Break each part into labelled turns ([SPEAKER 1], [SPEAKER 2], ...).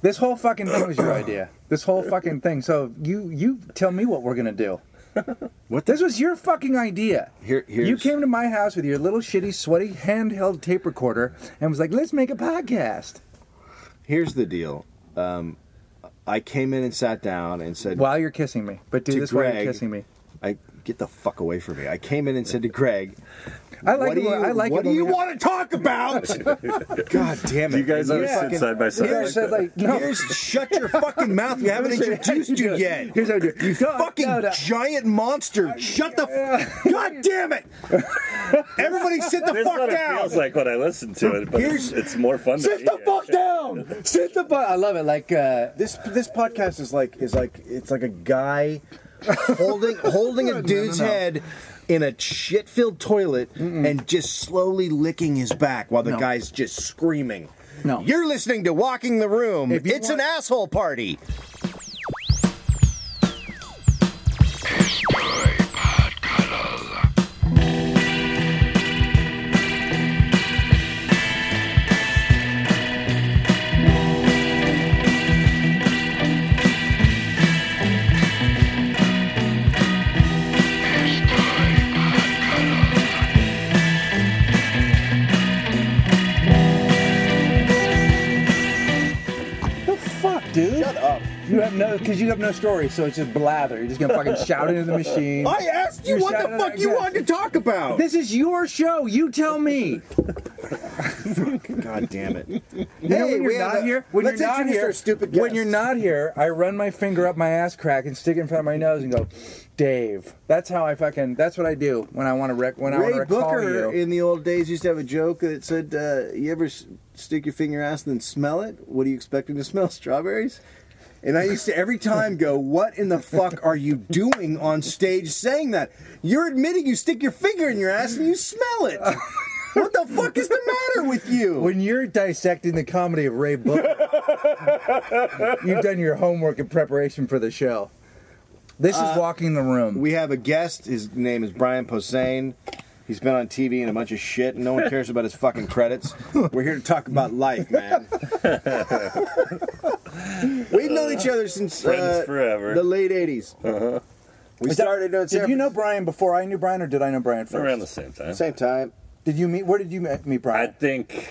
[SPEAKER 1] This whole fucking thing was your idea. This whole fucking thing. So you you tell me what we're gonna do.
[SPEAKER 2] What
[SPEAKER 1] This was your fucking idea.
[SPEAKER 2] Here-
[SPEAKER 1] you
[SPEAKER 2] here's-
[SPEAKER 1] came to my house with your little shitty, sweaty handheld tape recorder and was like, "Let's make a podcast."
[SPEAKER 2] Here's the deal. Um, I came in and sat down and said,
[SPEAKER 1] While you're kissing me, but do
[SPEAKER 2] To
[SPEAKER 1] this while
[SPEAKER 2] Greg.
[SPEAKER 1] you're kissing me.
[SPEAKER 2] "I get the fuck away from me." I came in and said to Greg,
[SPEAKER 1] I like
[SPEAKER 2] what
[SPEAKER 1] it.
[SPEAKER 2] do you,
[SPEAKER 1] when- I like
[SPEAKER 2] what
[SPEAKER 1] it.
[SPEAKER 2] do you
[SPEAKER 1] when-
[SPEAKER 2] want to talk about? God damn it!
[SPEAKER 3] You guys always
[SPEAKER 1] fucking-
[SPEAKER 3] sit side by side.
[SPEAKER 1] Here's the- like, no.
[SPEAKER 2] Here's shut your fucking mouth. You haven't introduced you yet.
[SPEAKER 1] Here's how I do it.
[SPEAKER 2] You
[SPEAKER 1] No,
[SPEAKER 2] fucking
[SPEAKER 1] no, no.
[SPEAKER 2] giant monster. Shut the f- God damn it. Everybody sit the
[SPEAKER 3] There's
[SPEAKER 2] fuck
[SPEAKER 3] what it
[SPEAKER 2] down.
[SPEAKER 3] feels like when I listen to it, but it's,
[SPEAKER 2] Here's-
[SPEAKER 3] it's more fun.
[SPEAKER 1] Sit
[SPEAKER 3] to
[SPEAKER 1] the fuck down. Sit the fuck. I love it. Like uh,
[SPEAKER 4] This this podcast is like is like it's like a guy
[SPEAKER 2] holding holding
[SPEAKER 1] No,
[SPEAKER 2] a
[SPEAKER 1] no,
[SPEAKER 2] dude's
[SPEAKER 1] no.
[SPEAKER 2] head in a shit-filled toilet and just slowly licking his back while the
[SPEAKER 1] No.
[SPEAKER 2] guy's just screaming.
[SPEAKER 1] No.
[SPEAKER 2] You're listening to Walking the Room.
[SPEAKER 1] If you
[SPEAKER 2] It's
[SPEAKER 1] want-
[SPEAKER 2] an asshole party.
[SPEAKER 1] the fuck, dude. Shut up. You have no, because you have no story, so it's just blather. You're just gonna fucking shout into the machine.
[SPEAKER 2] I asked you
[SPEAKER 1] You're
[SPEAKER 2] what
[SPEAKER 1] shouting
[SPEAKER 2] the
[SPEAKER 1] at
[SPEAKER 2] fuck
[SPEAKER 1] that
[SPEAKER 2] you
[SPEAKER 1] guy.
[SPEAKER 2] wanted to talk about.
[SPEAKER 1] This is your show. You tell me.
[SPEAKER 2] God damn it.
[SPEAKER 1] You know
[SPEAKER 2] Hey,
[SPEAKER 1] when
[SPEAKER 2] we
[SPEAKER 1] you're
[SPEAKER 2] have
[SPEAKER 1] not
[SPEAKER 2] a-
[SPEAKER 1] here, when
[SPEAKER 4] let's
[SPEAKER 1] you're not
[SPEAKER 4] introduce
[SPEAKER 1] here,
[SPEAKER 4] our stupid
[SPEAKER 1] when you're
[SPEAKER 4] guests.
[SPEAKER 1] not here, I run my finger up my ass crack and stick it in front of my nose and go, Dave. That's how I fucking. That's what I do when I want to rec. When I want to
[SPEAKER 4] Ray
[SPEAKER 1] recall
[SPEAKER 4] Booker
[SPEAKER 1] you.
[SPEAKER 4] in the old days used to have a joke that said, uh, "You ever s- stick your finger in your ass and then smell it? What are you expecting to smell? Strawberries?" And I used to every time go, "What in the fuck are you doing on stage saying that? You're admitting you stick your finger in your ass and you smell it. What the fuck is the matter with you?"
[SPEAKER 1] when you're dissecting the comedy of Ray Booker, you've done your homework in preparation for the show. This is walking the room.
[SPEAKER 2] We have a guest. His name is Brian Posehn. He's been on TV and a bunch of shit, and no one cares about his fucking credits. We're here to talk about life, man.
[SPEAKER 4] We've known each other since
[SPEAKER 3] Friends
[SPEAKER 4] uh,
[SPEAKER 3] forever.
[SPEAKER 4] the late '80s. We
[SPEAKER 1] Uh-huh. Is that-
[SPEAKER 4] started at
[SPEAKER 1] Did you know Brian before I knew Brian, or did I know Brian first?
[SPEAKER 3] Around the same time.
[SPEAKER 4] same time.
[SPEAKER 1] Did you meet? Where did you meet meet
[SPEAKER 3] I
[SPEAKER 1] Brian?
[SPEAKER 3] think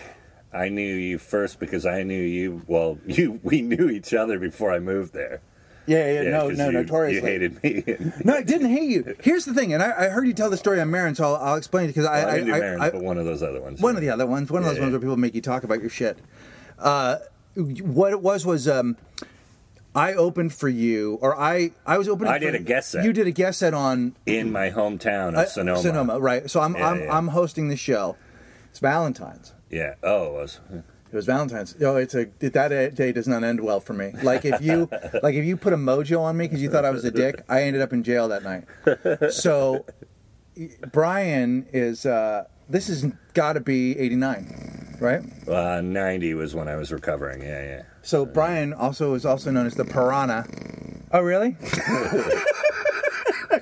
[SPEAKER 3] I knew you first because I knew you. Well, you we knew each other before I moved there.
[SPEAKER 1] yeah, yeah, no,
[SPEAKER 3] 'cause
[SPEAKER 1] no,
[SPEAKER 3] you,
[SPEAKER 1] notoriously.
[SPEAKER 3] You hated me.
[SPEAKER 1] No, I didn't hate you. Here's the thing, and I, I heard you tell the story on Marin, so I'll, I'll explain it because I,
[SPEAKER 3] I,
[SPEAKER 1] I,
[SPEAKER 3] didn't do
[SPEAKER 1] I-
[SPEAKER 3] Marins,
[SPEAKER 1] I-
[SPEAKER 3] but one of those other ones.
[SPEAKER 1] one of the other ones, one of those
[SPEAKER 3] Yeah,
[SPEAKER 1] ones
[SPEAKER 3] yeah.
[SPEAKER 1] where people make you talk about your shit. Uh, what it was was um, I opened for you, or I I was opening.
[SPEAKER 3] I
[SPEAKER 1] for-
[SPEAKER 3] did a guest set.
[SPEAKER 1] You did a guest set on
[SPEAKER 3] in my hometown of
[SPEAKER 1] uh,
[SPEAKER 3] Sonoma.
[SPEAKER 1] right? So I'm
[SPEAKER 3] Yeah,
[SPEAKER 1] I'm,
[SPEAKER 3] yeah.
[SPEAKER 1] I'm hosting the show. It's Valentine's.
[SPEAKER 3] Yeah. Oh, it was.
[SPEAKER 1] It was Valentine's. Oh, it's a that day does not end well for me. Like if you like if you put a mojo on me because you thought I was a dick, I ended up in jail that night. So Brian is uh, this has got to be eighty nine, right?
[SPEAKER 3] Uh, Ninety was when I was recovering. Yeah, yeah.
[SPEAKER 1] So Brian also is also known as the Piranha. Oh really?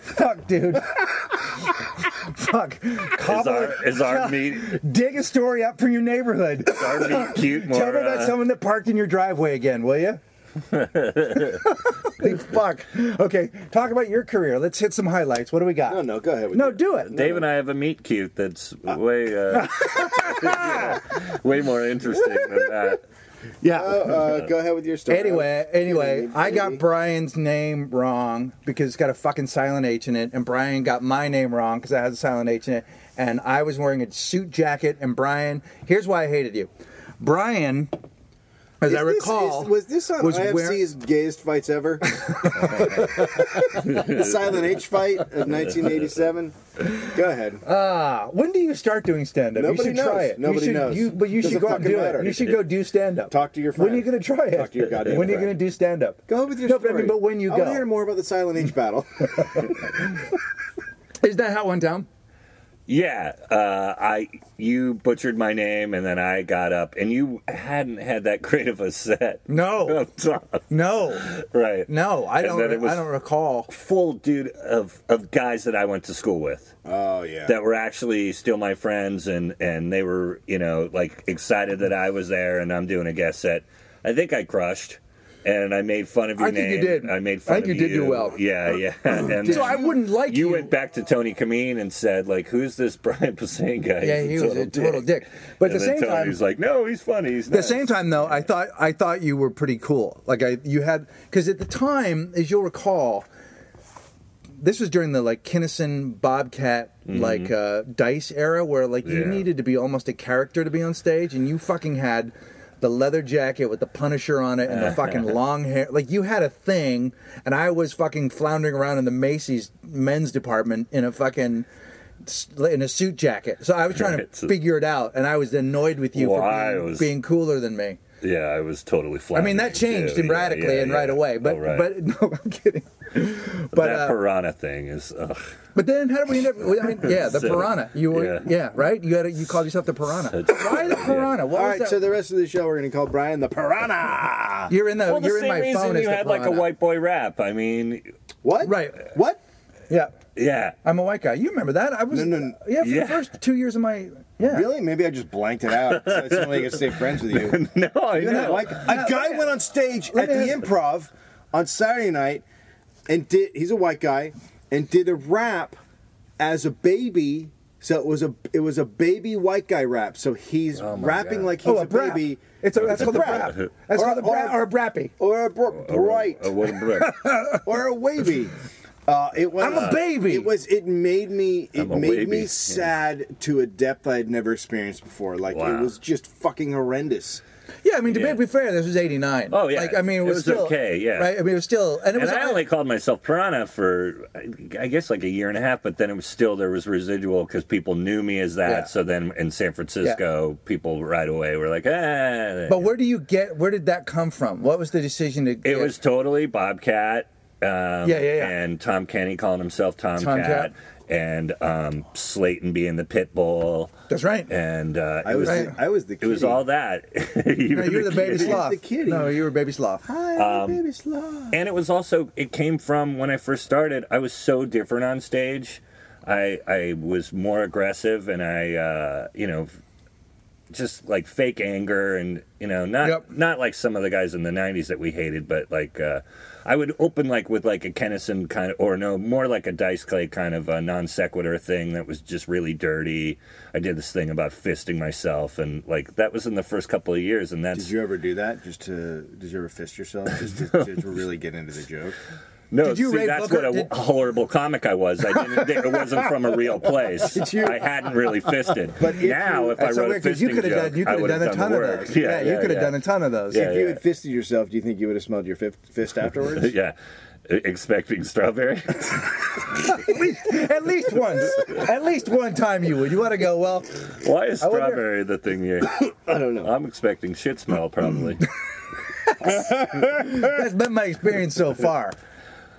[SPEAKER 1] Fuck, dude. Fuck.
[SPEAKER 3] Is
[SPEAKER 1] Cobble,
[SPEAKER 3] our is our meat is
[SPEAKER 1] dig a story up from your neighborhood.
[SPEAKER 3] our meat cute more?
[SPEAKER 1] Tell me about
[SPEAKER 3] uh,
[SPEAKER 1] someone that parked in your driveway again, will you? Holy fuck. Okay, talk about your career. Let's hit some highlights. What do we got?
[SPEAKER 4] No, no, go ahead. With
[SPEAKER 1] No,
[SPEAKER 4] your-
[SPEAKER 1] do it.
[SPEAKER 3] Dave and I have a meet cute that's way uh, way more interesting than that.
[SPEAKER 1] Yeah.
[SPEAKER 4] Uh, uh, go ahead with your story.
[SPEAKER 1] Anyway, anyway,
[SPEAKER 4] Maybe.
[SPEAKER 1] I got Brian's name wrong because it's got a fucking silent H in it, and Brian got my name wrong because it has a silent H in it, and I was wearing a suit jacket, and Brian. Here's why I hated you, Brian. As
[SPEAKER 4] Is
[SPEAKER 1] I
[SPEAKER 4] this-
[SPEAKER 1] recall,
[SPEAKER 4] is- was this on
[SPEAKER 1] was
[SPEAKER 4] IFC's gayest fights ever? the Silent H fight of 1987. Go ahead.
[SPEAKER 1] Ah, when do you start doing stand up? You
[SPEAKER 4] Nobody
[SPEAKER 1] should try
[SPEAKER 4] knows.
[SPEAKER 1] it.
[SPEAKER 4] Nobody
[SPEAKER 1] you should,
[SPEAKER 4] knows.
[SPEAKER 1] You, but you
[SPEAKER 4] Doesn't
[SPEAKER 1] should go out and
[SPEAKER 4] fucking
[SPEAKER 1] do
[SPEAKER 4] matter.
[SPEAKER 1] it. You should go do stand up.
[SPEAKER 4] Talk to your
[SPEAKER 1] When are you
[SPEAKER 4] friend.
[SPEAKER 1] going to try it?
[SPEAKER 4] Talk to your goddamn
[SPEAKER 1] When are you
[SPEAKER 4] friend.
[SPEAKER 1] going to do stand up?
[SPEAKER 4] go with your
[SPEAKER 1] no,
[SPEAKER 4] story.
[SPEAKER 1] But, I mean, but when you
[SPEAKER 4] I want to hear
[SPEAKER 1] go,
[SPEAKER 4] more about the Silent H battle.
[SPEAKER 1] is that how it went down?
[SPEAKER 3] Yeah, uh, I you butchered my name, and then I got up, and you hadn't had that great of a set.
[SPEAKER 1] No,
[SPEAKER 3] up top.
[SPEAKER 1] no,
[SPEAKER 3] right?
[SPEAKER 1] no. I
[SPEAKER 3] And
[SPEAKER 1] don't.
[SPEAKER 3] then it was-
[SPEAKER 1] I don't recall.
[SPEAKER 3] full dude of of guys that I went to school with
[SPEAKER 4] oh yeah.
[SPEAKER 3] that were actually still my friends, and and they were you know like excited that I was there, and I'm doing a guest set. I think I crushed, and I made fun of your
[SPEAKER 1] I think you
[SPEAKER 3] name.
[SPEAKER 1] did.
[SPEAKER 3] I made
[SPEAKER 1] I
[SPEAKER 3] fun
[SPEAKER 1] think
[SPEAKER 3] of
[SPEAKER 1] you did do well.
[SPEAKER 3] Yeah, yeah. And
[SPEAKER 1] So I wouldn't like you.
[SPEAKER 3] You went back to Tony Kameen and said, like, who's this Brian Posehn guy?
[SPEAKER 1] Yeah,
[SPEAKER 3] He's
[SPEAKER 1] he was a total dick. But at
[SPEAKER 3] And
[SPEAKER 1] the
[SPEAKER 3] then
[SPEAKER 1] same time-
[SPEAKER 3] Tony's like, no, he's funny. He's
[SPEAKER 1] At the
[SPEAKER 3] nice."
[SPEAKER 1] same time, though, I thought I thought you were pretty cool. Like I, you had because at the time, as you'll recall, this was during the like Kinnison Bobcat like uh, Dice era, where like you
[SPEAKER 3] Yeah.
[SPEAKER 1] needed to be almost a character to be on stage, and you fucking had the leather jacket with the Punisher on it and the fucking long hair. Like you had a thing, and I was fucking floundering around in the Macy's men's department in a fucking. In a suit jacket, so I was trying to
[SPEAKER 3] It's a-
[SPEAKER 1] figure it out, and I was annoyed with you for
[SPEAKER 3] Well, I
[SPEAKER 1] being-
[SPEAKER 3] was-
[SPEAKER 1] being cooler than me.
[SPEAKER 3] Yeah, I was totally
[SPEAKER 1] I
[SPEAKER 3] flat.
[SPEAKER 1] mean, that changed him radically and right away. But but no, I'm kidding. But
[SPEAKER 3] Oh, that
[SPEAKER 1] uh,
[SPEAKER 3] piranha thing is. Ugh.
[SPEAKER 1] but then how do we end up? I mean, yeah, the
[SPEAKER 3] So,
[SPEAKER 1] piranha. You were yeah,
[SPEAKER 3] yeah.
[SPEAKER 1] right. You had a, you called yourself the piranha.
[SPEAKER 3] So-
[SPEAKER 1] Why the
[SPEAKER 3] yeah.
[SPEAKER 1] piranha? What
[SPEAKER 2] All
[SPEAKER 1] was
[SPEAKER 2] right,
[SPEAKER 1] that?
[SPEAKER 2] so the rest of the show we're gonna call Brian the Piranha.
[SPEAKER 1] you're in the
[SPEAKER 3] Well, the
[SPEAKER 1] you're in
[SPEAKER 3] same
[SPEAKER 1] my phone.
[SPEAKER 3] reason
[SPEAKER 1] as
[SPEAKER 3] you
[SPEAKER 1] the
[SPEAKER 3] had like a
[SPEAKER 1] piranha.
[SPEAKER 3] white boy rap. I mean,
[SPEAKER 2] What?
[SPEAKER 1] Right.
[SPEAKER 2] What?
[SPEAKER 1] Yeah,
[SPEAKER 3] yeah.
[SPEAKER 1] I'm a white guy. You remember that? I was
[SPEAKER 2] No, no,
[SPEAKER 1] yeah. For
[SPEAKER 3] yeah.
[SPEAKER 1] the first two years of my yeah.
[SPEAKER 2] Really? Maybe I just blanked it out. So it's the only way I can stay friends with you.
[SPEAKER 3] No, I
[SPEAKER 2] You know,
[SPEAKER 3] know.
[SPEAKER 2] like a guy went on stage
[SPEAKER 1] Let
[SPEAKER 2] at
[SPEAKER 1] me
[SPEAKER 2] the
[SPEAKER 1] ask-
[SPEAKER 2] improv on Saturday night and did he's a white guy and did a rap as a baby. So it was a it was a baby white guy rap. So he's
[SPEAKER 3] my
[SPEAKER 2] rapping
[SPEAKER 3] God.
[SPEAKER 2] like he's
[SPEAKER 1] Oh,
[SPEAKER 2] a,
[SPEAKER 1] a brap.
[SPEAKER 2] baby
[SPEAKER 1] It's a that's called a brap. That's
[SPEAKER 2] Or-
[SPEAKER 1] called a brap
[SPEAKER 2] or-
[SPEAKER 1] or a brappy.
[SPEAKER 2] or a br- bright
[SPEAKER 3] Oh, A little brick.
[SPEAKER 2] or a wavy. Uh, it was,
[SPEAKER 1] I'm a baby.
[SPEAKER 2] It was. It made me. It
[SPEAKER 3] I'm a
[SPEAKER 2] made
[SPEAKER 3] wavy,
[SPEAKER 2] me
[SPEAKER 3] yeah.
[SPEAKER 2] sad to a depth I had never experienced before. Like it
[SPEAKER 3] Wow.
[SPEAKER 2] was just fucking horrendous.
[SPEAKER 1] Yeah, I mean to
[SPEAKER 3] Yeah.
[SPEAKER 1] be fair, this was '89.
[SPEAKER 3] Oh, yeah.
[SPEAKER 1] Like I mean, it
[SPEAKER 3] It
[SPEAKER 1] was,
[SPEAKER 3] was
[SPEAKER 1] still,
[SPEAKER 3] okay, yeah.
[SPEAKER 1] Right. I mean, it was still and it
[SPEAKER 3] and
[SPEAKER 1] was
[SPEAKER 3] I only called myself Piranha for, I guess, like a year and a half. But then it was still there was residual because people knew me as that.
[SPEAKER 1] Yeah.
[SPEAKER 3] So then in San Francisco, people right away were like, ah.
[SPEAKER 1] But where do you get? Where did that come from? What was the decision to?
[SPEAKER 3] It was totally Bobcat. Um,
[SPEAKER 1] yeah,
[SPEAKER 3] yeah,
[SPEAKER 1] yeah.
[SPEAKER 3] And Tom Kenny calling himself Tomcat.
[SPEAKER 1] Tomcat.
[SPEAKER 3] And um, Slayton being the pit bull.
[SPEAKER 1] That's right.
[SPEAKER 3] And uh,
[SPEAKER 2] I
[SPEAKER 3] it
[SPEAKER 2] was.
[SPEAKER 3] was,
[SPEAKER 2] The, I was the.
[SPEAKER 3] it was
[SPEAKER 2] kitty.
[SPEAKER 3] all that. you
[SPEAKER 1] No, you were the baby
[SPEAKER 3] kid.
[SPEAKER 1] sloth.
[SPEAKER 2] The kitty.
[SPEAKER 1] No, you were baby sloth.
[SPEAKER 2] Hi,
[SPEAKER 3] um,
[SPEAKER 2] baby sloth.
[SPEAKER 3] and it was also it came from when I first started. I was so different on stage. I I was more aggressive, and I uh, you know just like fake anger, and you know not
[SPEAKER 1] Yep.
[SPEAKER 3] not like some of the guys in the '90s that we hated, but like uh, I would open like with like a Kennison kind of, or no, more like a Dice Clay kind of a non sequitur thing that was just really dirty. I did this thing about fisting myself, and like that was in the first couple of years, and that's
[SPEAKER 2] Did you ever do that? Just to? Did you ever fist yourself? Just to, to really get into the joke?
[SPEAKER 3] No,
[SPEAKER 1] Did you
[SPEAKER 3] see,
[SPEAKER 1] rate
[SPEAKER 3] that's
[SPEAKER 1] Booker?
[SPEAKER 3] what a
[SPEAKER 1] Did-
[SPEAKER 3] horrible comic I was. I didn't. think it wasn't from a real place. I hadn't really fisted. But
[SPEAKER 2] if
[SPEAKER 3] now,
[SPEAKER 2] you-
[SPEAKER 3] if I
[SPEAKER 1] That's so
[SPEAKER 3] wrote a
[SPEAKER 1] weird, 'cause
[SPEAKER 3] fisting
[SPEAKER 1] you could have
[SPEAKER 3] joke,
[SPEAKER 1] done you
[SPEAKER 3] I
[SPEAKER 1] could have
[SPEAKER 3] would
[SPEAKER 1] done a ton
[SPEAKER 3] the
[SPEAKER 1] of
[SPEAKER 3] work.
[SPEAKER 1] those.
[SPEAKER 3] Yeah,
[SPEAKER 1] Yeah, you could have
[SPEAKER 3] yeah.
[SPEAKER 1] done a ton of those.
[SPEAKER 3] Yeah.
[SPEAKER 2] if you had fisted yourself, do you think you would have smelled your fif- fist afterwards?
[SPEAKER 3] Yeah, E- expecting strawberry.
[SPEAKER 1] At least- At least once. At least one time you would. You want to go, well,
[SPEAKER 3] Why is
[SPEAKER 1] wonder-
[SPEAKER 3] strawberry the thing you?
[SPEAKER 2] I don't know.
[SPEAKER 3] I'm expecting shit smell probably.
[SPEAKER 1] that's been my experience so far.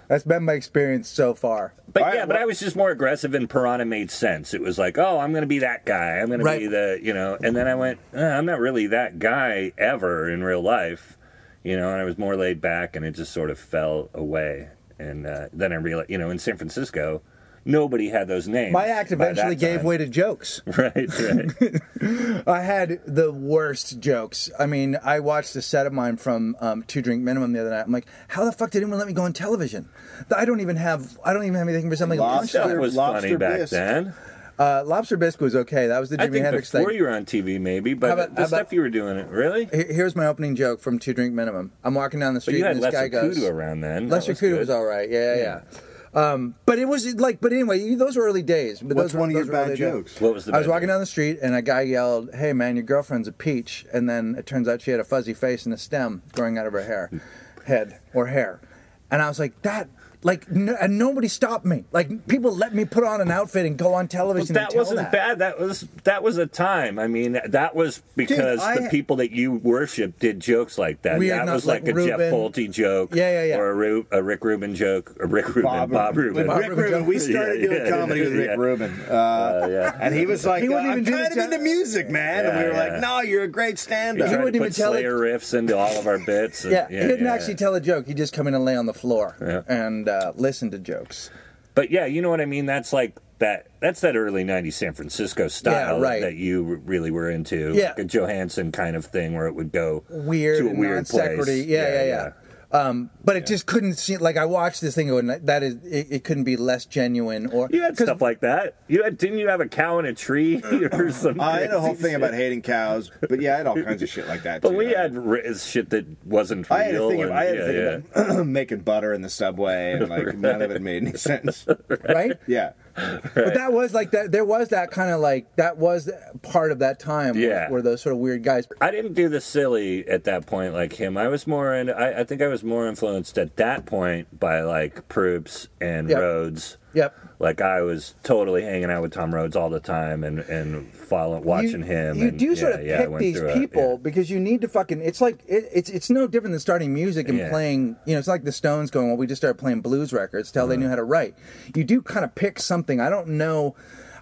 [SPEAKER 1] That's been my experience so far.
[SPEAKER 3] But
[SPEAKER 2] All right,
[SPEAKER 3] yeah, but
[SPEAKER 2] well-
[SPEAKER 3] I was just more aggressive, and Piranha made sense. It was like, oh, I'm going to be that guy. I'm going
[SPEAKER 1] Right.
[SPEAKER 3] to be the, you know. And then I went, eh, I'm not really that guy ever in real life, you know. And I was more laid back, and it just sort of fell away. And uh, then I realized, you know, in San Francisco, nobody had those names.
[SPEAKER 1] My act
[SPEAKER 3] by that
[SPEAKER 1] eventually gave
[SPEAKER 3] time.
[SPEAKER 1] way to jokes.
[SPEAKER 3] Right, right.
[SPEAKER 1] I had the worst jokes. I mean, I watched a set of mine from um, Two Drink Minimum the other night. I'm like, how the fuck did anyone let me go on television? I don't even have I don't even have anything for something. like
[SPEAKER 2] Lobster.
[SPEAKER 1] punchline.
[SPEAKER 3] Stuff was
[SPEAKER 2] Lobster
[SPEAKER 3] funny back
[SPEAKER 2] bisque.
[SPEAKER 3] then.
[SPEAKER 1] Uh, Lobster Bisque was okay. That was the
[SPEAKER 3] I
[SPEAKER 1] Jimi
[SPEAKER 3] think
[SPEAKER 1] Hendrix
[SPEAKER 3] before
[SPEAKER 1] thing.
[SPEAKER 3] you were on TV, maybe, but
[SPEAKER 1] How about-
[SPEAKER 3] the
[SPEAKER 1] how
[SPEAKER 3] stuff
[SPEAKER 1] about-
[SPEAKER 3] you were doing it really.
[SPEAKER 1] Here- Here's my opening joke from Two Drink Minimum. I'm walking down the
[SPEAKER 3] But
[SPEAKER 1] street
[SPEAKER 3] you had
[SPEAKER 1] and this guy
[SPEAKER 3] Lester
[SPEAKER 1] goes.
[SPEAKER 3] Kudu around then. That
[SPEAKER 1] Lester Kudu
[SPEAKER 3] good.
[SPEAKER 1] was all right. Yeah, yeah. yeah. Um, but it was like, but anyway, you- those were early days. But
[SPEAKER 2] What's
[SPEAKER 1] those were-
[SPEAKER 2] one of your
[SPEAKER 1] those were early
[SPEAKER 2] bad
[SPEAKER 1] days.
[SPEAKER 2] jokes?
[SPEAKER 3] What was the?
[SPEAKER 1] I was
[SPEAKER 3] bad
[SPEAKER 1] walking down the street and a guy yelled, "Hey man, your girlfriend's a peach!" And then it turns out she had a fuzzy face and a stem growing out of her hair, head or hair. And I was like, "That." Like no, and nobody stopped me. Like people let me put on an outfit and go on
[SPEAKER 3] But
[SPEAKER 1] television. and
[SPEAKER 3] that
[SPEAKER 1] tell
[SPEAKER 3] wasn't
[SPEAKER 1] that.
[SPEAKER 3] bad. That was that was a time. I mean, that was because
[SPEAKER 2] I-
[SPEAKER 3] the people that you worship did jokes like that.
[SPEAKER 1] Weird,
[SPEAKER 3] that
[SPEAKER 1] not
[SPEAKER 3] was like,
[SPEAKER 1] like
[SPEAKER 3] a Jeff
[SPEAKER 1] Rubin.
[SPEAKER 3] Bolte joke.
[SPEAKER 1] Yeah, yeah, yeah.
[SPEAKER 3] Or a, Ru- a Rick Rubin joke. A Rick Rubin, Bob, Rubin.
[SPEAKER 1] Bob
[SPEAKER 2] Rick Rubin. We started
[SPEAKER 3] Yeah,
[SPEAKER 2] doing
[SPEAKER 3] yeah,
[SPEAKER 2] comedy with Rick
[SPEAKER 3] yeah.
[SPEAKER 2] Rubin. Uh,
[SPEAKER 3] yeah.
[SPEAKER 2] And he was like,
[SPEAKER 1] He
[SPEAKER 2] uh,
[SPEAKER 1] wouldn't
[SPEAKER 2] I'm
[SPEAKER 1] even do
[SPEAKER 2] kind of
[SPEAKER 1] the jo-
[SPEAKER 2] into music, man. and we
[SPEAKER 3] Yeah,
[SPEAKER 2] were
[SPEAKER 3] yeah.
[SPEAKER 2] like, no, you're a great stand
[SPEAKER 3] He
[SPEAKER 2] up.
[SPEAKER 1] wouldn't
[SPEAKER 3] tried to
[SPEAKER 1] even
[SPEAKER 3] put
[SPEAKER 1] tell it-
[SPEAKER 3] Slayer riffs into all of our bits. and-
[SPEAKER 1] Yeah, he didn't
[SPEAKER 3] yeah.
[SPEAKER 1] actually tell a joke. He just come in and lay on the floor
[SPEAKER 3] Yeah.
[SPEAKER 1] and uh, listen to jokes.
[SPEAKER 3] But yeah, you know what I mean. That's like that. That's that early '90s San Francisco style
[SPEAKER 1] Yeah, right.
[SPEAKER 3] that you re- really were into,
[SPEAKER 1] Yeah.
[SPEAKER 3] like a Johansson kind of thing, where it would go
[SPEAKER 1] weird,
[SPEAKER 3] to a
[SPEAKER 1] and
[SPEAKER 3] weird
[SPEAKER 1] non-sequitur.
[SPEAKER 3] place.
[SPEAKER 1] Yeah, yeah, yeah. Um, but it just couldn't seem like I watched this thing going that is it, it couldn't be less genuine or
[SPEAKER 3] You had
[SPEAKER 1] 'cause
[SPEAKER 3] stuff like that. You had, didn't you have a cow in a tree or something?
[SPEAKER 2] Uh-huh. I had a whole thing about hating cows, but yeah, I had all kinds of shit like that.
[SPEAKER 3] But
[SPEAKER 2] too.
[SPEAKER 3] we had r- shit that wasn't real.
[SPEAKER 2] I had a thing,
[SPEAKER 3] and-
[SPEAKER 2] I had a
[SPEAKER 3] yeah,
[SPEAKER 2] thing
[SPEAKER 3] yeah.
[SPEAKER 2] about making butter in the subway, and like none of it made any sense.
[SPEAKER 1] right?
[SPEAKER 2] Yeah,
[SPEAKER 1] But that was like that. There was that kind of like that was part of that time. where-
[SPEAKER 3] Yeah.
[SPEAKER 1] where, those sort of weird guys.
[SPEAKER 3] I didn't do the silly at that point like him. I was more in. I, I think I was more influenced at that point by like Proops and
[SPEAKER 1] Yep.
[SPEAKER 3] Rhodes.
[SPEAKER 1] Yep.
[SPEAKER 3] Like I was totally hanging out with Tom Rhodes all the time and and following watching
[SPEAKER 1] you,
[SPEAKER 3] him.
[SPEAKER 1] You
[SPEAKER 3] and,
[SPEAKER 1] do
[SPEAKER 3] yeah,
[SPEAKER 1] sort of
[SPEAKER 3] yeah, I
[SPEAKER 1] pick
[SPEAKER 3] went
[SPEAKER 1] these
[SPEAKER 3] through a-
[SPEAKER 1] people
[SPEAKER 3] yeah.
[SPEAKER 1] because you need to fucking. It's like it, it's it's no different than starting music and
[SPEAKER 3] Yeah.
[SPEAKER 1] playing. You know, it's like the Stones going, "Well, we just started playing blues records till they
[SPEAKER 3] Uh-huh.
[SPEAKER 1] knew how to write." You do kind of pick something. I don't know.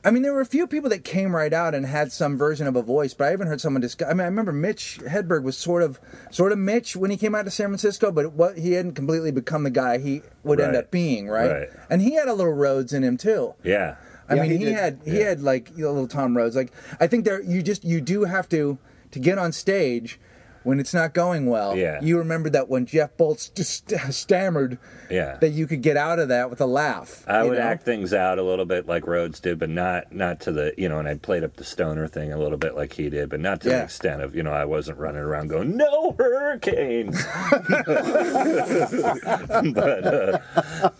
[SPEAKER 1] I mean, there were a few people that came right out and had some version of a voice, but I haven't heard someone discuss. I mean, I remember Mitch Hedberg was sort of, sort of Mitch when he came out to San Francisco, but what he hadn't completely become the guy he would end
[SPEAKER 3] Right.
[SPEAKER 1] up being, right?
[SPEAKER 3] Right.
[SPEAKER 1] And he had a little Rhodes in him too.
[SPEAKER 3] Yeah.
[SPEAKER 1] I
[SPEAKER 2] Yeah,
[SPEAKER 1] mean,
[SPEAKER 2] he
[SPEAKER 1] he,
[SPEAKER 2] did.
[SPEAKER 1] had he
[SPEAKER 3] Yeah.
[SPEAKER 1] had like you know, little Tom Rhodes. Like I think there you just you do have to to get on stage when it's not going well.
[SPEAKER 3] Yeah.
[SPEAKER 1] You remember that when Jeff Bolts just st- stammered.
[SPEAKER 3] Yeah.
[SPEAKER 1] That you could get out of that with a laugh.
[SPEAKER 3] I
[SPEAKER 1] you
[SPEAKER 3] would
[SPEAKER 1] know?
[SPEAKER 3] act things out a little bit like Rhodes did, but not not to the you know. And I played up the stoner thing a little bit like he did, but not to
[SPEAKER 1] Yeah.
[SPEAKER 3] the extent of you know I wasn't running around going no hurricanes. but uh,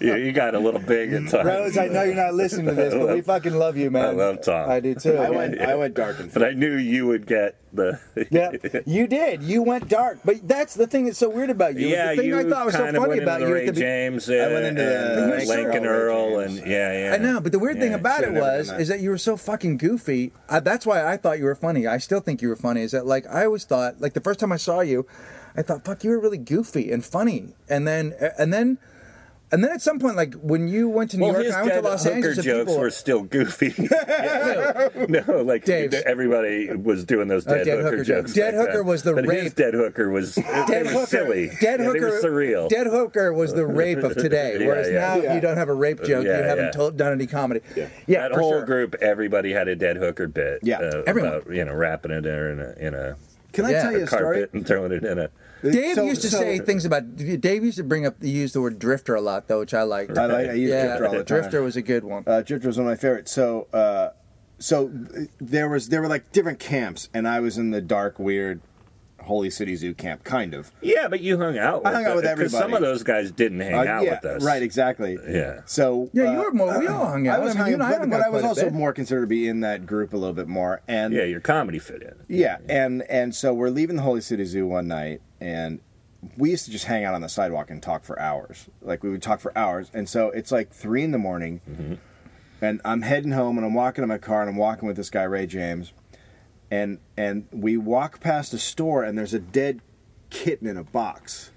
[SPEAKER 3] you, you got a little big at times.
[SPEAKER 1] Rhodes, I know you're not listening to this, but we fucking love you, man.
[SPEAKER 3] I love Tom.
[SPEAKER 1] I do too.
[SPEAKER 2] I went, I went dark and
[SPEAKER 3] But I knew you would get the
[SPEAKER 1] Yeah, you did. You went dark, but that's the thing that's so weird about you. is
[SPEAKER 3] yeah.
[SPEAKER 1] the thing
[SPEAKER 3] you
[SPEAKER 1] I thought was so
[SPEAKER 3] kind of
[SPEAKER 1] funny
[SPEAKER 3] went
[SPEAKER 1] about
[SPEAKER 3] into the
[SPEAKER 1] you
[SPEAKER 3] Ray
[SPEAKER 1] at the be-
[SPEAKER 3] James. Uh,
[SPEAKER 2] I went into the
[SPEAKER 3] and, uh,
[SPEAKER 2] Ray
[SPEAKER 3] Lincoln
[SPEAKER 2] James.
[SPEAKER 3] Earl and yeah, yeah.
[SPEAKER 1] I know, but the weird thing
[SPEAKER 3] Yeah.
[SPEAKER 1] about it
[SPEAKER 2] should've never
[SPEAKER 1] was
[SPEAKER 2] done that.
[SPEAKER 1] is that you were so fucking goofy. I, that's why I thought you were funny. I still think you were funny. Is that like I always thought like the first time I saw you, I thought fuck you were really goofy and funny. And then and then and then at some point like when you went to New
[SPEAKER 3] Well,
[SPEAKER 1] York
[SPEAKER 3] his
[SPEAKER 1] and I went to
[SPEAKER 3] dead
[SPEAKER 1] Los
[SPEAKER 3] hooker
[SPEAKER 1] Angeles, and
[SPEAKER 3] jokes
[SPEAKER 1] people,
[SPEAKER 3] were still goofy. Yeah, no, no, like
[SPEAKER 1] Dave's.
[SPEAKER 3] everybody was doing those
[SPEAKER 1] Oh,
[SPEAKER 3] dead, hooker, jokes.
[SPEAKER 1] Dead
[SPEAKER 3] back
[SPEAKER 1] hooker
[SPEAKER 3] then.
[SPEAKER 1] was the
[SPEAKER 3] but
[SPEAKER 1] rape-
[SPEAKER 3] His dead hooker was they
[SPEAKER 1] Dead
[SPEAKER 3] were
[SPEAKER 1] hooker,
[SPEAKER 3] silly.
[SPEAKER 1] dead
[SPEAKER 3] Yeah, they were
[SPEAKER 1] hooker,
[SPEAKER 3] surreal.
[SPEAKER 1] Dead hooker was the rape of today.
[SPEAKER 3] Yeah,
[SPEAKER 1] Whereas
[SPEAKER 3] yeah.
[SPEAKER 1] now if you
[SPEAKER 2] Yeah.
[SPEAKER 1] don't have a rape joke,
[SPEAKER 3] Yeah,
[SPEAKER 1] you haven't
[SPEAKER 3] yeah.
[SPEAKER 1] told, done any comedy. Yeah,
[SPEAKER 3] that
[SPEAKER 1] for
[SPEAKER 3] whole
[SPEAKER 1] sure.
[SPEAKER 3] group, everybody had a dead hooker bit. uh,
[SPEAKER 2] Yeah,
[SPEAKER 1] everyone.
[SPEAKER 3] about, you know, wrapping it in a, in a
[SPEAKER 2] Can I
[SPEAKER 1] Yeah.
[SPEAKER 2] tell you a story?
[SPEAKER 3] carpet and throwing it in a.
[SPEAKER 1] Dave
[SPEAKER 2] So-
[SPEAKER 1] used to
[SPEAKER 2] so-
[SPEAKER 1] say things about. Dave used to bring up, use the word drifter a lot though, which I liked.
[SPEAKER 2] I like I use
[SPEAKER 1] yeah,
[SPEAKER 2] drifter all the time.
[SPEAKER 1] Drifter was a good one.
[SPEAKER 2] Uh, Drifter was one of my favorites. So, uh, so uh, there was there were like different camps, and I was in the dark, weird, Holy City Zoo camp, kind of.
[SPEAKER 3] Yeah, but you hung out. With
[SPEAKER 2] I hung out with
[SPEAKER 3] it, 'cause Some
[SPEAKER 2] everybody.
[SPEAKER 3] of those guys didn't hang
[SPEAKER 2] Uh,
[SPEAKER 3] out
[SPEAKER 2] yeah,
[SPEAKER 3] with us.
[SPEAKER 2] right, exactly.
[SPEAKER 3] Yeah.
[SPEAKER 2] So
[SPEAKER 1] yeah, you
[SPEAKER 2] uh,
[SPEAKER 1] were more. We all hung out.
[SPEAKER 2] I was
[SPEAKER 1] mean, you
[SPEAKER 2] hanging,
[SPEAKER 1] and I
[SPEAKER 2] but,
[SPEAKER 1] hung
[SPEAKER 2] but
[SPEAKER 1] out
[SPEAKER 2] I was
[SPEAKER 1] quite a
[SPEAKER 2] also
[SPEAKER 1] bit.
[SPEAKER 2] more considered to be in that group a little bit more, and
[SPEAKER 3] Yeah, your comedy fit in.
[SPEAKER 2] Yeah, and and so we're leaving the Holy City Zoo one night, and we used to just hang out on the sidewalk and talk for hours. Like we would talk for hours, and so it's like three in the morning, and I'm heading home, and I'm walking in my car, and I'm walking with this guy Ray James, and and we walk past a store, and there's a dead kitten in a box,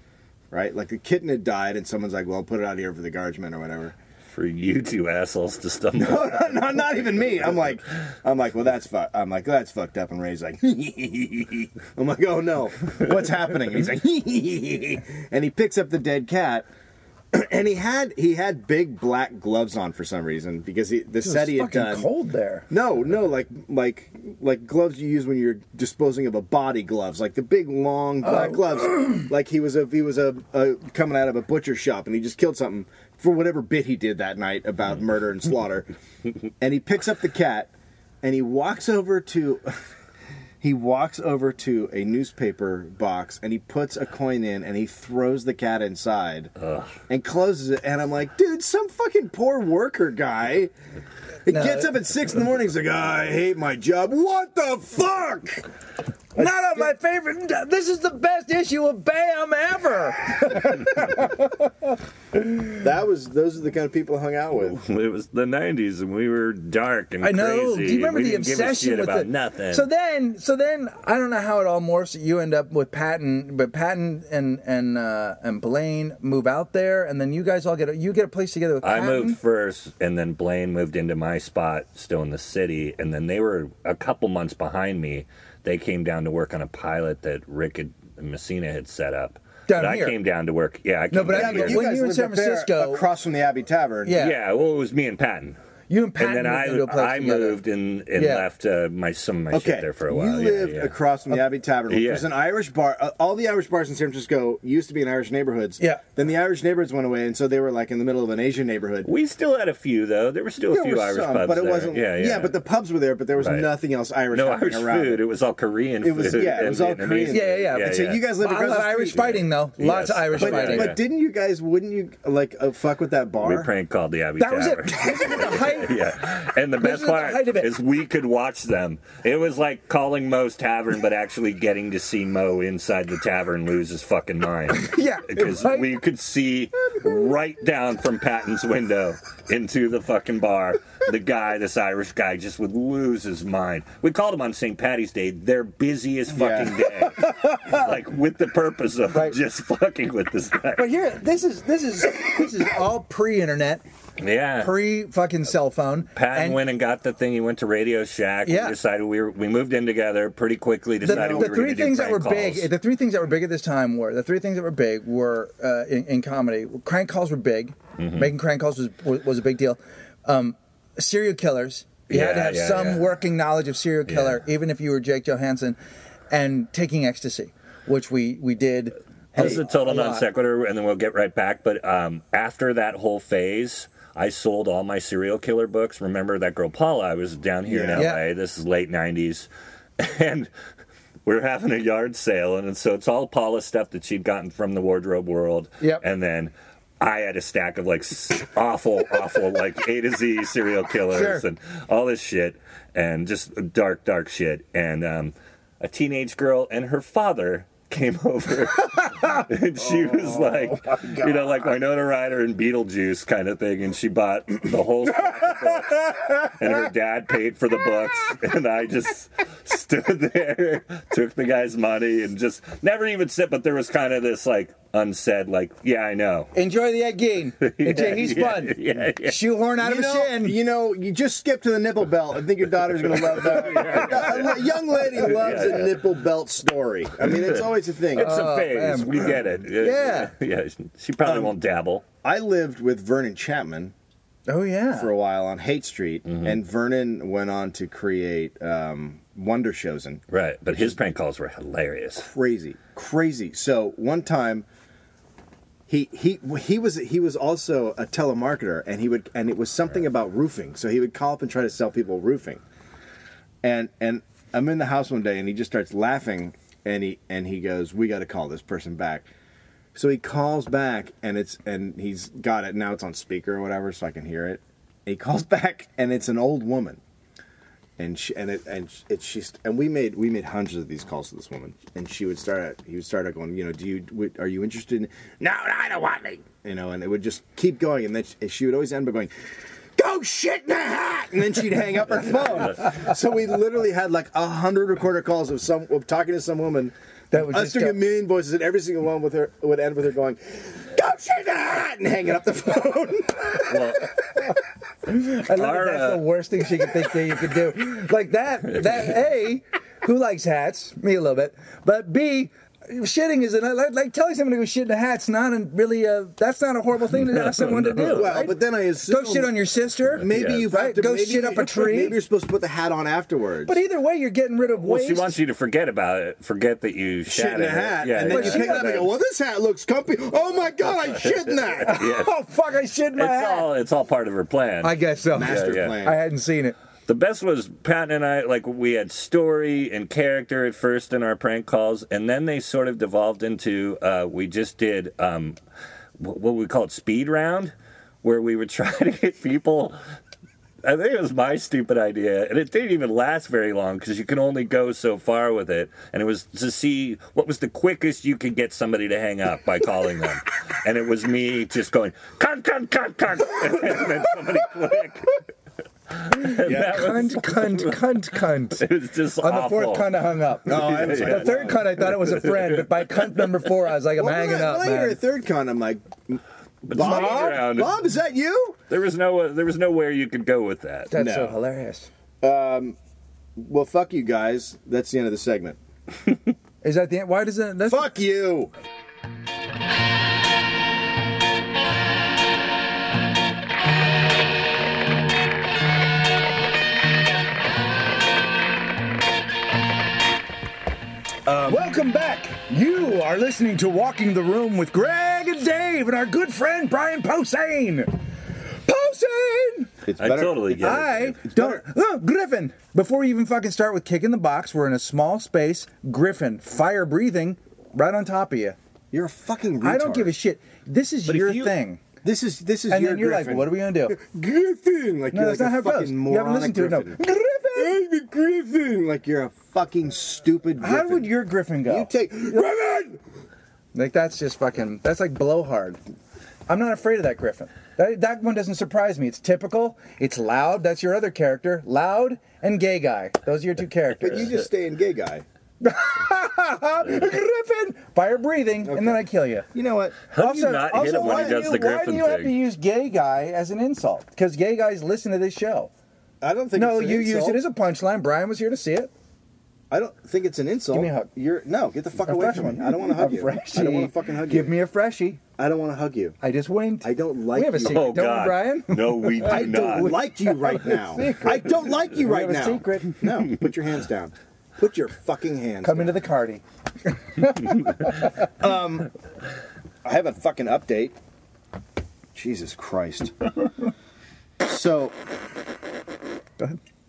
[SPEAKER 2] right? Like the kitten had died, and someone's like, "Well, put it out here for the garbage men or whatever."
[SPEAKER 3] For you two assholes to stumble.
[SPEAKER 2] no, not even me. I'm like, I'm like, well, that's fuck. I'm like, that's fucked up. And Ray's like, I'm like, oh no, what's happening? And he's like, and he picks up the dead cat, and he had he had big black gloves on for some reason because he the
[SPEAKER 1] It
[SPEAKER 2] set
[SPEAKER 1] was
[SPEAKER 2] he had
[SPEAKER 1] fucking
[SPEAKER 2] done.
[SPEAKER 1] cold there.
[SPEAKER 2] No, no, like like like gloves you use when you're disposing of a body gloves, like the big long black gloves. Like he was a he was a, a coming out of a butcher shop and he just killed something for whatever bit he did that night about murder and slaughter. and he picks up the cat and he walks over to he walks over to a newspaper box and he puts a coin in and he throws the cat inside and closes it and i'm like dude some fucking poor worker guy he
[SPEAKER 1] No.
[SPEAKER 2] gets up at six in the morning he's like i hate my job what the fuck
[SPEAKER 1] Not on my favorite. This is the best issue of Bam ever.
[SPEAKER 2] that was those are the kind of people i hung out with
[SPEAKER 3] It was the '90s, and we were dark and
[SPEAKER 1] I know.
[SPEAKER 3] crazy.
[SPEAKER 1] Do you remember the
[SPEAKER 3] we didn't
[SPEAKER 1] obsession
[SPEAKER 3] give a shit
[SPEAKER 1] with
[SPEAKER 3] about
[SPEAKER 1] it?
[SPEAKER 3] nothing?
[SPEAKER 1] So then, so then, I don't know how it all morphs. You end up with Patton, but Patton and and uh, and Blaine move out there, and then you guys all get a, you get a place together with
[SPEAKER 3] I
[SPEAKER 1] Patton.
[SPEAKER 3] moved first, and then Blaine moved into my spot, still in the city, and then they were a couple months behind me. They came down to work on a pilot that Rick had, Messina had set up.
[SPEAKER 1] down
[SPEAKER 3] But I
[SPEAKER 1] here.
[SPEAKER 3] came down to work. Yeah, I came
[SPEAKER 1] No, but I-
[SPEAKER 3] down
[SPEAKER 1] but
[SPEAKER 3] here.
[SPEAKER 1] you- when were in
[SPEAKER 2] lived
[SPEAKER 1] San
[SPEAKER 2] up there
[SPEAKER 1] Francisco-
[SPEAKER 2] across from the Abbey Tavern.
[SPEAKER 1] yeah.
[SPEAKER 3] yeah, well, it was me and Patton.
[SPEAKER 1] You and Patton
[SPEAKER 3] and then
[SPEAKER 1] moved
[SPEAKER 3] I,
[SPEAKER 1] into a place
[SPEAKER 3] I
[SPEAKER 1] together.
[SPEAKER 3] moved and, and
[SPEAKER 1] Yeah.
[SPEAKER 3] left uh, my some of my
[SPEAKER 2] Okay.
[SPEAKER 3] shit there for a while.
[SPEAKER 2] You
[SPEAKER 3] Yeah,
[SPEAKER 2] lived
[SPEAKER 3] yeah. Uh,
[SPEAKER 2] across from the Abbey Tavern, which
[SPEAKER 3] Yeah.
[SPEAKER 2] was an
[SPEAKER 4] Irish
[SPEAKER 2] bar. Uh, all the Irish bars in San Francisco used to be in Irish neighborhoods.
[SPEAKER 1] Yeah.
[SPEAKER 2] Then the Irish neighborhoods went away, and so they were like in the middle of an Asian neighborhood.
[SPEAKER 3] We still had a few though. There were still a
[SPEAKER 2] There
[SPEAKER 3] few
[SPEAKER 2] were
[SPEAKER 3] Irish
[SPEAKER 2] some,
[SPEAKER 3] pubs
[SPEAKER 2] but it
[SPEAKER 3] there.
[SPEAKER 2] wasn't.
[SPEAKER 3] Yeah, yeah.
[SPEAKER 2] but the pubs were there, but there was
[SPEAKER 3] Right.
[SPEAKER 2] nothing else Irish.
[SPEAKER 3] no
[SPEAKER 2] happening
[SPEAKER 3] Irish
[SPEAKER 2] around.
[SPEAKER 3] food. It was all Korean.
[SPEAKER 2] It was-
[SPEAKER 3] food
[SPEAKER 2] yeah, it
[SPEAKER 3] and
[SPEAKER 2] was all
[SPEAKER 3] Vietnamese
[SPEAKER 2] Korean.
[SPEAKER 3] food.
[SPEAKER 1] Yeah, yeah, yeah.
[SPEAKER 2] So you guys
[SPEAKER 1] Well,
[SPEAKER 2] lived
[SPEAKER 1] a lot
[SPEAKER 2] across
[SPEAKER 1] of
[SPEAKER 2] the street.
[SPEAKER 1] Irish fighting though. Lots of
[SPEAKER 3] Yes.
[SPEAKER 1] Irish
[SPEAKER 3] But-
[SPEAKER 2] But,
[SPEAKER 1] fighting.
[SPEAKER 2] but
[SPEAKER 3] yeah.
[SPEAKER 2] didn't you guys? Wouldn't you like uh, fuck with that bar?
[SPEAKER 3] We prank called the Abbey
[SPEAKER 1] that was
[SPEAKER 3] Tavern.
[SPEAKER 1] it. Wasn't it the height?
[SPEAKER 3] yeah, and the best
[SPEAKER 1] is the
[SPEAKER 3] part
[SPEAKER 1] height of it.
[SPEAKER 3] is we could watch them. It was like calling Mo's tavern, but actually getting to see Mo inside the tavern lose his fucking mind.
[SPEAKER 1] Yeah,
[SPEAKER 3] because
[SPEAKER 1] right?
[SPEAKER 3] we could see right down from Patton's window into the fucking bar. The guy, this Irish guy, just would lose his mind. We called him on St. Patty's Day their busiest fucking day, like with the purpose of
[SPEAKER 1] Right.
[SPEAKER 3] just fucking with this guy.
[SPEAKER 1] But here, this is this is this is all pre-internet,
[SPEAKER 3] Yeah.
[SPEAKER 1] pre fucking cell phone.
[SPEAKER 3] Patton
[SPEAKER 1] and
[SPEAKER 3] went and got the thing. He went to Radio Shack.
[SPEAKER 1] Yeah.
[SPEAKER 3] We decided we were, we moved in together pretty quickly.
[SPEAKER 1] the,
[SPEAKER 3] Decided
[SPEAKER 1] the
[SPEAKER 3] we were
[SPEAKER 1] three
[SPEAKER 3] going to do
[SPEAKER 1] things that
[SPEAKER 3] prank
[SPEAKER 1] were
[SPEAKER 3] calls.
[SPEAKER 1] big, the three things that were big at this time were the three things that were big were uh, in, in comedy. Crank calls were big.
[SPEAKER 3] Mm-hmm.
[SPEAKER 1] Making crank calls was was, was a big deal. Um, serial killers. You had to
[SPEAKER 3] Yeah,
[SPEAKER 1] have
[SPEAKER 3] yeah,
[SPEAKER 1] some
[SPEAKER 3] yeah.
[SPEAKER 1] working knowledge of serial killer, even if you were Jake Johansson, and taking ecstasy, which we we did.
[SPEAKER 3] This is a total non
[SPEAKER 1] lot.
[SPEAKER 3] sequitur, and then we'll get right back. But um, after that whole phase, I sold all my serial killer books. Remember that girl Paula? I was down here in
[SPEAKER 1] Yeah.
[SPEAKER 3] LA. This is late 90s. And we're having a yard sale. And so it's all Paula stuff that she'd gotten from the wardrobe world.
[SPEAKER 1] Yep.
[SPEAKER 3] And then. I had a stack of like s- awful, awful, like A to Z serial killers
[SPEAKER 1] Sure.
[SPEAKER 3] and all this shit and just dark, dark shit. And um, a teenage girl and her father came over and she was like, you know, like Winona Ryder and Beetlejuice kind of thing. And she bought the whole stack of books, and her dad paid for the books. And I just stood there, took the guy's money, and just never even said. But there was kind of this like unsaid, like, yeah, I know.
[SPEAKER 1] Enjoy the egg game. He's
[SPEAKER 3] yeah,
[SPEAKER 1] fun.
[SPEAKER 3] Yeah, yeah.
[SPEAKER 1] Shoehorn out of
[SPEAKER 2] You
[SPEAKER 1] a
[SPEAKER 2] know,
[SPEAKER 1] shin.
[SPEAKER 2] you know, you just skip to the nipple belt. I think your daughter's gonna love that. A young lady loves
[SPEAKER 3] Yeah, yeah.
[SPEAKER 2] a nipple belt story. I mean, it's always a thing.
[SPEAKER 3] It's a phase.
[SPEAKER 1] man.
[SPEAKER 3] We
[SPEAKER 2] uh,
[SPEAKER 3] get it.
[SPEAKER 1] Yeah.
[SPEAKER 3] Yeah. She probably
[SPEAKER 2] Um,
[SPEAKER 3] won't dabble.
[SPEAKER 2] I lived with Vernon Chapman
[SPEAKER 1] oh yeah.
[SPEAKER 2] for a while on Hate Street, and Vernon went on to create um, Wonder Shows and
[SPEAKER 3] Right. But his prank calls were hilarious.
[SPEAKER 2] crazy, crazy. So one time, he he he was he was also a telemarketer, and he would and it was something about roofing. So he would call up and try to sell people roofing. And and I'm in the house one day, and he just starts laughing, and he and he goes, "We got to call this person back." So he calls back, and it's and he's got it now. It's on speaker or whatever, so I can hear it. He calls back, and it's an old woman and she and it and sh- it's she's and we made we made hundreds of these calls to this woman and she would start out he would start out going you know do you w- are you interested in no no, i don't want me you know and it would just keep going and then she, she would always end by going go shit in the hat and then she'd hang up her phone so we literally had like a hundred recorder calls of some of talking to some woman
[SPEAKER 1] That would
[SPEAKER 2] us
[SPEAKER 1] just
[SPEAKER 2] doing a
[SPEAKER 1] go-
[SPEAKER 2] million voices and every single one with her would end with her going go shit in the hat and hanging up the phone
[SPEAKER 3] Well,
[SPEAKER 1] I love
[SPEAKER 3] Our,
[SPEAKER 1] that that's
[SPEAKER 3] uh,
[SPEAKER 1] the worst thing she could think that you could do. Like that, that A, who likes hats? Me a little bit. But B, shitting is, an, like, like telling someone to go shit in a hat's not an, really a, that's not a horrible thing to ask someone to do.
[SPEAKER 2] well
[SPEAKER 1] right?
[SPEAKER 2] but then i assume
[SPEAKER 1] go shit on your sister.
[SPEAKER 2] Maybe
[SPEAKER 3] Yeah.
[SPEAKER 2] you
[SPEAKER 1] Right,
[SPEAKER 2] have to
[SPEAKER 1] go
[SPEAKER 2] maybe
[SPEAKER 1] shit up a tree.
[SPEAKER 2] Maybe you're supposed to put the hat on afterwards.
[SPEAKER 1] But either way, you're getting rid of
[SPEAKER 3] well,
[SPEAKER 1] waste.
[SPEAKER 3] she wants you to forget about it. Forget that you
[SPEAKER 2] shit in
[SPEAKER 3] shattered
[SPEAKER 2] the
[SPEAKER 3] it.
[SPEAKER 2] hat,
[SPEAKER 3] Yeah,
[SPEAKER 2] and then
[SPEAKER 3] yeah.
[SPEAKER 2] you pick it up and go, "Well, this hat looks comfy." Oh my god, I shit in that.
[SPEAKER 3] Yes.
[SPEAKER 1] oh fuck! I shit in my
[SPEAKER 3] It's
[SPEAKER 1] hat.
[SPEAKER 3] all it's all part of her plan.
[SPEAKER 1] I guess so.
[SPEAKER 2] Master
[SPEAKER 3] yeah.
[SPEAKER 2] plan.
[SPEAKER 1] I hadn't seen it.
[SPEAKER 3] the best was Patton and I like we had story and character at first in our prank calls, and then they sort of devolved into uh, we just did um, wh- what we call it speed round, where we would try to get people. I think it was my stupid idea, and it didn't even last very long because you can only go so far with it. And it was to see what was the quickest you could get somebody to hang up by calling them. and it was me just going, cunt, cunt, cunt, cunt. And then somebody click. And that was-
[SPEAKER 1] Cunt, cunt, cunt, cunt.
[SPEAKER 3] it was just
[SPEAKER 1] On the
[SPEAKER 3] awful.
[SPEAKER 1] fourth cunt, I hung up.
[SPEAKER 2] Oh, I was
[SPEAKER 1] The
[SPEAKER 2] like,
[SPEAKER 1] third cunt, I thought it was a friend, but by cunt number four, I was like, I'm
[SPEAKER 2] Well,
[SPEAKER 1] hanging
[SPEAKER 2] when I,
[SPEAKER 1] up,
[SPEAKER 2] when I hear a
[SPEAKER 1] man.
[SPEAKER 2] third con, I'm like,
[SPEAKER 3] But
[SPEAKER 2] Bob,
[SPEAKER 3] speed round,
[SPEAKER 2] Bob, is that you?
[SPEAKER 3] there was no there was nowhere you could go with that.
[SPEAKER 1] That's
[SPEAKER 2] No.
[SPEAKER 1] so hilarious.
[SPEAKER 2] Well, fuck you guys. That's the end of the segment.
[SPEAKER 1] Is that the end? Why does that? That's
[SPEAKER 2] Fuck you.
[SPEAKER 1] Welcome back. You are listening to Walking the Room with Greg and Dave and our good friend Brian Posehn. Posehn!
[SPEAKER 2] It's
[SPEAKER 3] I
[SPEAKER 2] better.
[SPEAKER 3] totally get
[SPEAKER 1] I
[SPEAKER 3] it.
[SPEAKER 1] don't. Oh, Griffin! Before we even fucking start with kicking the box, we're in a small space. Griffin, fire breathing, right on top of you.
[SPEAKER 2] You're a fucking. Retard.
[SPEAKER 1] I don't give a shit. This is
[SPEAKER 3] if
[SPEAKER 1] your
[SPEAKER 3] you-
[SPEAKER 1] thing.
[SPEAKER 2] This is this is
[SPEAKER 1] And
[SPEAKER 2] your
[SPEAKER 1] then you're
[SPEAKER 2] Griffin.
[SPEAKER 1] like, what are we gonna do?
[SPEAKER 2] Griffin. Like
[SPEAKER 1] No,
[SPEAKER 2] you're
[SPEAKER 1] that's not
[SPEAKER 2] like
[SPEAKER 1] how
[SPEAKER 2] a
[SPEAKER 1] it goes.
[SPEAKER 2] fucking
[SPEAKER 1] You haven't listened
[SPEAKER 2] moronic
[SPEAKER 1] to it. No.
[SPEAKER 2] Griffin.
[SPEAKER 1] Griffin!
[SPEAKER 2] I'm the Griffin. Like you're a fucking stupid. Griffin.
[SPEAKER 1] How would your Griffin go?
[SPEAKER 2] you take Griffin?
[SPEAKER 1] Like that's just fucking. That's like blowhard. I'm not afraid of that Griffin. That, that one doesn't surprise me. It's typical. It's loud. That's your other character. Loud and gay guy. Those are your two
[SPEAKER 2] But you
[SPEAKER 1] characters.
[SPEAKER 2] just stay in gay guy.
[SPEAKER 1] Griffin, fire breathing, and then I kill you.
[SPEAKER 2] You know what?
[SPEAKER 3] How do you not hit him when
[SPEAKER 1] why
[SPEAKER 3] he
[SPEAKER 1] do
[SPEAKER 3] does
[SPEAKER 1] you-
[SPEAKER 3] the
[SPEAKER 1] Why do
[SPEAKER 3] Griffin
[SPEAKER 1] you have to
[SPEAKER 3] thing?
[SPEAKER 1] use gay guy as an insult? Because gay guys listen to this show.
[SPEAKER 2] I don't think
[SPEAKER 1] No,
[SPEAKER 2] it's an
[SPEAKER 1] you used
[SPEAKER 2] insult.
[SPEAKER 1] it as a punchline. Brian was here to see it.
[SPEAKER 2] I don't think it's an insult.
[SPEAKER 1] Give me a hug.
[SPEAKER 2] You're no, get the fuck
[SPEAKER 1] A
[SPEAKER 2] away
[SPEAKER 1] fresh
[SPEAKER 2] from
[SPEAKER 1] one.
[SPEAKER 2] me. I don't want to hug
[SPEAKER 1] A
[SPEAKER 2] you.
[SPEAKER 1] freshie.
[SPEAKER 2] I don't want to fucking hug
[SPEAKER 1] Give
[SPEAKER 2] you.
[SPEAKER 1] me a freshie.
[SPEAKER 2] I don't want to hug you.
[SPEAKER 1] I just winked.
[SPEAKER 2] I don't like
[SPEAKER 1] We have a
[SPEAKER 2] you.
[SPEAKER 1] secret,
[SPEAKER 3] Oh
[SPEAKER 1] don't we,
[SPEAKER 3] God,
[SPEAKER 1] Brian?
[SPEAKER 3] No, we do
[SPEAKER 2] I
[SPEAKER 3] not.
[SPEAKER 2] don't like you right now. I don't like you
[SPEAKER 1] We
[SPEAKER 2] right
[SPEAKER 1] have a
[SPEAKER 2] now.
[SPEAKER 1] secret.
[SPEAKER 2] No, put your hands down. Put your fucking hands.
[SPEAKER 1] Come
[SPEAKER 2] down.
[SPEAKER 1] into the cardi.
[SPEAKER 2] I have a fucking update. Jesus Christ. so,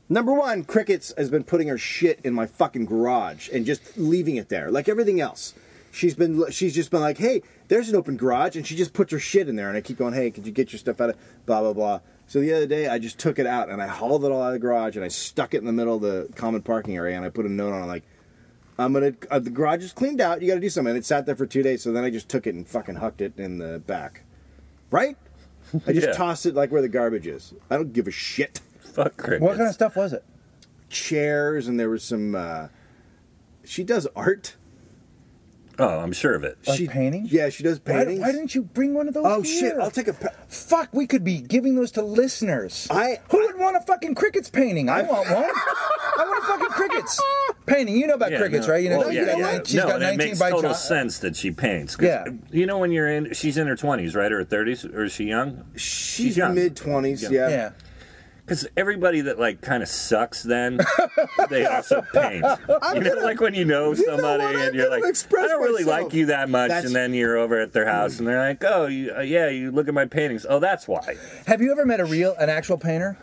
[SPEAKER 2] number one, Crickets has been putting her shit in my fucking garage and just leaving it there, like everything else. She's been, she's just been like, hey, there's an open garage, and she just puts her shit in there, and I keep going, hey, could you get your stuff out of, blah blah blah. So the other day, I just took it out and I hauled it all out of the garage and I stuck it in the middle of the common parking area, and I put a note on it like, I'm gonna. Uh, the garage is cleaned out. You got to do something. And it sat there for two days. So then I just took it and fucking hucked it in the back. Right? I just
[SPEAKER 3] Yeah.
[SPEAKER 2] tossed it like where the garbage is. I don't give a shit.
[SPEAKER 3] Fuck crickets.
[SPEAKER 1] What kind of stuff was it?
[SPEAKER 2] Chairs and there was some. Uh, she does art.
[SPEAKER 3] Oh, I'm sure of it.
[SPEAKER 1] Like
[SPEAKER 2] she,
[SPEAKER 1] painting?
[SPEAKER 2] Yeah, she does
[SPEAKER 1] Why,
[SPEAKER 2] paintings.
[SPEAKER 1] why didn't you bring one of those?
[SPEAKER 2] oh
[SPEAKER 1] here?
[SPEAKER 2] shit! I'll take a. Pa-
[SPEAKER 1] Fuck, we could be giving those to listeners.
[SPEAKER 2] I-
[SPEAKER 1] who would want a fucking crickets painting? I want one. I want a fucking crickets painting. You know about
[SPEAKER 3] Yeah,
[SPEAKER 1] crickets,
[SPEAKER 3] no.
[SPEAKER 1] right? You know,
[SPEAKER 3] Well,
[SPEAKER 1] she's
[SPEAKER 3] yeah,
[SPEAKER 1] got,
[SPEAKER 3] yeah.
[SPEAKER 1] like- she's
[SPEAKER 3] no,
[SPEAKER 1] got
[SPEAKER 3] and it
[SPEAKER 1] 19
[SPEAKER 3] makes
[SPEAKER 1] by
[SPEAKER 3] total
[SPEAKER 1] John-
[SPEAKER 3] sense that she paints. 'cause,
[SPEAKER 1] Yeah.
[SPEAKER 3] You know when you're in, she's in her 20s, right, or her 30s, or is she young?
[SPEAKER 2] she's
[SPEAKER 3] young.
[SPEAKER 2] mid twenties. Yeah.
[SPEAKER 1] Yeah,
[SPEAKER 3] Because everybody that like kind of sucks, then they also paint. you know, like when you know
[SPEAKER 2] You know
[SPEAKER 3] somebody
[SPEAKER 2] what? I'm
[SPEAKER 3] and you're
[SPEAKER 2] gonna
[SPEAKER 3] like,
[SPEAKER 2] express
[SPEAKER 3] I don't really
[SPEAKER 2] myself."
[SPEAKER 3] like you that much,
[SPEAKER 2] That's-
[SPEAKER 3] and then you're over at their house and they're like, oh, you, uh, yeah, you look at my paintings. Oh, that's why.
[SPEAKER 1] Have you ever met a real, an actual painter?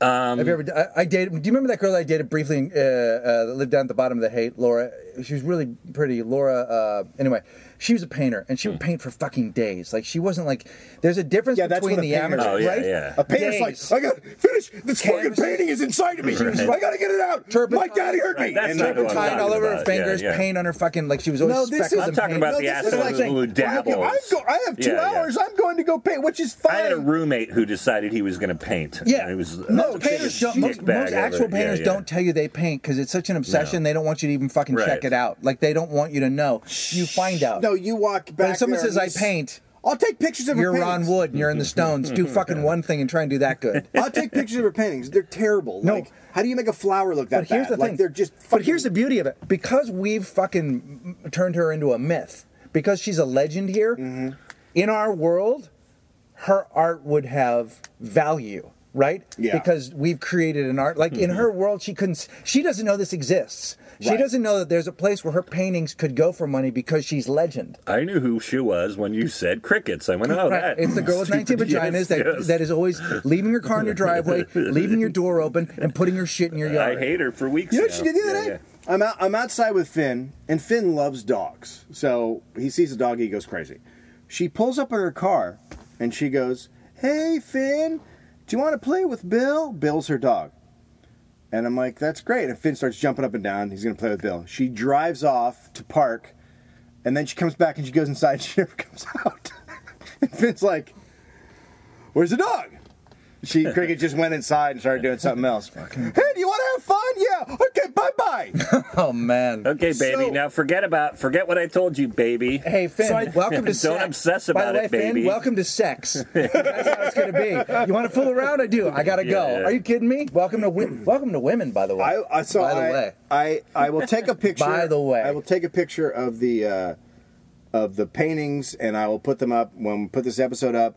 [SPEAKER 1] Um, Have you ever? I, I dated. Do you remember that girl I dated briefly uh, uh, that lived down at the bottom of the hate? Laura. She was really pretty. Laura. Uh, anyway, she was a painter, and
[SPEAKER 3] Hmm.
[SPEAKER 1] she would paint for fucking days. Like she wasn't like. There's a difference
[SPEAKER 2] Yeah, that's
[SPEAKER 1] between
[SPEAKER 2] what a
[SPEAKER 1] the
[SPEAKER 2] painter
[SPEAKER 1] amateur,
[SPEAKER 2] is.
[SPEAKER 3] Oh, yeah,
[SPEAKER 1] right?
[SPEAKER 3] yeah.
[SPEAKER 2] A painter's
[SPEAKER 1] Days.
[SPEAKER 2] like, I got to finish
[SPEAKER 1] Canvas.
[SPEAKER 2] this fucking painting is inside of me. I got to get it out.
[SPEAKER 1] Turpentine.
[SPEAKER 2] My daddy hurt me.
[SPEAKER 3] Right, that's
[SPEAKER 2] And
[SPEAKER 3] not
[SPEAKER 2] then-
[SPEAKER 3] who I'm
[SPEAKER 1] Turpentine all
[SPEAKER 3] talking
[SPEAKER 1] over her
[SPEAKER 3] about.
[SPEAKER 1] fingers,
[SPEAKER 3] Yeah, yeah.
[SPEAKER 1] paint on her fucking like she was always
[SPEAKER 2] No, this
[SPEAKER 1] speckles
[SPEAKER 2] is-
[SPEAKER 1] and
[SPEAKER 3] I'm talking
[SPEAKER 1] paint.
[SPEAKER 3] about the
[SPEAKER 2] No, this is
[SPEAKER 3] asshole
[SPEAKER 2] what I'm saying.
[SPEAKER 3] who
[SPEAKER 2] I'm go-
[SPEAKER 3] dabbles.
[SPEAKER 2] I'm go- I have two
[SPEAKER 3] Yeah, yeah.
[SPEAKER 2] hours. I'm going to go paint, which is fine.
[SPEAKER 3] I had a roommate who decided he was going to paint.
[SPEAKER 1] Yeah,
[SPEAKER 3] It was uh,
[SPEAKER 1] most
[SPEAKER 3] the
[SPEAKER 1] painters
[SPEAKER 3] biggest
[SPEAKER 1] don't. Most,
[SPEAKER 3] dick bag
[SPEAKER 1] most
[SPEAKER 3] ever.
[SPEAKER 1] actual
[SPEAKER 3] Yeah,
[SPEAKER 1] painters
[SPEAKER 3] yeah.
[SPEAKER 1] don't tell you they paint because it's such an obsession. They don't want you to even fucking check
[SPEAKER 3] Right.
[SPEAKER 1] it out. Like they don't want you to know. You find out.
[SPEAKER 2] No, you walk back.
[SPEAKER 1] But if someone
[SPEAKER 2] there
[SPEAKER 1] says
[SPEAKER 2] and
[SPEAKER 1] I
[SPEAKER 2] you s-
[SPEAKER 1] paint,
[SPEAKER 2] I'll take pictures of
[SPEAKER 1] you're
[SPEAKER 2] her
[SPEAKER 1] Ron
[SPEAKER 2] paintings.
[SPEAKER 1] Wood and you're in the Stones. Do fucking one thing and try and do that good.
[SPEAKER 2] I'll take pictures of her paintings. They're terrible.
[SPEAKER 1] No.
[SPEAKER 2] Like, how do you make a flower look that
[SPEAKER 1] But here's
[SPEAKER 2] bad?
[SPEAKER 1] the thing.
[SPEAKER 2] Like they're just.
[SPEAKER 1] but here's the beauty of it. Because we've fucking m- turned her into a myth. Because she's a legend here.
[SPEAKER 2] Mm-hmm.
[SPEAKER 1] In our world, her art would have value, right?
[SPEAKER 2] Yeah. Mm-hmm.
[SPEAKER 1] Because we've created an art. Like in her world, she couldn't. s- She doesn't know this exists. She
[SPEAKER 2] Right.
[SPEAKER 1] doesn't know that there's a place where her paintings could go for money because she's legend.
[SPEAKER 3] I knew who she was when you said crickets. I went, oh,
[SPEAKER 1] Right.
[SPEAKER 3] that.
[SPEAKER 1] It's the girl with 19
[SPEAKER 3] stupid-
[SPEAKER 1] vaginas
[SPEAKER 3] yes,
[SPEAKER 1] that,
[SPEAKER 3] yes.
[SPEAKER 1] that is always leaving her car in your driveway, leaving your door open, and putting her shit in your yard.
[SPEAKER 3] I hate her for weeks.
[SPEAKER 2] You know what
[SPEAKER 3] now.
[SPEAKER 2] she did the other
[SPEAKER 3] Yeah,
[SPEAKER 2] day?
[SPEAKER 3] yeah.
[SPEAKER 2] I'm out. I'm outside with Finn, and Finn loves dogs. So he sees a dog, he goes crazy. She pulls up in her car, and she goes, "Hey, Finn, do you want to play with Bill?" Bill's her dog, and I'm like, "That's great." And Finn starts jumping up and down. He's gonna play with Bill. She drives off to park, and then she comes back and she goes inside. And she never comes out. and Finn's like, "Where's the dog?" She cricket just went inside and started doing something else. hey, do you want to have fun? Yeah. Okay. Bye bye.
[SPEAKER 1] Oh, man.
[SPEAKER 3] Okay, baby.
[SPEAKER 2] So-
[SPEAKER 3] now forget about forget what I told you, baby.
[SPEAKER 1] Hey Finn, welcome to
[SPEAKER 3] Don't
[SPEAKER 1] sex.
[SPEAKER 3] obsess
[SPEAKER 1] By
[SPEAKER 3] about
[SPEAKER 1] the way,
[SPEAKER 3] it, baby.
[SPEAKER 1] Finn, welcome to sex. That's how it's gonna be. You want to fool around? I do. I gotta go.
[SPEAKER 3] Yeah.
[SPEAKER 1] Are you kidding me? Welcome to wi- welcome to women. By the way,
[SPEAKER 2] I, I so
[SPEAKER 1] by the
[SPEAKER 2] I,
[SPEAKER 1] way,
[SPEAKER 2] I I will take a picture.
[SPEAKER 1] By the way.
[SPEAKER 2] I will take a picture of the uh, of the paintings, and I will put them up when we put this episode up.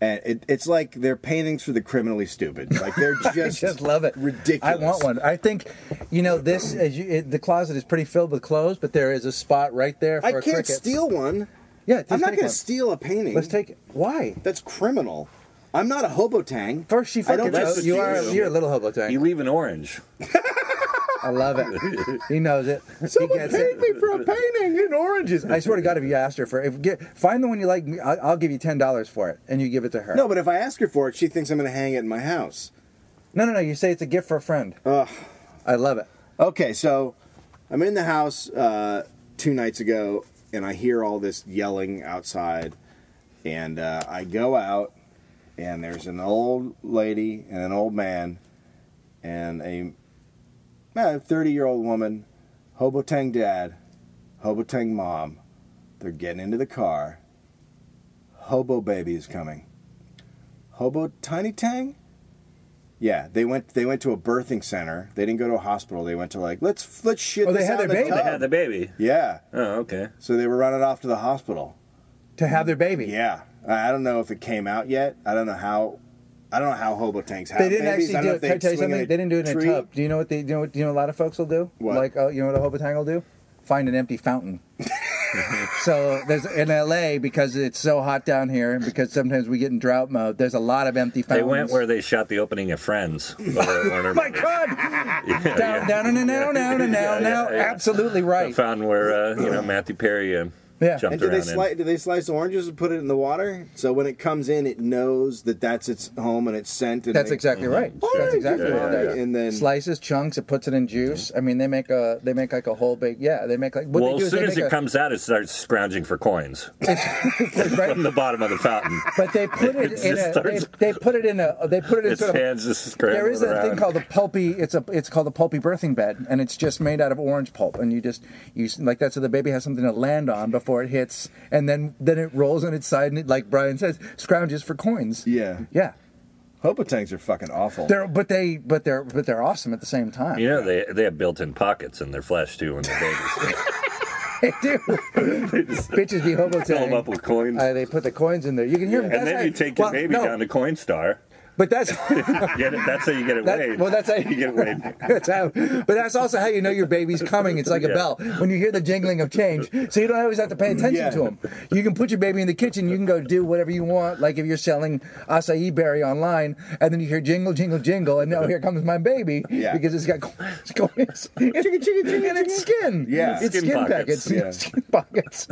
[SPEAKER 2] and it, it's like they're paintings for the criminally stupid. Like they're just,
[SPEAKER 1] just love it.
[SPEAKER 2] ridiculous.
[SPEAKER 1] I want one. I think, you know, this as you, it, the closet is pretty filled with clothes, but there is a spot right there for
[SPEAKER 2] I
[SPEAKER 1] a
[SPEAKER 2] can't
[SPEAKER 1] cricket.
[SPEAKER 2] steal one.
[SPEAKER 1] Yeah, just
[SPEAKER 2] I'm not
[SPEAKER 1] take
[SPEAKER 2] going
[SPEAKER 1] one.
[SPEAKER 2] to steal a painting.
[SPEAKER 1] Let's take it. Why?
[SPEAKER 2] That's criminal. I'm not a hobotang.
[SPEAKER 1] First, she
[SPEAKER 2] I don't
[SPEAKER 1] fucking
[SPEAKER 2] think
[SPEAKER 1] knows
[SPEAKER 3] so.
[SPEAKER 1] you are. You're a little hobo
[SPEAKER 3] You
[SPEAKER 1] tank.
[SPEAKER 3] leave an orange.
[SPEAKER 1] I love it. He knows it. he gets it.
[SPEAKER 2] me for a painting in oranges.
[SPEAKER 1] I swear to God, if you asked her for, if get, find the one you like, I'll, I'll give you ten dollars for it, and you give it to her.
[SPEAKER 2] No, but if I ask her for it, she thinks I'm going to hang it in my house.
[SPEAKER 1] no, no, no. You say it's a gift for a friend.
[SPEAKER 2] Ugh.
[SPEAKER 1] I love it.
[SPEAKER 2] Okay, so I'm in the house uh, two nights ago, and I hear all this yelling outside, and uh, I go out, and there's an old lady and an old man, and a 30 year old woman, Hobotang dad, Hobotang mom. They're getting into the car. Hobo baby is coming. Hobo Tiny Tang? Yeah, they went. They went to a birthing center. They didn't go to a hospital. They went to like let's let's shit.
[SPEAKER 1] Oh, they
[SPEAKER 2] this
[SPEAKER 1] had their
[SPEAKER 2] out in the
[SPEAKER 1] baby.
[SPEAKER 3] They
[SPEAKER 2] tub.
[SPEAKER 3] had the baby.
[SPEAKER 2] Yeah,
[SPEAKER 3] Oh, okay.
[SPEAKER 2] so they were running off to the hospital.
[SPEAKER 1] To have their baby.
[SPEAKER 2] Yeah, I I don't know if it came out yet. I don't know how. I don't know how hobo tanks have
[SPEAKER 1] They didn't
[SPEAKER 2] babies. I
[SPEAKER 1] actually
[SPEAKER 2] don't
[SPEAKER 1] do it.
[SPEAKER 2] know if they
[SPEAKER 1] Can I tell you
[SPEAKER 2] swing
[SPEAKER 1] something?
[SPEAKER 2] a
[SPEAKER 1] They didn't do it in
[SPEAKER 2] tree.
[SPEAKER 1] a tub. Do you know what they do? You know, what- do you know what a lot of folks will do?
[SPEAKER 2] What?
[SPEAKER 1] Like, oh, you know what a hobotang will do? Find an empty fountain. so there's in LA because it's so hot down here. Because sometimes we get in drought mode. There's a lot of empty
[SPEAKER 3] They
[SPEAKER 1] fountains.
[SPEAKER 3] went where they shot the opening of Friends. My
[SPEAKER 1] Oh My God! down, down, and now, now, now, now, now.
[SPEAKER 3] Oh, yeah.
[SPEAKER 1] Absolutely
[SPEAKER 3] I
[SPEAKER 1] right.
[SPEAKER 3] found where uh, you know Matthew Perry uh,
[SPEAKER 1] Yeah.
[SPEAKER 3] jumped
[SPEAKER 2] And do they
[SPEAKER 3] around. in.
[SPEAKER 2] slice? Do they slice oranges and put it in the water? So when it comes in, it knows that that's its home and its scent. And
[SPEAKER 1] That's
[SPEAKER 2] they-
[SPEAKER 1] exactly right. That's exactly
[SPEAKER 3] Mm-hmm. Yeah,
[SPEAKER 1] right.
[SPEAKER 3] yeah,
[SPEAKER 2] yeah. And then-
[SPEAKER 1] slices, chunks, it puts it in juice. I mean, they make a they make like a whole big yeah. They make like what
[SPEAKER 3] well,
[SPEAKER 1] they do
[SPEAKER 3] as
[SPEAKER 1] is
[SPEAKER 3] soon
[SPEAKER 1] they
[SPEAKER 3] as
[SPEAKER 1] make
[SPEAKER 3] it
[SPEAKER 1] a,
[SPEAKER 3] comes out, it starts scrounging for coins
[SPEAKER 1] right?
[SPEAKER 3] from the bottom of the fountain.
[SPEAKER 1] But they put it,
[SPEAKER 3] It
[SPEAKER 1] in
[SPEAKER 3] just
[SPEAKER 1] a
[SPEAKER 3] starts-
[SPEAKER 1] they, they put it in a they put it in
[SPEAKER 3] Its
[SPEAKER 1] sort of
[SPEAKER 3] hands just scrambling
[SPEAKER 1] there is a
[SPEAKER 3] around.
[SPEAKER 1] thing called a pulpy it's a it's called a pulpy birthing bed and it's just made out of orange pulp and you just you s- like that so the baby has something to land on before it hits and then then it rolls on its side and it like Brian says scrounges for coins.
[SPEAKER 2] Yeah,
[SPEAKER 1] Yeah.
[SPEAKER 2] hobo tanks are fucking awful.
[SPEAKER 1] They're but they but they're but they're awesome at the same time.
[SPEAKER 3] You know they they have built-in pockets in their flesh too when they're babies.
[SPEAKER 1] They do. Bitches be hobo
[SPEAKER 3] Fill them up with coins.
[SPEAKER 1] Uh, they put the coins in there. You can hear them.
[SPEAKER 3] and then you take your baby down to Coinstar.
[SPEAKER 1] But that's
[SPEAKER 3] Get it, that's how you get it
[SPEAKER 1] That-
[SPEAKER 3] weighed.
[SPEAKER 1] well, that's how-
[SPEAKER 3] you get it weighed.
[SPEAKER 1] That's how, but that's also how you know your baby's coming. It's like a
[SPEAKER 3] Yeah.
[SPEAKER 1] bell when you hear the jingling of change. So you don't always have to pay attention
[SPEAKER 2] Yeah.
[SPEAKER 1] to them. You can put your baby in the kitchen. You can go do whatever you want. Like if you're selling acai berry online, and then you hear jingle, jingle, jingle, and now here comes my baby
[SPEAKER 2] Yeah.
[SPEAKER 1] because it's got it's got- it's, and it's skin.
[SPEAKER 2] Yeah.
[SPEAKER 1] it's
[SPEAKER 3] Skin
[SPEAKER 1] skin,
[SPEAKER 3] pockets.
[SPEAKER 1] packets.
[SPEAKER 2] Yeah.
[SPEAKER 1] Skin pockets.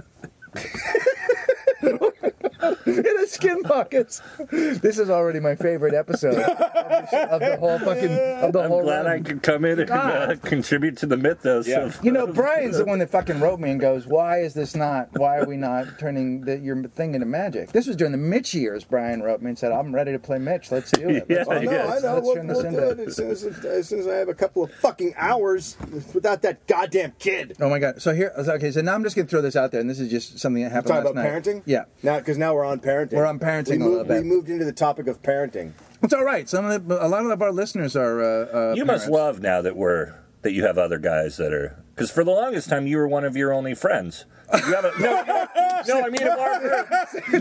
[SPEAKER 1] in a skin pockets. This is already my favorite episode of the, sh- of the whole fucking of the
[SPEAKER 3] I'm
[SPEAKER 1] whole run.
[SPEAKER 3] glad I could come in and uh, contribute to the mythos.
[SPEAKER 2] Yeah.
[SPEAKER 3] Of,
[SPEAKER 1] You know, Brian's the one that fucking wrote me and goes, "Why is this not? Why are we not turning the, your thing into magic?" This was during the Mitch years. Brian wrote me and said, "I'm ready to play Mitch. Let's do it." Let's
[SPEAKER 3] Yeah,
[SPEAKER 1] do
[SPEAKER 2] No,
[SPEAKER 1] it.
[SPEAKER 3] yes.
[SPEAKER 2] I know.
[SPEAKER 1] Let's
[SPEAKER 2] We'll,
[SPEAKER 1] turn
[SPEAKER 2] we'll
[SPEAKER 1] this
[SPEAKER 2] do
[SPEAKER 1] into.
[SPEAKER 2] it as soon as, as soon as I have a couple of fucking hours without that goddamn kid.
[SPEAKER 1] Oh my god! So here, okay. So now I'm just gonna throw this out there, and this is just something that happened
[SPEAKER 2] Talking
[SPEAKER 1] last
[SPEAKER 2] about
[SPEAKER 1] night.
[SPEAKER 2] parenting?
[SPEAKER 1] Yeah,
[SPEAKER 2] Now, because now we're on parenting.
[SPEAKER 1] We're on parenting
[SPEAKER 2] We
[SPEAKER 1] a
[SPEAKER 2] moved,
[SPEAKER 1] little bit.
[SPEAKER 2] We moved into the topic of parenting.
[SPEAKER 1] it's all right. Some of the, a lot of our listeners are. Uh, uh,
[SPEAKER 3] you
[SPEAKER 1] parents.
[SPEAKER 3] must love now that we're that you have other guys that are because for the longest time you were one of your only friends. You have a, no, no, no, I mean of our group.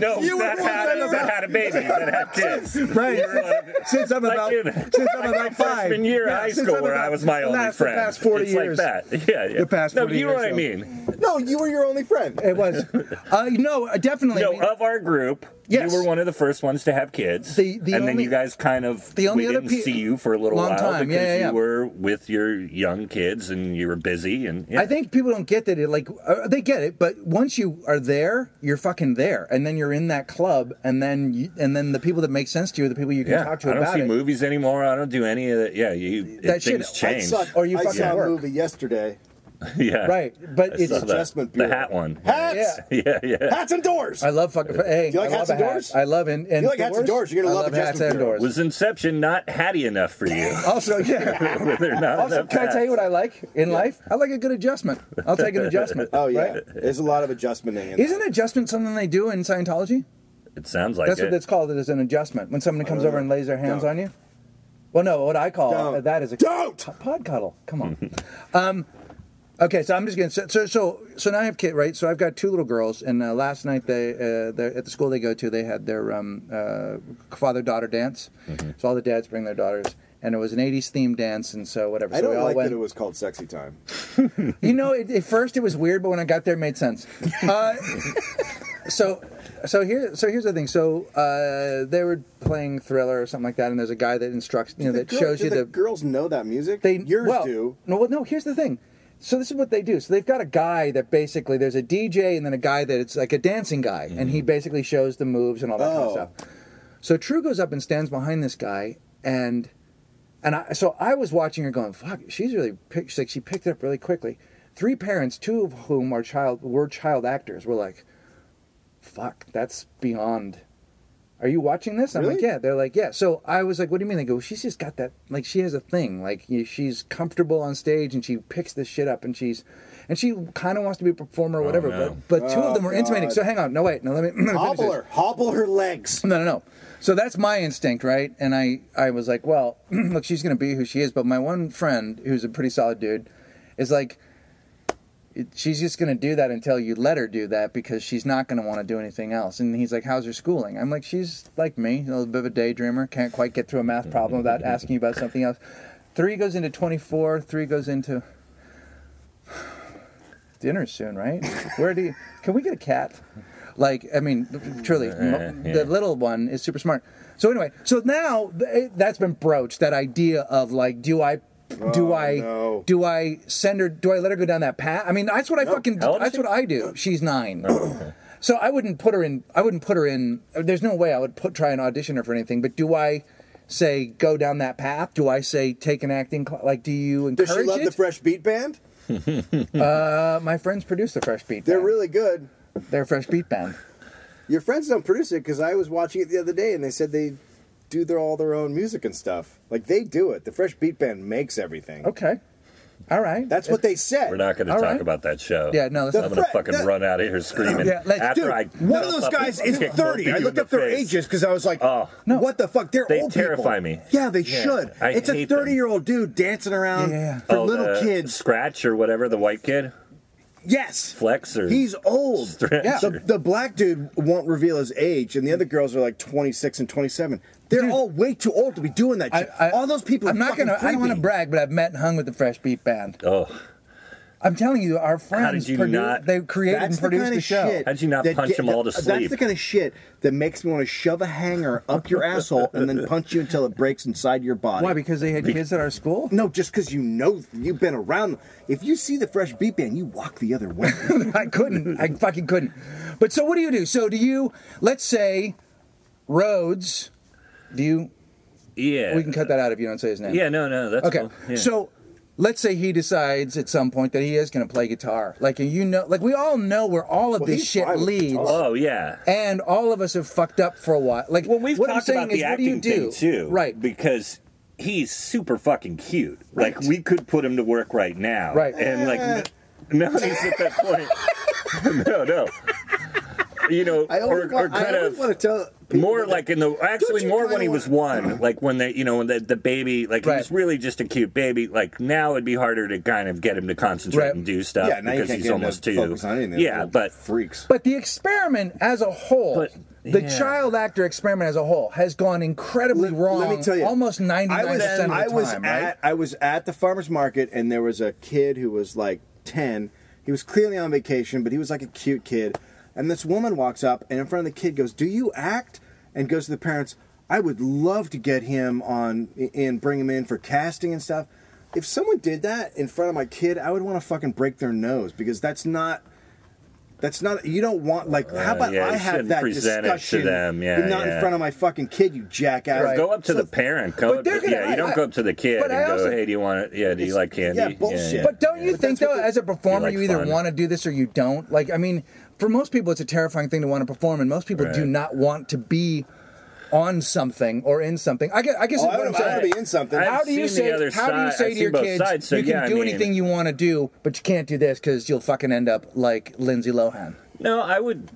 [SPEAKER 3] No,
[SPEAKER 2] You were
[SPEAKER 3] that,
[SPEAKER 2] one
[SPEAKER 3] had,
[SPEAKER 2] of the-
[SPEAKER 3] that had a baby, that had kids.
[SPEAKER 1] Right.
[SPEAKER 3] You were one of-
[SPEAKER 1] Since I'm
[SPEAKER 3] Like
[SPEAKER 1] about,
[SPEAKER 3] in-
[SPEAKER 1] since I'm
[SPEAKER 3] like my
[SPEAKER 1] about five.
[SPEAKER 3] freshman year of
[SPEAKER 1] Yeah,
[SPEAKER 3] high
[SPEAKER 1] since
[SPEAKER 3] school
[SPEAKER 1] I'm
[SPEAKER 3] where
[SPEAKER 1] about-
[SPEAKER 3] I was my
[SPEAKER 1] the
[SPEAKER 3] only
[SPEAKER 1] last-
[SPEAKER 3] friend.
[SPEAKER 1] The past 40
[SPEAKER 3] it's
[SPEAKER 1] years.
[SPEAKER 3] like that. Yeah, yeah.
[SPEAKER 1] The past
[SPEAKER 3] no,
[SPEAKER 1] 40
[SPEAKER 3] you know
[SPEAKER 1] years,
[SPEAKER 3] what I
[SPEAKER 1] so-
[SPEAKER 3] mean.
[SPEAKER 2] No, you were your only friend.
[SPEAKER 1] It was. Uh, no, definitely.
[SPEAKER 3] No,
[SPEAKER 1] I mean,
[SPEAKER 3] of our group,
[SPEAKER 1] Yes.
[SPEAKER 3] you were one of the first ones to have kids.
[SPEAKER 1] The- the
[SPEAKER 3] and then
[SPEAKER 1] only-
[SPEAKER 3] you guys kind of
[SPEAKER 1] the only
[SPEAKER 3] we
[SPEAKER 1] other
[SPEAKER 3] didn't
[SPEAKER 1] pe-
[SPEAKER 3] see you for a little
[SPEAKER 1] long
[SPEAKER 3] while
[SPEAKER 1] time.
[SPEAKER 3] because
[SPEAKER 1] Yeah, yeah, yeah.
[SPEAKER 3] you were with your young kids and you were busy and yeah.
[SPEAKER 1] I think people don't get that. It like uh, they get it, but once you are there, you're fucking there, and then you're in that club, and then you, and then the people that make sense to you, are the people you can
[SPEAKER 3] yeah.
[SPEAKER 1] talk to
[SPEAKER 3] I don't
[SPEAKER 1] about
[SPEAKER 3] see
[SPEAKER 1] it.
[SPEAKER 3] movies anymore. I don't do any of that. Yeah, you it,
[SPEAKER 1] That shit-
[SPEAKER 3] things
[SPEAKER 2] I
[SPEAKER 3] change.
[SPEAKER 2] suck-
[SPEAKER 1] Or you
[SPEAKER 2] I
[SPEAKER 1] fucking
[SPEAKER 2] saw
[SPEAKER 1] work.
[SPEAKER 2] a movie yesterday.
[SPEAKER 3] yeah,
[SPEAKER 1] Right, but
[SPEAKER 3] I
[SPEAKER 1] it's
[SPEAKER 3] saw that.
[SPEAKER 2] Adjustment
[SPEAKER 3] the
[SPEAKER 2] Bureau.
[SPEAKER 3] hat one.
[SPEAKER 2] Hats,
[SPEAKER 1] Yeah.
[SPEAKER 3] Yeah, yeah.
[SPEAKER 2] hats and doors.
[SPEAKER 1] I love fucking. Hey,
[SPEAKER 2] you like
[SPEAKER 1] I love
[SPEAKER 2] hats
[SPEAKER 1] a
[SPEAKER 2] and
[SPEAKER 1] hat.
[SPEAKER 2] doors?
[SPEAKER 1] I love and, and
[SPEAKER 2] You like hats and doors, you're gonna
[SPEAKER 1] I
[SPEAKER 2] love
[SPEAKER 1] hats
[SPEAKER 2] Adjustment
[SPEAKER 1] and
[SPEAKER 2] Bureau.
[SPEAKER 1] doors.
[SPEAKER 3] Was Inception not hatty enough for you?
[SPEAKER 1] also, yeah.
[SPEAKER 3] Were there not
[SPEAKER 1] Also,
[SPEAKER 3] enough
[SPEAKER 1] can I tell you what
[SPEAKER 3] hats?
[SPEAKER 1] I like in life? I like a good adjustment. I'll take an adjustment.
[SPEAKER 2] oh yeah,
[SPEAKER 1] Right?
[SPEAKER 2] there's a lot of adjustmenting. In
[SPEAKER 1] Isn't adjustment something they do in Scientology?
[SPEAKER 3] It sounds like
[SPEAKER 1] That's
[SPEAKER 3] it.
[SPEAKER 1] what it's called. It is an adjustment when someone comes over and lays their hands
[SPEAKER 2] Don't.
[SPEAKER 1] on you. Well, no, what I call uh,
[SPEAKER 2] Um, Don't.
[SPEAKER 1] that is a
[SPEAKER 2] Don't!
[SPEAKER 1] pod cuddle. Come on. um, Okay, so I'm just gonna so so so now I have kid right. So I've got two little girls, and uh, last night they uh, they're- at the school they go to they had their um, uh, father daughter dance.
[SPEAKER 2] Mm-hmm.
[SPEAKER 1] So all the dads bring their daughters, and it was an '80s themed dance, and so whatever.
[SPEAKER 2] I
[SPEAKER 1] so
[SPEAKER 2] don't
[SPEAKER 1] we all
[SPEAKER 2] like
[SPEAKER 1] went.
[SPEAKER 2] that it was called sexy time.
[SPEAKER 1] You know, it, at first it was weird, but when I got there, it made sense. Uh, so, so here, so here's the thing. So uh, they were playing Thriller or something like that, and there's a guy that instructs, you know, that
[SPEAKER 2] The girl-
[SPEAKER 1] shows
[SPEAKER 2] do
[SPEAKER 1] you
[SPEAKER 2] the,
[SPEAKER 1] the
[SPEAKER 2] girls know that music.
[SPEAKER 1] they
[SPEAKER 2] yours
[SPEAKER 1] well,
[SPEAKER 2] do.
[SPEAKER 1] No, well, no. Here's the thing. So this is what they do. So they've got a guy that basically there's a DJ and then a guy that it's like a dancing guy, and he basically shows the moves and all that kind of
[SPEAKER 2] Oh.
[SPEAKER 1] stuff. So True goes up and stands behind this guy, and and I so I was watching her going, "Fuck, she's really pick, she's like she picked it up really quickly." Three parents, two of whom are child were child actors, were like, "Fuck, that's beyond." Are you watching this? I'm like,
[SPEAKER 2] Really?
[SPEAKER 1] yeah. They're like, yeah. So I was like, what do you mean? They go, she's just got that. Like, she has a thing. Like, you, she's comfortable on stage and she picks this shit up and she's, and she kind of wants to be a performer or whatever.
[SPEAKER 3] no.
[SPEAKER 1] But but two of
[SPEAKER 2] Oh,
[SPEAKER 1] them were intimating.
[SPEAKER 2] God.
[SPEAKER 1] So hang on. No wait. No, let me. let me finish
[SPEAKER 2] Hobble
[SPEAKER 1] this.
[SPEAKER 2] her, hobble her legs.
[SPEAKER 1] No, no, no. So that's my instinct, right? And I, I was like, well, look, she's going to be who she is. But my one friend, who's a pretty solid dude, is like, it, she's just going to do that until you let her do that because she's not going to want to do anything else. And he's like, how's her schooling? I'm like, she's like me, a little bit of a daydreamer, can't quite get through a math problem without asking you about something else. Three goes into 24, three goes into. Dinner soon, right? Where do you. Can we get a cat? Like, I mean, truly, mo-
[SPEAKER 3] Uh, yeah.
[SPEAKER 1] the little one is super smart. So anyway, so now th- that's been broached. That idea of like, do I, do
[SPEAKER 2] Oh,
[SPEAKER 1] I,
[SPEAKER 2] no.
[SPEAKER 1] do I send her? Do I let her go down that path? I mean, that's what I fucking.
[SPEAKER 3] How old is
[SPEAKER 1] That's
[SPEAKER 3] she?
[SPEAKER 1] what I do. She's nine. So I wouldn't put her in. I wouldn't put her in. There's no way I would put try and audition her for anything. But do I say go down that path? Do I say take an acting class? Like, do you encourage
[SPEAKER 2] Does she love
[SPEAKER 1] it?
[SPEAKER 2] the Fresh Beat Band?
[SPEAKER 1] uh, my friends produce the Fresh Beat.
[SPEAKER 2] They're
[SPEAKER 1] band.
[SPEAKER 2] really good.
[SPEAKER 1] They're Fresh Beat band.
[SPEAKER 2] Your friends don't produce it because I was watching it the other day and they said they do their all their own music and stuff. Like they do it. The Fresh Beat Band makes everything.
[SPEAKER 1] Okay. All right.
[SPEAKER 2] That's what they said.
[SPEAKER 3] We're not going to
[SPEAKER 1] All
[SPEAKER 3] talk
[SPEAKER 1] right.
[SPEAKER 3] about that show.
[SPEAKER 1] Yeah, no, that's
[SPEAKER 3] I'm
[SPEAKER 1] not-
[SPEAKER 3] going to
[SPEAKER 2] Right,
[SPEAKER 3] fucking
[SPEAKER 2] that-
[SPEAKER 3] run out of here screaming.
[SPEAKER 1] Yeah, like,
[SPEAKER 3] after
[SPEAKER 1] dude,
[SPEAKER 3] I
[SPEAKER 4] One of
[SPEAKER 3] jump
[SPEAKER 4] those
[SPEAKER 3] up
[SPEAKER 4] guys
[SPEAKER 3] and
[SPEAKER 4] is
[SPEAKER 3] kick both
[SPEAKER 4] 30.
[SPEAKER 3] of
[SPEAKER 4] I
[SPEAKER 3] you in
[SPEAKER 4] looked
[SPEAKER 3] the
[SPEAKER 4] up their
[SPEAKER 3] face.
[SPEAKER 4] ages because I was like,
[SPEAKER 3] Oh.
[SPEAKER 4] what the fuck? They're
[SPEAKER 3] They
[SPEAKER 4] old people.
[SPEAKER 3] terrify me.
[SPEAKER 4] Yeah, they
[SPEAKER 3] Yeah,
[SPEAKER 4] should.
[SPEAKER 3] I
[SPEAKER 4] it's a
[SPEAKER 3] hate them.
[SPEAKER 4] 30 year old dude dancing around
[SPEAKER 1] Yeah.
[SPEAKER 4] for
[SPEAKER 3] Oh,
[SPEAKER 4] little
[SPEAKER 3] the
[SPEAKER 4] kids.
[SPEAKER 3] Scratch or whatever, the white kid.
[SPEAKER 4] Yes.
[SPEAKER 3] Flex or
[SPEAKER 4] He's old.
[SPEAKER 3] Stretch
[SPEAKER 1] Yeah.
[SPEAKER 4] The, the black dude won't reveal his age, and the other girls are like 26 and 27. They're all way too old to be doing that shit. all those people are
[SPEAKER 1] I'm not
[SPEAKER 4] fucking
[SPEAKER 1] gonna. I don't want to
[SPEAKER 4] creepy.
[SPEAKER 1] brag, but I've met and hung with the Fresh Beat Band.
[SPEAKER 3] Oh,
[SPEAKER 1] I'm telling you, our friends
[SPEAKER 3] you
[SPEAKER 1] produ-
[SPEAKER 3] not-
[SPEAKER 1] they created
[SPEAKER 4] That's
[SPEAKER 1] and
[SPEAKER 4] the
[SPEAKER 1] produced
[SPEAKER 4] kind
[SPEAKER 1] the
[SPEAKER 4] of
[SPEAKER 1] show.
[SPEAKER 4] shit.
[SPEAKER 3] How'd you not
[SPEAKER 4] that
[SPEAKER 3] punch them all to
[SPEAKER 4] That's the
[SPEAKER 3] sleep?
[SPEAKER 4] kind of shit that makes me want to shove a hanger up your asshole and then punch you until it breaks inside your body.
[SPEAKER 1] Why? Because they had kids at our school.
[SPEAKER 4] No, just because you know you've been around. them. If you see the fresh beat band, you walk the other way.
[SPEAKER 1] I couldn't. I fucking couldn't. But so, what do you do? So, do you? Let's say, Rhodes. Do you?
[SPEAKER 3] yeah.
[SPEAKER 1] We can cut that out if you don't say his name.
[SPEAKER 3] Yeah, no, no, that's
[SPEAKER 1] Okay.
[SPEAKER 3] Cool. Yeah.
[SPEAKER 1] So, let's say he decides at some point that he is going to play guitar. Like you know, like we all know where all of
[SPEAKER 2] Well,
[SPEAKER 1] this
[SPEAKER 2] he's
[SPEAKER 1] shit
[SPEAKER 2] fine with
[SPEAKER 1] leads.
[SPEAKER 2] guitar.
[SPEAKER 3] oh yeah.
[SPEAKER 1] And all of us have fucked up for a while. Like
[SPEAKER 3] Well, we've
[SPEAKER 1] what I'm
[SPEAKER 3] talked
[SPEAKER 1] saying
[SPEAKER 3] about
[SPEAKER 1] is,
[SPEAKER 3] the
[SPEAKER 1] what do you
[SPEAKER 3] acting
[SPEAKER 1] do?
[SPEAKER 3] thing too,
[SPEAKER 1] Right.
[SPEAKER 3] Because he's super fucking cute.
[SPEAKER 1] Right.
[SPEAKER 3] Like we could put him to work right now,
[SPEAKER 1] Right.
[SPEAKER 3] And like, n- now he's at that point. no, no. You know,
[SPEAKER 2] I
[SPEAKER 3] or,
[SPEAKER 2] always,
[SPEAKER 3] or
[SPEAKER 2] want,
[SPEAKER 3] kind
[SPEAKER 2] I always
[SPEAKER 3] of
[SPEAKER 2] want to tell people
[SPEAKER 3] more
[SPEAKER 2] that-
[SPEAKER 3] like in the actually
[SPEAKER 2] you
[SPEAKER 3] more
[SPEAKER 2] kinda
[SPEAKER 3] when he was one, like when they you know when the, the baby like
[SPEAKER 1] Right.
[SPEAKER 3] he was really just a cute baby. Like now it'd be harder to kind of get him to concentrate
[SPEAKER 1] Right.
[SPEAKER 3] and do stuff
[SPEAKER 4] Yeah, now you
[SPEAKER 3] because
[SPEAKER 4] can't
[SPEAKER 3] he's
[SPEAKER 4] get him to
[SPEAKER 3] almost two.
[SPEAKER 4] focus on anything.
[SPEAKER 3] Yeah, but
[SPEAKER 4] freaks.
[SPEAKER 1] But the experiment as a whole,
[SPEAKER 3] But,
[SPEAKER 1] the
[SPEAKER 3] yeah.
[SPEAKER 1] child actor experiment as a whole, has gone incredibly wrong.
[SPEAKER 4] Let me tell you,
[SPEAKER 1] almost ninety
[SPEAKER 4] I
[SPEAKER 1] nine
[SPEAKER 4] was,
[SPEAKER 1] percent of the
[SPEAKER 4] I
[SPEAKER 1] time.
[SPEAKER 4] was
[SPEAKER 1] right?
[SPEAKER 4] at I was at the farmers market, and there was a kid who was like ten. He was clearly on vacation, but he was like a cute kid. And this woman walks up, and in front of the kid goes, "Do you act?" And goes to the parents, "I would love to get him on and bring him in for casting and stuff." If someone did that in front of my kid, I would want to fucking break their nose because that's not. That's not you don't want like how
[SPEAKER 3] Uh,
[SPEAKER 4] about
[SPEAKER 3] yeah,
[SPEAKER 4] I
[SPEAKER 3] you
[SPEAKER 4] have
[SPEAKER 3] shouldn't
[SPEAKER 4] that
[SPEAKER 3] present it to
[SPEAKER 4] discussion
[SPEAKER 3] them, yeah,
[SPEAKER 4] but not in
[SPEAKER 3] yeah.
[SPEAKER 4] front of my fucking kid you jackass
[SPEAKER 1] Right.
[SPEAKER 3] Go up to
[SPEAKER 4] So-
[SPEAKER 3] the parent. Go
[SPEAKER 1] But
[SPEAKER 3] up,
[SPEAKER 1] they're
[SPEAKER 3] to-
[SPEAKER 1] gonna-
[SPEAKER 3] yeah,
[SPEAKER 1] I-
[SPEAKER 3] you don't
[SPEAKER 1] I-
[SPEAKER 3] go up to the kid
[SPEAKER 1] but
[SPEAKER 3] and
[SPEAKER 1] I
[SPEAKER 3] go,
[SPEAKER 1] also-
[SPEAKER 3] "Hey, do you want it? Yeah, do you like candy?"
[SPEAKER 4] yeah, bullshit.
[SPEAKER 1] But don't you
[SPEAKER 2] But
[SPEAKER 1] think
[SPEAKER 2] that's
[SPEAKER 1] though,
[SPEAKER 2] what the-
[SPEAKER 1] as a performer,
[SPEAKER 3] You like
[SPEAKER 1] you either
[SPEAKER 3] fun.
[SPEAKER 1] want to do this or you don't? Like, I mean, for most people, it's a terrifying thing to want to perform, and most people do
[SPEAKER 3] Right.
[SPEAKER 1] not want to be on something or in something. I guess. I guess
[SPEAKER 2] Oh,
[SPEAKER 1] is
[SPEAKER 2] I
[SPEAKER 1] what I'm
[SPEAKER 2] would
[SPEAKER 1] saying.
[SPEAKER 2] want to be in something.
[SPEAKER 3] I-
[SPEAKER 1] how
[SPEAKER 3] I've
[SPEAKER 1] do you
[SPEAKER 3] seen
[SPEAKER 1] say?
[SPEAKER 3] the other
[SPEAKER 1] how do you
[SPEAKER 3] side-
[SPEAKER 1] say
[SPEAKER 3] I've
[SPEAKER 1] to
[SPEAKER 3] seen
[SPEAKER 1] your
[SPEAKER 3] both
[SPEAKER 1] kids,
[SPEAKER 3] sides, so
[SPEAKER 1] you can
[SPEAKER 3] yeah, I
[SPEAKER 1] do
[SPEAKER 3] mean-
[SPEAKER 1] anything you want to do, but you can't do this because you'll fucking end up like Lindsay Lohan?
[SPEAKER 3] no, I would.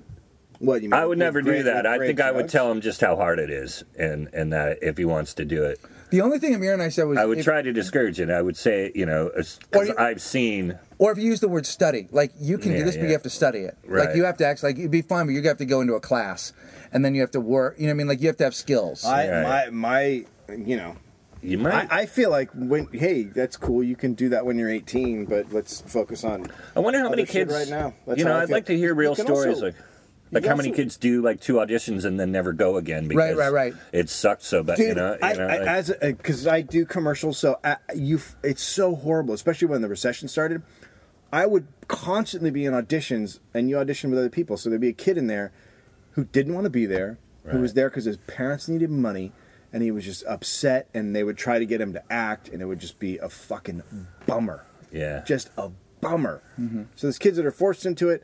[SPEAKER 4] What you mean?
[SPEAKER 3] I would never do that. I think I would
[SPEAKER 4] tell.
[SPEAKER 3] tell him just how hard it is, and and that if he wants to do it,
[SPEAKER 1] The only thing Amir and I said was
[SPEAKER 3] I would
[SPEAKER 1] if-
[SPEAKER 3] try to discourage it. I would say, you know,
[SPEAKER 1] Or
[SPEAKER 3] because
[SPEAKER 1] you-
[SPEAKER 3] I've seen
[SPEAKER 1] Or if you use the word study, like you can do
[SPEAKER 3] Yeah,
[SPEAKER 1] this, but
[SPEAKER 3] yeah.
[SPEAKER 1] you have to study it.
[SPEAKER 3] Right.
[SPEAKER 1] Like you have to act like it'd be fine, but you have to go into a class, and then you have to work. You know what I mean? Like you have to have skills.
[SPEAKER 2] I
[SPEAKER 3] Right.
[SPEAKER 2] my my you know
[SPEAKER 3] You might.
[SPEAKER 2] I, I feel like when hey that's cool you can do that when you're 18 but let's focus on
[SPEAKER 3] I wonder how
[SPEAKER 2] other
[SPEAKER 3] many
[SPEAKER 2] shit
[SPEAKER 3] kids
[SPEAKER 2] right now. That's
[SPEAKER 3] you know,
[SPEAKER 2] how I
[SPEAKER 3] I'd
[SPEAKER 2] feel.
[SPEAKER 3] like to hear real
[SPEAKER 2] You can
[SPEAKER 3] stories
[SPEAKER 2] also-
[SPEAKER 3] like like
[SPEAKER 2] can
[SPEAKER 3] how many
[SPEAKER 2] also-
[SPEAKER 3] kids do like two auditions and then never go again because
[SPEAKER 1] right, right.
[SPEAKER 3] it sucked so bad.
[SPEAKER 2] Dude,
[SPEAKER 3] you know, you
[SPEAKER 2] I,
[SPEAKER 3] know,
[SPEAKER 2] I,
[SPEAKER 3] like-
[SPEAKER 2] as because I do commercials, so I, you f- it's so horrible, especially when the recession started. I would constantly be in auditions, and you audition with other people, so there'd be a kid in there who didn't want to be there, who was
[SPEAKER 3] Right.
[SPEAKER 2] there because his parents needed money, and he was just upset, and they would try to get him to act, and it would just be a fucking bummer,
[SPEAKER 3] yeah, Mm-hmm.
[SPEAKER 2] just a bummer. So there's kids that are forced into it.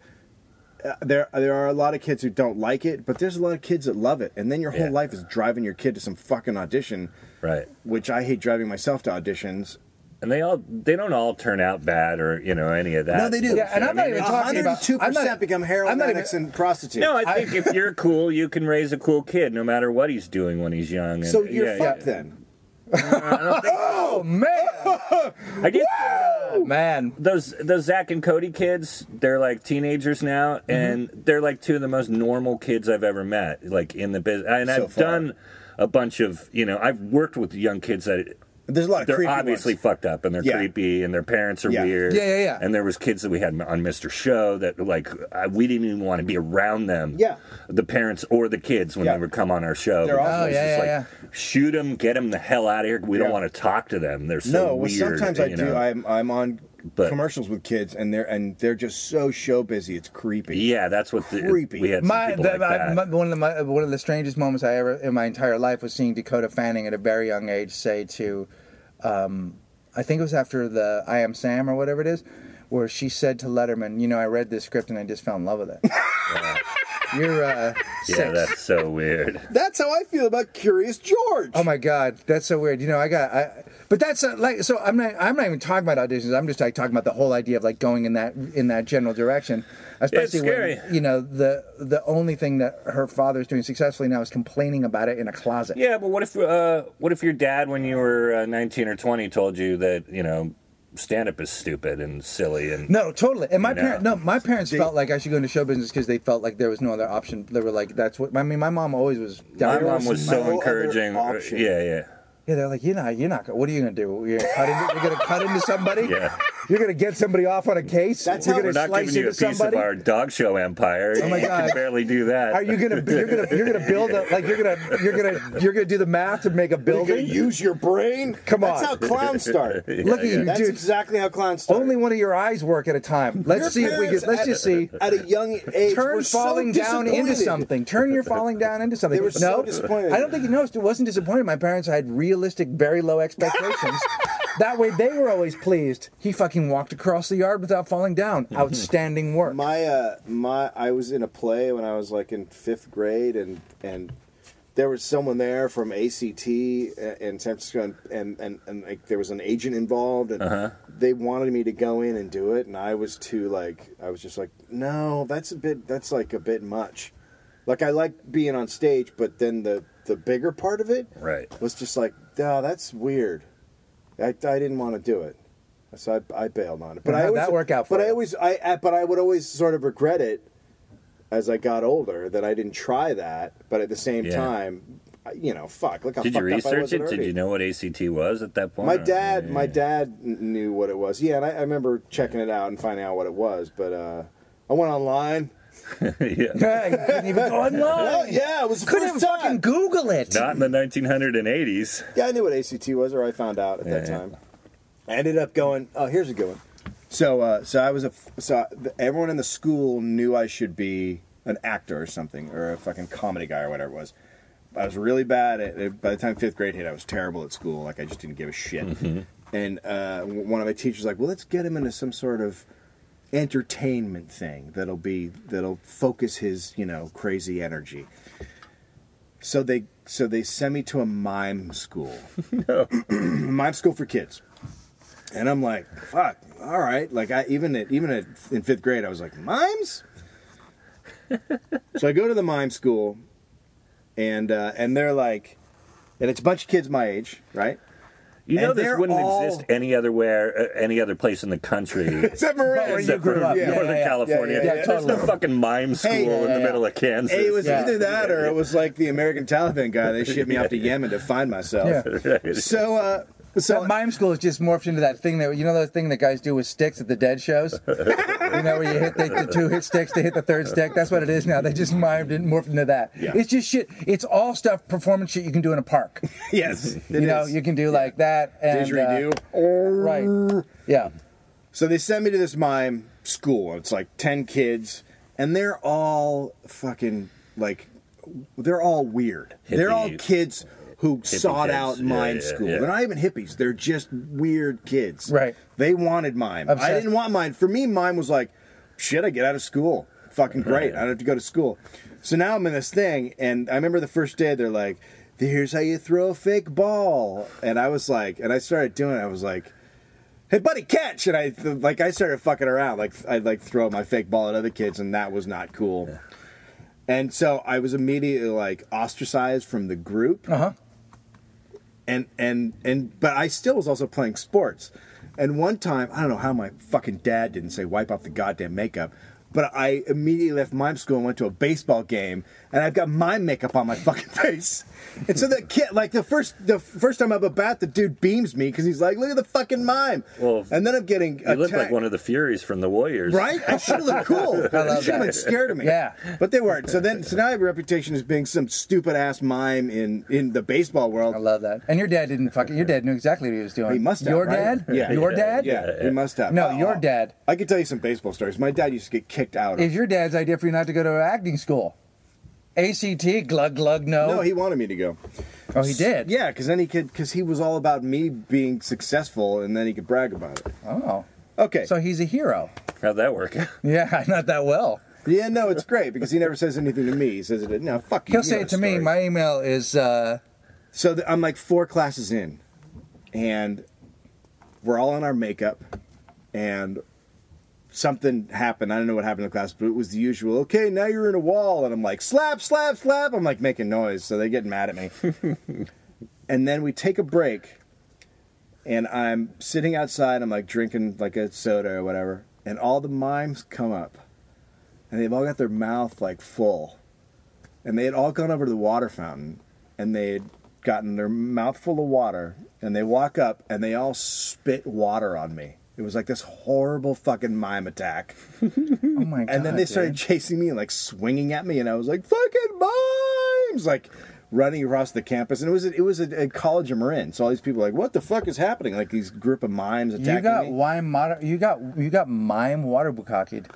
[SPEAKER 2] Uh, there, there are a lot of kids who don't like it, but there's a lot of kids that love it, and then your whole
[SPEAKER 3] Yeah.
[SPEAKER 2] life is driving your kid to some fucking audition
[SPEAKER 3] right.
[SPEAKER 2] which I hate driving myself to auditions.
[SPEAKER 3] And they all they don't all turn out bad or you know any of that.
[SPEAKER 2] No, they do.
[SPEAKER 3] bullshit.
[SPEAKER 1] Yeah, and I'm not
[SPEAKER 3] mean,
[SPEAKER 1] even
[SPEAKER 3] it's-
[SPEAKER 1] talking about. I'm
[SPEAKER 2] 102%
[SPEAKER 1] not,
[SPEAKER 2] become heroin
[SPEAKER 1] I'm not even-
[SPEAKER 2] addicts and prostitutes.
[SPEAKER 3] No, I think if you're cool, you can raise a cool kid no matter what he's doing when he's young. And,
[SPEAKER 2] so you're
[SPEAKER 3] yeah,
[SPEAKER 2] fucked
[SPEAKER 3] yeah.
[SPEAKER 2] then.
[SPEAKER 1] Oh man,
[SPEAKER 3] I did.
[SPEAKER 1] man.
[SPEAKER 3] those those Zach and Cody kids, they're like teenagers now,
[SPEAKER 2] Mm-hmm.
[SPEAKER 3] and they're like two of the most normal kids I've ever met, like in the business. And
[SPEAKER 2] So
[SPEAKER 3] I've
[SPEAKER 2] far.
[SPEAKER 3] done a bunch of, you know, I've worked with young kids that
[SPEAKER 2] There's a lot of
[SPEAKER 3] they're
[SPEAKER 2] creepy
[SPEAKER 3] obviously
[SPEAKER 2] ones.
[SPEAKER 3] fucked up and they're
[SPEAKER 2] Yeah.
[SPEAKER 3] creepy and their parents are
[SPEAKER 2] Yeah.
[SPEAKER 3] weird.
[SPEAKER 1] Yeah, yeah, yeah.
[SPEAKER 3] And there was kids that we had on Mr. Show that like I, we didn't even want to be around them.
[SPEAKER 2] Yeah.
[SPEAKER 3] the parents or the kids when
[SPEAKER 2] Yeah.
[SPEAKER 3] they would come on our show.
[SPEAKER 2] They're
[SPEAKER 3] because
[SPEAKER 2] awful.
[SPEAKER 3] it was
[SPEAKER 1] Oh, yeah,
[SPEAKER 3] just
[SPEAKER 1] yeah,
[SPEAKER 3] like, Shoot them, get them the hell out of here. We don't
[SPEAKER 2] Yeah.
[SPEAKER 3] want to talk to them. They're so
[SPEAKER 2] no, well,
[SPEAKER 3] weird.
[SPEAKER 2] sometimes I
[SPEAKER 3] you
[SPEAKER 2] do.
[SPEAKER 3] know?
[SPEAKER 2] I'm I'm on
[SPEAKER 3] But-
[SPEAKER 2] commercials with kids, and they're and they're just so show busy. It's creepy.
[SPEAKER 3] Yeah, that's what the,
[SPEAKER 2] Creepy.
[SPEAKER 3] we had some
[SPEAKER 1] My,
[SPEAKER 3] people
[SPEAKER 1] the,
[SPEAKER 3] like
[SPEAKER 1] my,
[SPEAKER 3] that. uh,
[SPEAKER 1] my one of the my, one of the strangest moments I ever in my entire life was seeing Dakota Fanning at a very young age say to, um, I think it was after the I Am Sam or whatever it is, where she said to Letterman, you know, I read this script and I just fell in love with it. You're uh,
[SPEAKER 3] yeah,
[SPEAKER 1] six.
[SPEAKER 3] that's so weird.
[SPEAKER 2] That's how I feel about Curious George.
[SPEAKER 1] Oh my God, that's so weird. You know, I got, I, but that's uh, like, so I'm not, I'm not even talking about auditions. I'm just like talking about the whole idea of like going in that, in that general direction, especially
[SPEAKER 3] scary.
[SPEAKER 1] when you know the, the only thing that her father's doing successfully now is complaining about it in a closet.
[SPEAKER 3] Yeah, but what if uh, what if your dad, when you were uh, nineteen or twenty, told you that you know stand up is stupid and silly and
[SPEAKER 1] No, totally. And my
[SPEAKER 3] You know.
[SPEAKER 1] parents, no, my parents felt like I should go into show business because they felt like there was no other option. They were like, that's what. I mean, my mom always was.
[SPEAKER 3] my
[SPEAKER 1] down-
[SPEAKER 3] mom was so
[SPEAKER 2] no other
[SPEAKER 3] encouraging. Uh,
[SPEAKER 2] option.
[SPEAKER 3] Yeah, yeah,
[SPEAKER 1] Yeah, they're like, you're not, you're not. What are you gonna do? You're gonna cut into, you're gonna cut into somebody.
[SPEAKER 3] Yeah.
[SPEAKER 1] You're gonna get somebody off on a case.
[SPEAKER 2] That's
[SPEAKER 1] you're
[SPEAKER 2] how-
[SPEAKER 1] gonna
[SPEAKER 3] We're not
[SPEAKER 1] slice
[SPEAKER 3] giving you a
[SPEAKER 1] into
[SPEAKER 3] piece
[SPEAKER 1] somebody?
[SPEAKER 3] of our dog show empire.
[SPEAKER 1] my
[SPEAKER 3] you
[SPEAKER 1] God.
[SPEAKER 3] can barely do that.
[SPEAKER 1] Are you gonna you're gonna you're gonna build a like you're gonna you're gonna you're gonna do the math to make a building?
[SPEAKER 2] use your brain.
[SPEAKER 1] Come
[SPEAKER 2] That's
[SPEAKER 1] on.
[SPEAKER 2] how clowns start.
[SPEAKER 1] Look at you,
[SPEAKER 2] That's
[SPEAKER 1] dude.
[SPEAKER 2] exactly how clowns start.
[SPEAKER 1] Only one of your eyes work at a time.
[SPEAKER 2] Your
[SPEAKER 1] Let's see if we
[SPEAKER 2] parents
[SPEAKER 1] can. Let's
[SPEAKER 2] at-
[SPEAKER 1] just see.
[SPEAKER 2] At a young age,
[SPEAKER 1] Turn
[SPEAKER 2] were so
[SPEAKER 1] falling down into
[SPEAKER 2] disappointed.
[SPEAKER 1] something. Turn your falling down into something.
[SPEAKER 2] They were so
[SPEAKER 1] no,
[SPEAKER 2] disappointed.
[SPEAKER 1] I don't think you noticed. It wasn't disappointed. My parents had realistic, very low expectations. that way, they were always pleased. He fucking walked across the yard without falling down. Outstanding work.
[SPEAKER 2] my uh my I was in a play when I was like in fifth grade and and there was someone there from ACT a- uh, in San Francisco and and, and, and like there was an agent involved and they wanted me to go in and do it and I was too like I was just like no that's a bit that's like a bit much like I like being on stage but then the the bigger part of it
[SPEAKER 3] Right.
[SPEAKER 2] was just like no that's weird I, I didn't want to do it so I, I bailed on it but
[SPEAKER 1] And
[SPEAKER 2] I
[SPEAKER 1] how'd
[SPEAKER 2] always,
[SPEAKER 1] that work out for
[SPEAKER 2] but I
[SPEAKER 1] you?
[SPEAKER 2] always always- I, I but I would always sort of regret it as I got older that I didn't try that. But at the same
[SPEAKER 3] Yeah.
[SPEAKER 2] time, I- you know, fuck. Look how
[SPEAKER 3] Did you
[SPEAKER 2] fucked up I
[SPEAKER 3] research
[SPEAKER 2] was
[SPEAKER 3] it?
[SPEAKER 2] already.
[SPEAKER 3] Did you know what ACT was at that point?
[SPEAKER 2] My dad,
[SPEAKER 3] Yeah.
[SPEAKER 2] my dad kn- knew what it was. Yeah, and I, I remember checking it out and finding out what it was. But uh, I went online.
[SPEAKER 3] yeah.
[SPEAKER 1] Yeah, couldn't even go
[SPEAKER 2] Oh
[SPEAKER 1] online.
[SPEAKER 2] yeah, it was the
[SPEAKER 1] Couldn't
[SPEAKER 2] first time.
[SPEAKER 1] fucking Google it.
[SPEAKER 3] Not in the 1980s.
[SPEAKER 2] Yeah, I knew what ACT was, or I found out at that
[SPEAKER 3] Yeah.
[SPEAKER 2] time. I ended up going. Oh, here's a good one. So, uh, so I was a f- so I- th- everyone in the school knew I should be an actor or something, or a fucking comedy guy or whatever it was. I was really bad at. it. By the time fifth grade hit, I was terrible at school. Like I just didn't give a shit.
[SPEAKER 3] Mm-hmm.
[SPEAKER 2] And uh, w- one of my teachers was like, well, let's get him into some sort of entertainment thing that'll be that'll focus his you know crazy energy. So they so they sent me to a mime school. mime school for kids. And I'm like, fuck, all right. Like I even at even at, in fifth grade, I was like, mimes. so I go to the mime school, and uh, and they're like, and it's a bunch of kids my age, right?
[SPEAKER 3] You know
[SPEAKER 2] And
[SPEAKER 3] this
[SPEAKER 2] they're
[SPEAKER 3] wouldn't
[SPEAKER 2] all-
[SPEAKER 3] exist any other where, uh, any other place in the country.
[SPEAKER 2] Except Marin.
[SPEAKER 1] Where you
[SPEAKER 3] Except for
[SPEAKER 1] grew up. Yeah,
[SPEAKER 3] Northern
[SPEAKER 1] yeah, yeah.
[SPEAKER 3] California.
[SPEAKER 2] Yeah, yeah,
[SPEAKER 1] yeah,
[SPEAKER 3] There's no
[SPEAKER 1] totally.
[SPEAKER 3] fucking mime school
[SPEAKER 2] Hey,
[SPEAKER 3] in
[SPEAKER 1] yeah,
[SPEAKER 3] the
[SPEAKER 1] yeah.
[SPEAKER 3] middle of Kansas.
[SPEAKER 2] It was
[SPEAKER 1] Yeah.
[SPEAKER 2] either that or it was like the American Taliban guy. They shipped me off to Yemen to find myself. So, uh, so
[SPEAKER 1] That mime school has just morphed into that thing that you know that thing that guys do with sticks at the dead shows. you know where you hit the, the two hit sticks to hit the third stick. That's what it is now. They just mimed it, morphed into that.
[SPEAKER 3] Yeah.
[SPEAKER 1] It's just shit. It's all stuff performance shit you can do in a park.
[SPEAKER 2] yes, it
[SPEAKER 1] you know
[SPEAKER 2] is.
[SPEAKER 1] you can do like that and
[SPEAKER 2] Didgeridoo.
[SPEAKER 1] uh, right. Yeah,
[SPEAKER 2] So they send me to this mime school. It's like 10 kids, and they're all fucking like, they're all weird. They're all
[SPEAKER 3] Hippie-
[SPEAKER 2] kids who sought
[SPEAKER 3] kids.
[SPEAKER 2] out
[SPEAKER 3] Yeah,
[SPEAKER 2] mime
[SPEAKER 3] yeah,
[SPEAKER 2] school.
[SPEAKER 3] yeah.
[SPEAKER 2] They're not even hippies, they're just weird kids.
[SPEAKER 1] Right.
[SPEAKER 2] They wanted mime. I
[SPEAKER 1] Obsessed.
[SPEAKER 2] didn't want mime. For me, mime was like, shit, I get out of school. Fucking great. I don't have to go to school. So now I'm in this thing, and I remember the first day they're like, here's how you throw a fake ball. And I was like, and I started doing it, I was like, hey buddy catch and i th- like i started fucking around like i'd like throw my fake ball at other kids and that was not cool and so i was immediately like ostracized from the group
[SPEAKER 1] uh huh.
[SPEAKER 2] and and and but i still was also playing sports and one time i don't know how my fucking dad didn't say wipe off the goddamn makeup but I immediately left mime school and went to a baseball game, and I've got mime makeup on my fucking face. And so the kid, like the first, the first time I'm about, the dude beams me because he's like, "Look at the fucking mime."
[SPEAKER 3] Well,
[SPEAKER 2] and then I'm getting
[SPEAKER 3] You look like
[SPEAKER 2] attacked.
[SPEAKER 3] one of the Furies from the Warriors.
[SPEAKER 2] Right? I should have looked cool.
[SPEAKER 1] love
[SPEAKER 2] They should have
[SPEAKER 1] that.
[SPEAKER 2] been scared of me.
[SPEAKER 1] Yeah.
[SPEAKER 2] But they weren't. So then so now I have a reputation as being some stupid ass mime in, in the baseball world.
[SPEAKER 1] I love that. And your dad didn't fucking. Your dad knew exactly what he was doing.
[SPEAKER 2] He must have,
[SPEAKER 1] Your
[SPEAKER 2] right?
[SPEAKER 1] dad.
[SPEAKER 2] Yeah.
[SPEAKER 1] Your dad.
[SPEAKER 2] yeah, he must have.
[SPEAKER 1] No,
[SPEAKER 2] Oh,
[SPEAKER 1] your dad.
[SPEAKER 2] I could tell you some baseball stories. My dad used to get kicked out.
[SPEAKER 1] Is
[SPEAKER 2] Of,
[SPEAKER 1] your dad's idea for you not to go to acting school? ACT glug glug no.
[SPEAKER 2] no, he wanted me to go.
[SPEAKER 1] oh, he did.
[SPEAKER 2] Yeah, because then he could, because he was all about me being successful, and then he could brag about it.
[SPEAKER 1] Oh.
[SPEAKER 2] Okay.
[SPEAKER 1] So he's a hero.
[SPEAKER 3] How'd that work? out?
[SPEAKER 1] Yeah, not that well.
[SPEAKER 2] yeah, no, it's great because he never says anything to me. He says it. No, fuck you.
[SPEAKER 1] He'll
[SPEAKER 2] you
[SPEAKER 1] say
[SPEAKER 2] know
[SPEAKER 1] it to
[SPEAKER 2] the
[SPEAKER 1] me.
[SPEAKER 2] story."
[SPEAKER 1] My email is uh,
[SPEAKER 2] So th- I'm like four classes in, and we're all in our makeup, and something happened. I don't know what happened in class, but it was the usual. Okay, now you're in a wall, and I'm like slap, slap, slap. I'm like making noise, so they get mad at me. and then we take a break, and I'm sitting outside. I'm like drinking like a soda or whatever, and all the mimes come up, and they've all got their mouth like full and they had all gone over to the water fountain and they had gotten their mouth full of water and they walk up and they all spit water on me it was like this horrible fucking mime attack
[SPEAKER 1] oh my god.
[SPEAKER 2] and then they started
[SPEAKER 1] dude.
[SPEAKER 2] chasing me and like swinging at me and i was like fucking mimes like running across the campus and it was a, it was a, a college of marin so all these people were like what the fuck is happening like these group of mimes attacking
[SPEAKER 1] You got
[SPEAKER 2] me.
[SPEAKER 1] wine moder- You got you got mime water bukakied.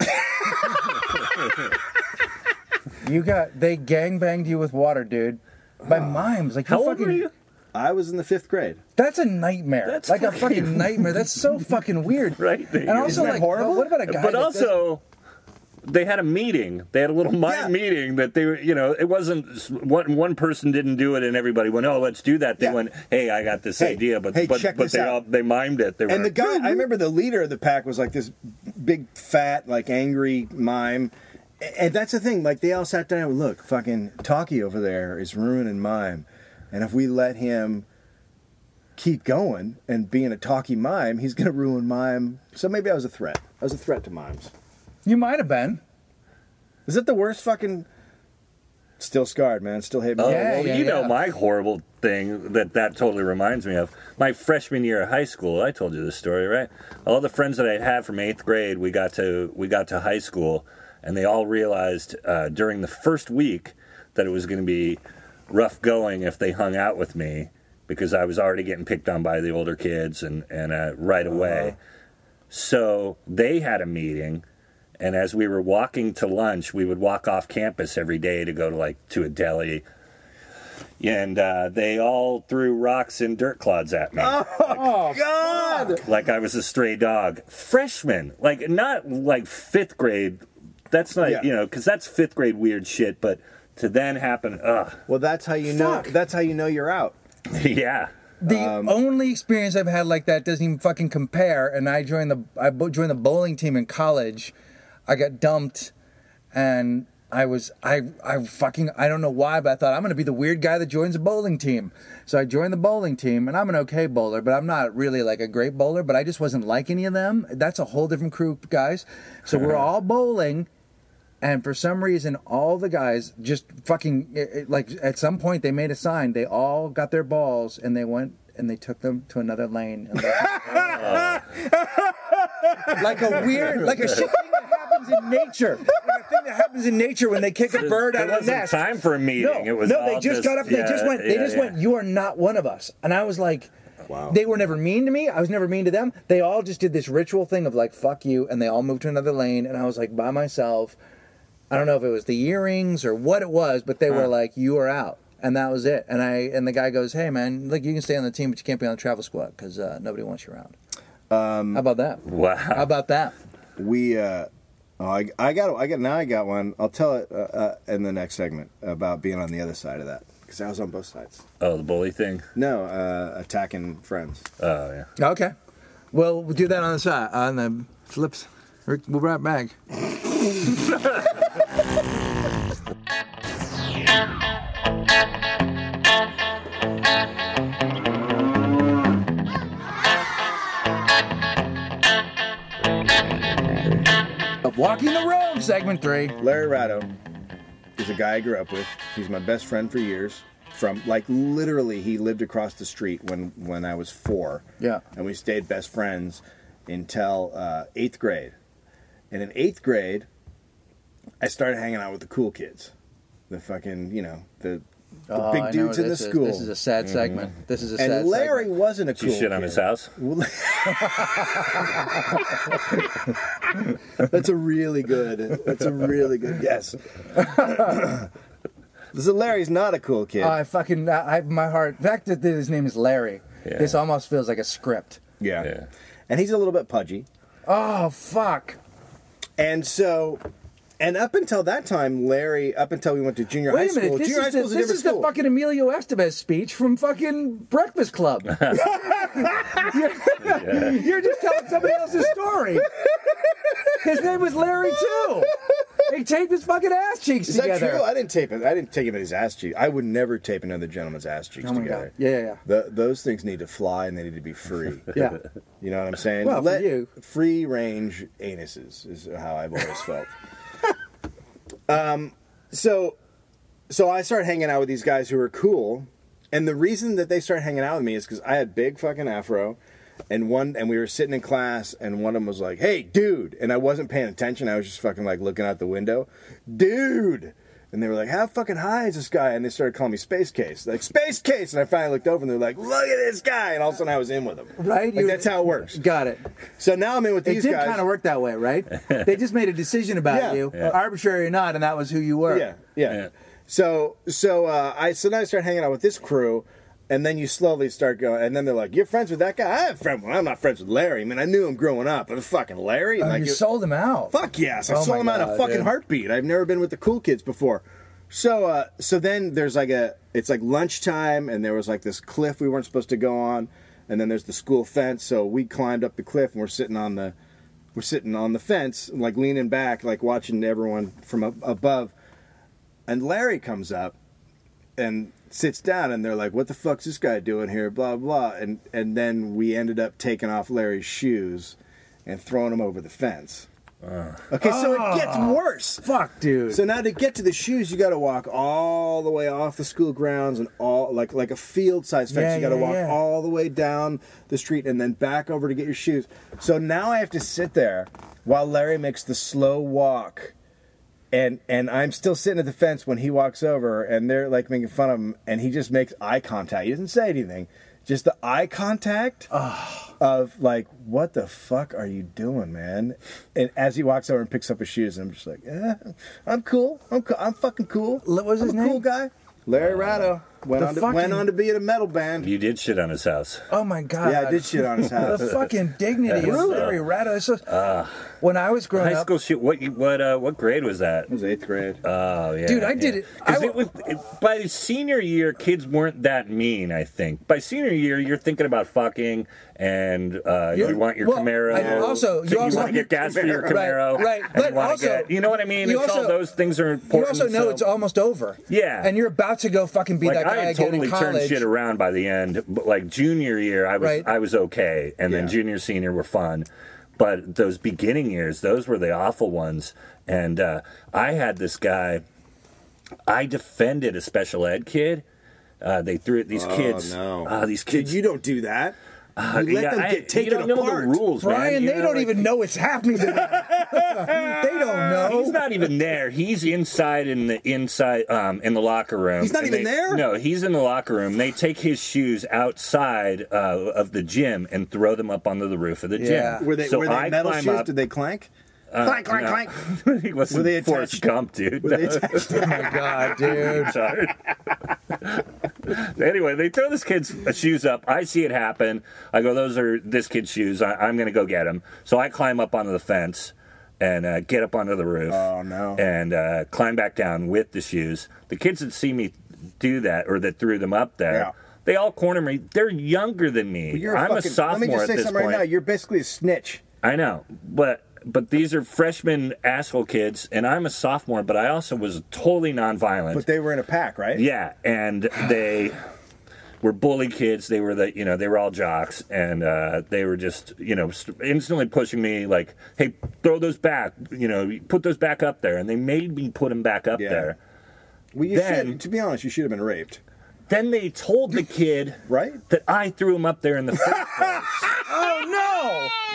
[SPEAKER 1] you got they gang banged you with water, dude. By mimes, like
[SPEAKER 3] How
[SPEAKER 1] you
[SPEAKER 3] old
[SPEAKER 1] fucking.
[SPEAKER 3] were you?
[SPEAKER 2] i was in the fifth grade
[SPEAKER 1] That's a nightmare.
[SPEAKER 3] That's
[SPEAKER 1] like a
[SPEAKER 3] fucking-
[SPEAKER 1] fucking nightmare. That's so fucking weird.
[SPEAKER 3] Right.
[SPEAKER 1] And also,
[SPEAKER 2] Isn't that
[SPEAKER 1] like,
[SPEAKER 2] horrible?
[SPEAKER 1] what about a guy?
[SPEAKER 3] but
[SPEAKER 1] that does-
[SPEAKER 3] also they had a meeting they had a little mind
[SPEAKER 2] Yeah.
[SPEAKER 3] meeting that they were you know it wasn't s- one one person didn't do it and everybody went oh let's do that they
[SPEAKER 2] Yeah.
[SPEAKER 3] went hey i got this
[SPEAKER 2] Hey,
[SPEAKER 3] idea but
[SPEAKER 2] hey,
[SPEAKER 3] but,
[SPEAKER 2] check
[SPEAKER 3] but
[SPEAKER 2] this
[SPEAKER 3] they
[SPEAKER 2] out.
[SPEAKER 3] all they mimed it they were
[SPEAKER 2] And the guy, I remember the leader of the pack was like this big, fat, like angry mime. A- And that's the thing. Like they all sat down. and Look, fucking Taki over there is ruining mime, and if we let him keep going and being a Taki mime, he's gonna ruin mime. So maybe I was a threat. I was a threat to mimes.
[SPEAKER 1] you might have been.
[SPEAKER 2] Is that the worst fucking? Still scarred, man. Still hate me.
[SPEAKER 3] Oh,
[SPEAKER 1] Yeah,
[SPEAKER 3] well,
[SPEAKER 1] yeah,
[SPEAKER 3] you know
[SPEAKER 1] yeah.
[SPEAKER 3] my horrible thing that that totally reminds me of. My freshman year of high school, I told you this story, right? All the friends that I had from eighth grade, we got to we got to high school, and they all realized uh, during the first week that it was going to be rough going if they hung out with me because I was already getting picked on by the older kids, and and uh, right
[SPEAKER 1] Uh-huh.
[SPEAKER 3] away. So they had a meeting, and as we were walking to lunch, we would walk off campus every day to go to like to a deli. And uh, they all threw rocks and dirt clods at me,
[SPEAKER 1] Oh.
[SPEAKER 2] Oh, God,
[SPEAKER 3] like I was a stray dog. Freshman, like not like fifth grade. That's not
[SPEAKER 2] Yeah.
[SPEAKER 3] you know because that's fifth grade weird shit. But to then happen, ugh,
[SPEAKER 2] Well, that's how you know.
[SPEAKER 1] Fuck.
[SPEAKER 2] That's how you know you're out.
[SPEAKER 3] yeah.
[SPEAKER 1] The only experience I've had like that doesn't even fucking compare. And I joined the I bo- joined the bowling team in college. I got dumped, and I was I I fucking I don't know why, but I thought I'm gonna be the weird guy that joins a bowling team. So I joined the bowling team, and I'm an okay bowler, but I'm not really like a great bowler. But I just wasn't like any of them. That's a whole different crew, guys. So we're all bowling. And for some reason, all the guys just fucking it- it- like at some point they made a sign. They all got their balls and they went and they took them to another lane. And left them. like a weird, like a shit thing that happens in nature. Like a thing that happens in nature when they kick a bird out
[SPEAKER 3] there
[SPEAKER 1] of the
[SPEAKER 3] wasn't
[SPEAKER 1] nest.
[SPEAKER 3] time for a
[SPEAKER 1] No,
[SPEAKER 3] meeting. it was
[SPEAKER 1] no. They
[SPEAKER 3] all
[SPEAKER 1] just, got up. They
[SPEAKER 3] yeah,
[SPEAKER 1] just went. They
[SPEAKER 3] yeah,
[SPEAKER 1] just
[SPEAKER 3] yeah.
[SPEAKER 1] went. You are not one of us. And I was like,
[SPEAKER 2] Wow.
[SPEAKER 1] They were never mean to me. I was never mean to them. They all just did this ritual thing of like, fuck you, and they all moved to another lane. And I was like by myself. I don't know if it was the earrings or what it was, but they were like, you are out. And that was it. And I and the guy goes, "Hey man, look, you can stay on the team, but you can't be on the travel squad because uh, nobody wants you around." Um, How about that?
[SPEAKER 3] Wow.
[SPEAKER 1] How about that?
[SPEAKER 2] we uh oh, I, I got I got now I got one I'll tell it uh, uh, in the next segment about being on the other side of that because I was on both sides
[SPEAKER 3] Oh, the bully thing.
[SPEAKER 2] no uh, attacking friends
[SPEAKER 3] Oh yeah.
[SPEAKER 1] Okay. Well, we'll do that on the side on the flips. We'll be right back. Walking the room, segment three.
[SPEAKER 2] Larry Ratto is a guy I grew up with he's my best friend for years from like literally he lived across the street when when I was four
[SPEAKER 1] Yeah.
[SPEAKER 2] and we stayed best friends until uh, eighth grade and in eighth grade I started hanging out with the cool kids the fucking you know the the
[SPEAKER 1] Oh, I
[SPEAKER 2] big
[SPEAKER 1] know
[SPEAKER 2] dudes in the
[SPEAKER 1] this is-
[SPEAKER 2] school. Mm-hmm.
[SPEAKER 1] This is a sad segment. This is a sad
[SPEAKER 2] and Larry
[SPEAKER 1] segment.
[SPEAKER 2] wasn't a
[SPEAKER 3] Did you
[SPEAKER 2] cool
[SPEAKER 3] shit on
[SPEAKER 2] kid.
[SPEAKER 3] his house?
[SPEAKER 2] That's a really good. That's a really good guess. so Larry's not a cool kid.
[SPEAKER 1] I fucking, I, I- my heart. The fact that his name is Larry,
[SPEAKER 3] Yeah.
[SPEAKER 1] this almost feels like a script.
[SPEAKER 2] yeah.
[SPEAKER 3] Yeah.
[SPEAKER 2] and he's a little bit pudgy,
[SPEAKER 1] Oh fuck!
[SPEAKER 2] and so, and up until that time, Larry, up until we went to junior high
[SPEAKER 1] Wait a
[SPEAKER 2] school,
[SPEAKER 1] minute. This
[SPEAKER 2] junior high
[SPEAKER 1] is, the,
[SPEAKER 2] school is a
[SPEAKER 1] this
[SPEAKER 2] different
[SPEAKER 1] is the
[SPEAKER 2] school.
[SPEAKER 1] fucking Emilio Estevez speech from fucking Breakfast Club. you're, you're just telling somebody else's story. His name was Larry too. He taped his fucking ass cheeks
[SPEAKER 2] is that
[SPEAKER 1] together.
[SPEAKER 2] true? I didn't tape it. I didn't take him at his ass cheek. I would never tape another gentleman's ass cheeks
[SPEAKER 1] Oh my
[SPEAKER 2] together.
[SPEAKER 1] god! Yeah, yeah, yeah.
[SPEAKER 2] Th- those things need to fly and they need to be free.
[SPEAKER 1] Yeah.
[SPEAKER 2] You know what I'm saying?
[SPEAKER 1] Well, for you.
[SPEAKER 2] Free range anuses is how I've always felt. um, so, so I started hanging out with these guys who were cool, and the reason that they started hanging out with me is because I had big fucking afro, and one and we were sitting in class, and one of them was like, "Hey, dude," and I wasn't paying attention. I was just fucking like looking out the window, dude. And they were like, "How fucking high is this guy?" And they started calling me Space Case, like Space Case. And I finally looked over, and they're like, "Look at this guy!" And all of a sudden, I was in with them.
[SPEAKER 1] Right?
[SPEAKER 2] Like,
[SPEAKER 1] You-
[SPEAKER 2] that's how it works.
[SPEAKER 1] Got it.
[SPEAKER 2] So now I'm in with
[SPEAKER 1] It
[SPEAKER 2] these
[SPEAKER 1] did
[SPEAKER 2] guys.
[SPEAKER 1] kind of work that way, right? They just made a decision about
[SPEAKER 2] Yeah.
[SPEAKER 1] you,
[SPEAKER 3] Yeah.
[SPEAKER 1] arbitrary or not, and that was who you were.
[SPEAKER 2] Yeah, yeah.
[SPEAKER 3] Yeah.
[SPEAKER 2] So so uh, I so now I start hanging out with this crew, and then you slowly start going, and then they're like, "You're friends with that guy? I am friend. Well, I'm not friends with Larry. I mean, I knew him growing up, but fucking Larry.
[SPEAKER 1] Oh,
[SPEAKER 2] like,
[SPEAKER 1] you
[SPEAKER 2] it-
[SPEAKER 1] sold him out.
[SPEAKER 2] Fuck yes, I
[SPEAKER 1] Oh
[SPEAKER 2] sold
[SPEAKER 1] my
[SPEAKER 2] him out a
[SPEAKER 1] God,
[SPEAKER 2] fucking
[SPEAKER 1] dude.
[SPEAKER 2] heartbeat. I've never been with the cool kids before. So uh, so then there's like a it's like lunchtime, and there was like this cliff we weren't supposed to go on, and then there's the school fence. So we climbed up the cliff, and we're sitting on the we're sitting on the fence, like leaning back, like watching everyone from up above. And Larry comes up and sits down, and they're like, "What the fuck's this guy doing here?" Blah blah. And and then we ended up taking off Larry's shoes and throwing him over the fence. Okay, so it gets
[SPEAKER 1] Ah.
[SPEAKER 2] worse.
[SPEAKER 1] Fuck, dude.
[SPEAKER 2] So now to get to the shoes, you got to walk all the way off the school grounds and all like like a field size fence.
[SPEAKER 1] Yeah,
[SPEAKER 2] you got to
[SPEAKER 1] yeah,
[SPEAKER 2] walk
[SPEAKER 1] yeah.
[SPEAKER 2] all the way down the street and then back over to get your shoes. So now I have to sit there while Larry makes the slow walk, and and I'm still sitting at the fence when he walks over, and they're like making fun of him, and he just makes eye contact. He doesn't say anything, just the eye contact of like, what the fuck are you doing, man? And as he walks over and picks up his shoes, and I'm just like, eh, I'm cool. I'm cool. I'm fucking cool.
[SPEAKER 1] What was his
[SPEAKER 2] I'm a
[SPEAKER 1] name?
[SPEAKER 2] Cool guy. Larry Ratto. Went,
[SPEAKER 1] The
[SPEAKER 2] on to,
[SPEAKER 1] fucking-
[SPEAKER 2] went on to be in a metal band.
[SPEAKER 3] You did shit on his house.
[SPEAKER 1] Oh my god!
[SPEAKER 2] Yeah, I did shit on his
[SPEAKER 1] The
[SPEAKER 2] house.
[SPEAKER 1] fucking dignity of Larry Ratto. This is- when I was growing
[SPEAKER 3] Ah. High
[SPEAKER 1] up,
[SPEAKER 3] school shit. What you- what uh, what grade was that?
[SPEAKER 2] It was eighth grade.
[SPEAKER 3] Oh yeah,
[SPEAKER 1] Dude, I did it-
[SPEAKER 3] Because
[SPEAKER 1] I
[SPEAKER 3] it was it, by senior year, kids weren't that mean. I think by senior year, you're thinking about fucking, and uh,
[SPEAKER 1] You're-
[SPEAKER 3] you want your
[SPEAKER 1] well,
[SPEAKER 3] Camaro.
[SPEAKER 1] and also-
[SPEAKER 3] so
[SPEAKER 1] you also-
[SPEAKER 3] want to get gas for your
[SPEAKER 1] Right,
[SPEAKER 3] Camaro,
[SPEAKER 1] right,
[SPEAKER 3] and
[SPEAKER 1] but
[SPEAKER 3] you wanna
[SPEAKER 1] also-
[SPEAKER 3] get- you know what I mean.
[SPEAKER 1] you
[SPEAKER 3] It's all
[SPEAKER 1] also-
[SPEAKER 3] those things are
[SPEAKER 1] you
[SPEAKER 3] important.
[SPEAKER 1] also know
[SPEAKER 3] so-
[SPEAKER 1] it's almost over.
[SPEAKER 3] Yeah.
[SPEAKER 1] and you're about to go fucking be
[SPEAKER 3] like
[SPEAKER 1] that guy
[SPEAKER 3] I had
[SPEAKER 1] again
[SPEAKER 3] totally
[SPEAKER 1] in
[SPEAKER 3] turned
[SPEAKER 1] college.
[SPEAKER 3] shit around by the end, but like junior year, I was
[SPEAKER 1] Right.
[SPEAKER 3] I was okay, and then
[SPEAKER 2] Yeah.
[SPEAKER 3] junior senior were fun, but those beginning years, those were the awful ones. And uh, I had this guy, I defended a special ed kid. Uh, they threw it. These kids,
[SPEAKER 2] no.
[SPEAKER 3] uh, these
[SPEAKER 2] Dude,
[SPEAKER 3] kids.
[SPEAKER 2] you don't do that.
[SPEAKER 3] uh,
[SPEAKER 2] you let
[SPEAKER 3] yeah,
[SPEAKER 2] them
[SPEAKER 3] I-
[SPEAKER 2] get taken
[SPEAKER 3] you don't know
[SPEAKER 2] apart.
[SPEAKER 3] the rules,
[SPEAKER 1] Brian,
[SPEAKER 3] man. You
[SPEAKER 1] they
[SPEAKER 3] know,
[SPEAKER 1] don't
[SPEAKER 3] like-
[SPEAKER 1] even know it's happening. To them. they don't know.
[SPEAKER 2] Oh.
[SPEAKER 3] He's not even there. He's inside in the inside um, in the locker room.
[SPEAKER 2] He's not
[SPEAKER 3] And
[SPEAKER 2] even
[SPEAKER 3] they-
[SPEAKER 2] there?
[SPEAKER 3] No, he's in the locker room. They take his shoes outside uh, of the gym and throw them up onto the roof of the
[SPEAKER 1] Yeah.
[SPEAKER 3] gym.
[SPEAKER 2] Were they
[SPEAKER 3] so
[SPEAKER 2] were they
[SPEAKER 3] I
[SPEAKER 2] metal
[SPEAKER 3] climb
[SPEAKER 2] shoes?
[SPEAKER 3] Up, uh,
[SPEAKER 2] Did they clank? clank, clank,
[SPEAKER 3] no.
[SPEAKER 2] clank.
[SPEAKER 3] he wasn't
[SPEAKER 2] Were they
[SPEAKER 3] Forrest
[SPEAKER 2] attached?
[SPEAKER 3] Gump, dude.
[SPEAKER 2] Were they attached?
[SPEAKER 1] oh my god, dude.
[SPEAKER 3] Sorry. anyway, they throw this kid's uh, shoes up. I see it happen. I go, those are this kid's shoes. I, I'm going to go get him. So I climb up onto the fence and uh, get up onto the roof.
[SPEAKER 2] Oh, no.
[SPEAKER 3] And uh, climb back down with the shoes. The kids that see me do that or that threw them up there.
[SPEAKER 2] Yeah.
[SPEAKER 3] They all corner me. They're younger than me.
[SPEAKER 2] You're
[SPEAKER 3] I'm
[SPEAKER 2] fucking-
[SPEAKER 3] a sophomore
[SPEAKER 2] Let me just
[SPEAKER 3] at
[SPEAKER 2] say
[SPEAKER 3] this
[SPEAKER 2] something
[SPEAKER 3] point.
[SPEAKER 2] right now. You're basically a snitch.
[SPEAKER 3] I know, but but these are freshman asshole kids, and I'm a sophomore. But I also was totally nonviolent.
[SPEAKER 2] But they were in a pack, right?
[SPEAKER 3] Yeah, and they were bully kids. They were the you know they were all jocks, and uh, they were just you know st- instantly pushing me like, hey, throw those back, you know, put those back up there, and they made me put them back up
[SPEAKER 2] Yeah.
[SPEAKER 3] there.
[SPEAKER 2] Well, you
[SPEAKER 3] Then-
[SPEAKER 2] should. To be honest, you should have been raped.
[SPEAKER 3] Then they told the kid
[SPEAKER 2] Right?
[SPEAKER 3] that I threw him up there in the first place.
[SPEAKER 1] Oh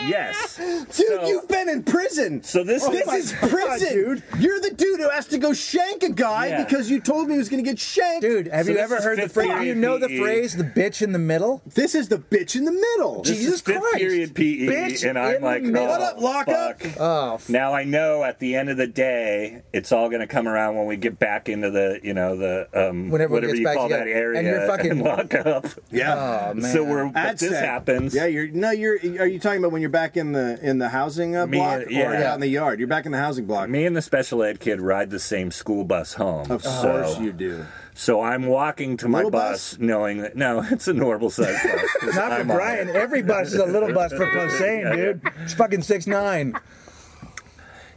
[SPEAKER 3] Yes, dude,
[SPEAKER 2] Dude, you've been in prison.
[SPEAKER 3] So this
[SPEAKER 2] this
[SPEAKER 3] my
[SPEAKER 2] is prison, dude. You're the dude who has to go shank a guy
[SPEAKER 3] Yeah.
[SPEAKER 2] because you told me he was going to get shanked.
[SPEAKER 1] no, dude! Have
[SPEAKER 3] So
[SPEAKER 1] you
[SPEAKER 3] this
[SPEAKER 1] ever
[SPEAKER 3] is
[SPEAKER 1] heard the
[SPEAKER 3] fifth
[SPEAKER 1] phrase?
[SPEAKER 3] period
[SPEAKER 1] You know the
[SPEAKER 3] PE.
[SPEAKER 1] phrase, "the bitch in the middle."
[SPEAKER 2] this is the bitch in the middle.
[SPEAKER 3] This is
[SPEAKER 1] Jesus
[SPEAKER 3] fifth
[SPEAKER 1] Christ.
[SPEAKER 3] period PE,
[SPEAKER 1] Bitch
[SPEAKER 3] and
[SPEAKER 1] in
[SPEAKER 3] I'm
[SPEAKER 1] the
[SPEAKER 3] like,
[SPEAKER 1] middle.
[SPEAKER 3] oh,
[SPEAKER 1] What
[SPEAKER 2] up, lock up?
[SPEAKER 3] fuck.
[SPEAKER 1] Oh, f-
[SPEAKER 3] Now I know at the end of the day, it's all going to come around when we get back into the, you know, the um,
[SPEAKER 1] When everyone
[SPEAKER 3] whatever
[SPEAKER 1] gets
[SPEAKER 3] you
[SPEAKER 1] back
[SPEAKER 3] call that
[SPEAKER 1] together.
[SPEAKER 3] area
[SPEAKER 1] And you're fucking-
[SPEAKER 3] and lock up.
[SPEAKER 2] yeah.
[SPEAKER 1] oh, man.
[SPEAKER 3] So we're but this
[SPEAKER 2] set.
[SPEAKER 3] happens.
[SPEAKER 2] Yeah, you're no, you're. Are you talking about when you're back in the in the housing uh,
[SPEAKER 3] Me,
[SPEAKER 2] block
[SPEAKER 3] yeah.
[SPEAKER 2] or out in the yard? You're back in the housing block.
[SPEAKER 3] Me and the special ed kid ride the same school bus home.
[SPEAKER 2] Of
[SPEAKER 3] so,
[SPEAKER 2] course you do.
[SPEAKER 3] So I'm walking to my
[SPEAKER 2] Little
[SPEAKER 3] bus,
[SPEAKER 2] bus?
[SPEAKER 3] knowing that no, it's a normal size bus. 'cause
[SPEAKER 1] Not for
[SPEAKER 3] I'm on
[SPEAKER 1] Brian.
[SPEAKER 3] it.
[SPEAKER 1] Every bus is a little bus for Posehn, dude. It's fucking six nine.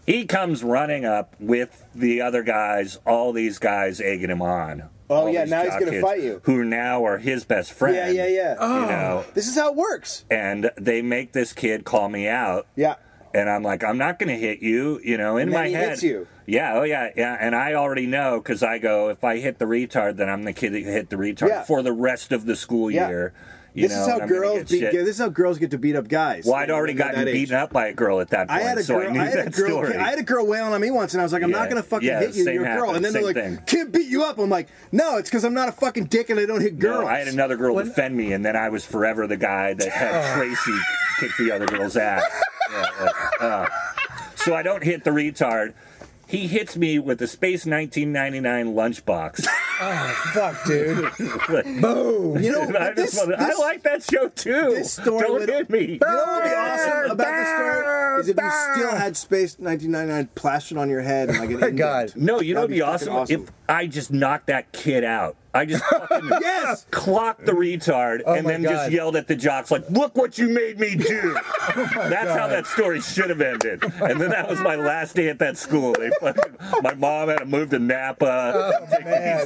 [SPEAKER 3] He comes running up with the other guys, all these guys egging him on.
[SPEAKER 2] Oh,
[SPEAKER 3] All
[SPEAKER 2] yeah,
[SPEAKER 3] these
[SPEAKER 2] now he's
[SPEAKER 3] jock
[SPEAKER 2] gonna
[SPEAKER 3] kids
[SPEAKER 2] fight you.
[SPEAKER 3] Who now are his best friend.
[SPEAKER 2] Yeah, yeah, yeah.
[SPEAKER 3] You
[SPEAKER 1] Oh.
[SPEAKER 3] know,
[SPEAKER 2] This is how it works.
[SPEAKER 3] and they make this kid call me out.
[SPEAKER 2] Yeah.
[SPEAKER 3] And I'm like, I'm not going to hit you, you know, in
[SPEAKER 2] And then
[SPEAKER 3] my
[SPEAKER 2] he
[SPEAKER 3] head.
[SPEAKER 2] hits you.
[SPEAKER 3] Yeah, oh yeah, yeah. And I already know because I go, if I hit the retard, then I'm the kid that hit the retard
[SPEAKER 2] Yeah.
[SPEAKER 3] for the rest of the school
[SPEAKER 2] Yeah.
[SPEAKER 3] year. You
[SPEAKER 2] This
[SPEAKER 3] know,
[SPEAKER 2] is how
[SPEAKER 3] and I'm gonna
[SPEAKER 2] girls
[SPEAKER 3] get
[SPEAKER 2] beat.
[SPEAKER 3] shit.
[SPEAKER 2] This is how girls get to beat up guys.
[SPEAKER 3] Well, I'd already
[SPEAKER 2] When they're
[SPEAKER 3] gotten
[SPEAKER 2] that age.
[SPEAKER 3] beaten up by a girl at that
[SPEAKER 2] I
[SPEAKER 3] point,
[SPEAKER 2] had a
[SPEAKER 3] so
[SPEAKER 2] girl.
[SPEAKER 3] I knew
[SPEAKER 2] I, had
[SPEAKER 3] that
[SPEAKER 2] a girl
[SPEAKER 3] story.
[SPEAKER 2] I had a girl wail on me once, and I was like, "I'm
[SPEAKER 3] Yeah.
[SPEAKER 2] not gonna fucking
[SPEAKER 3] Yeah,
[SPEAKER 2] hit you.
[SPEAKER 3] same
[SPEAKER 2] You're a girl."
[SPEAKER 3] happened,
[SPEAKER 2] And then they're
[SPEAKER 3] same
[SPEAKER 2] like,
[SPEAKER 3] thing.
[SPEAKER 2] "Kid beat you up." I'm like, "No, it's because I'm not a fucking dick and I don't hit girls."
[SPEAKER 3] No, I had another girl defend me, and then I was forever the guy that
[SPEAKER 2] Oh.
[SPEAKER 3] had Tracy kick the other girl's ass. Yeah, like, uh, so I don't hit the retard. He hits me with a Space 1999 lunchbox.
[SPEAKER 1] Oh, fuck, dude.
[SPEAKER 2] You know,
[SPEAKER 3] And I,
[SPEAKER 2] this,
[SPEAKER 3] just wanted-
[SPEAKER 2] this-
[SPEAKER 3] I like that show too.
[SPEAKER 2] this story
[SPEAKER 3] don't
[SPEAKER 2] would-
[SPEAKER 3] hit me.
[SPEAKER 2] You know what would be awesome about this story is if you still had space 1999 plastered on your head and like an
[SPEAKER 1] my
[SPEAKER 2] indent.
[SPEAKER 1] God.
[SPEAKER 3] No, you know
[SPEAKER 2] That'd
[SPEAKER 3] what'd be,
[SPEAKER 2] be fucking
[SPEAKER 3] awesome,
[SPEAKER 2] awesome.
[SPEAKER 3] if I just knocked that kid out. I just fucking
[SPEAKER 2] Yes.
[SPEAKER 3] clocked the retard
[SPEAKER 1] Oh
[SPEAKER 3] and
[SPEAKER 1] my
[SPEAKER 3] then
[SPEAKER 1] God.
[SPEAKER 3] just yelled at the jocks like, "Look what you made me do." That's how that story should have ended. and then that was my last day at that school. They fucking, my mom had to move to Napa, take me
[SPEAKER 1] Man.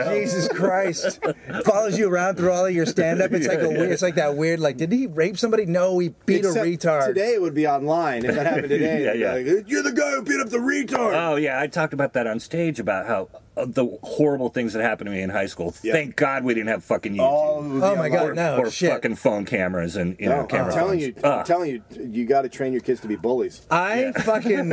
[SPEAKER 3] else.
[SPEAKER 1] Jesus Christ. Follows you around through all of your stand up. It's like a weird, it's like that weird, like, did he rape somebody? No, he beat
[SPEAKER 2] Except
[SPEAKER 1] a retard.
[SPEAKER 2] Today it would be online if that happened today.
[SPEAKER 3] Yeah,
[SPEAKER 2] They'd be
[SPEAKER 3] yeah.
[SPEAKER 2] like, You're the guy who beat up the retard.
[SPEAKER 3] Oh yeah, I talked about that on stage about how uh, the horrible things that happened to me in high school.
[SPEAKER 2] Yeah.
[SPEAKER 3] Thank God we didn't have fucking YouTube.
[SPEAKER 2] All of the
[SPEAKER 1] Oh my
[SPEAKER 2] online-
[SPEAKER 1] God, no,
[SPEAKER 3] or
[SPEAKER 1] shit.
[SPEAKER 3] fucking phone cameras and you know
[SPEAKER 2] No, I'm
[SPEAKER 3] camera
[SPEAKER 2] telling
[SPEAKER 3] phones.
[SPEAKER 2] you,
[SPEAKER 3] Ah.
[SPEAKER 2] I'm telling you, you got to train your kids to be bullies.
[SPEAKER 1] I fucking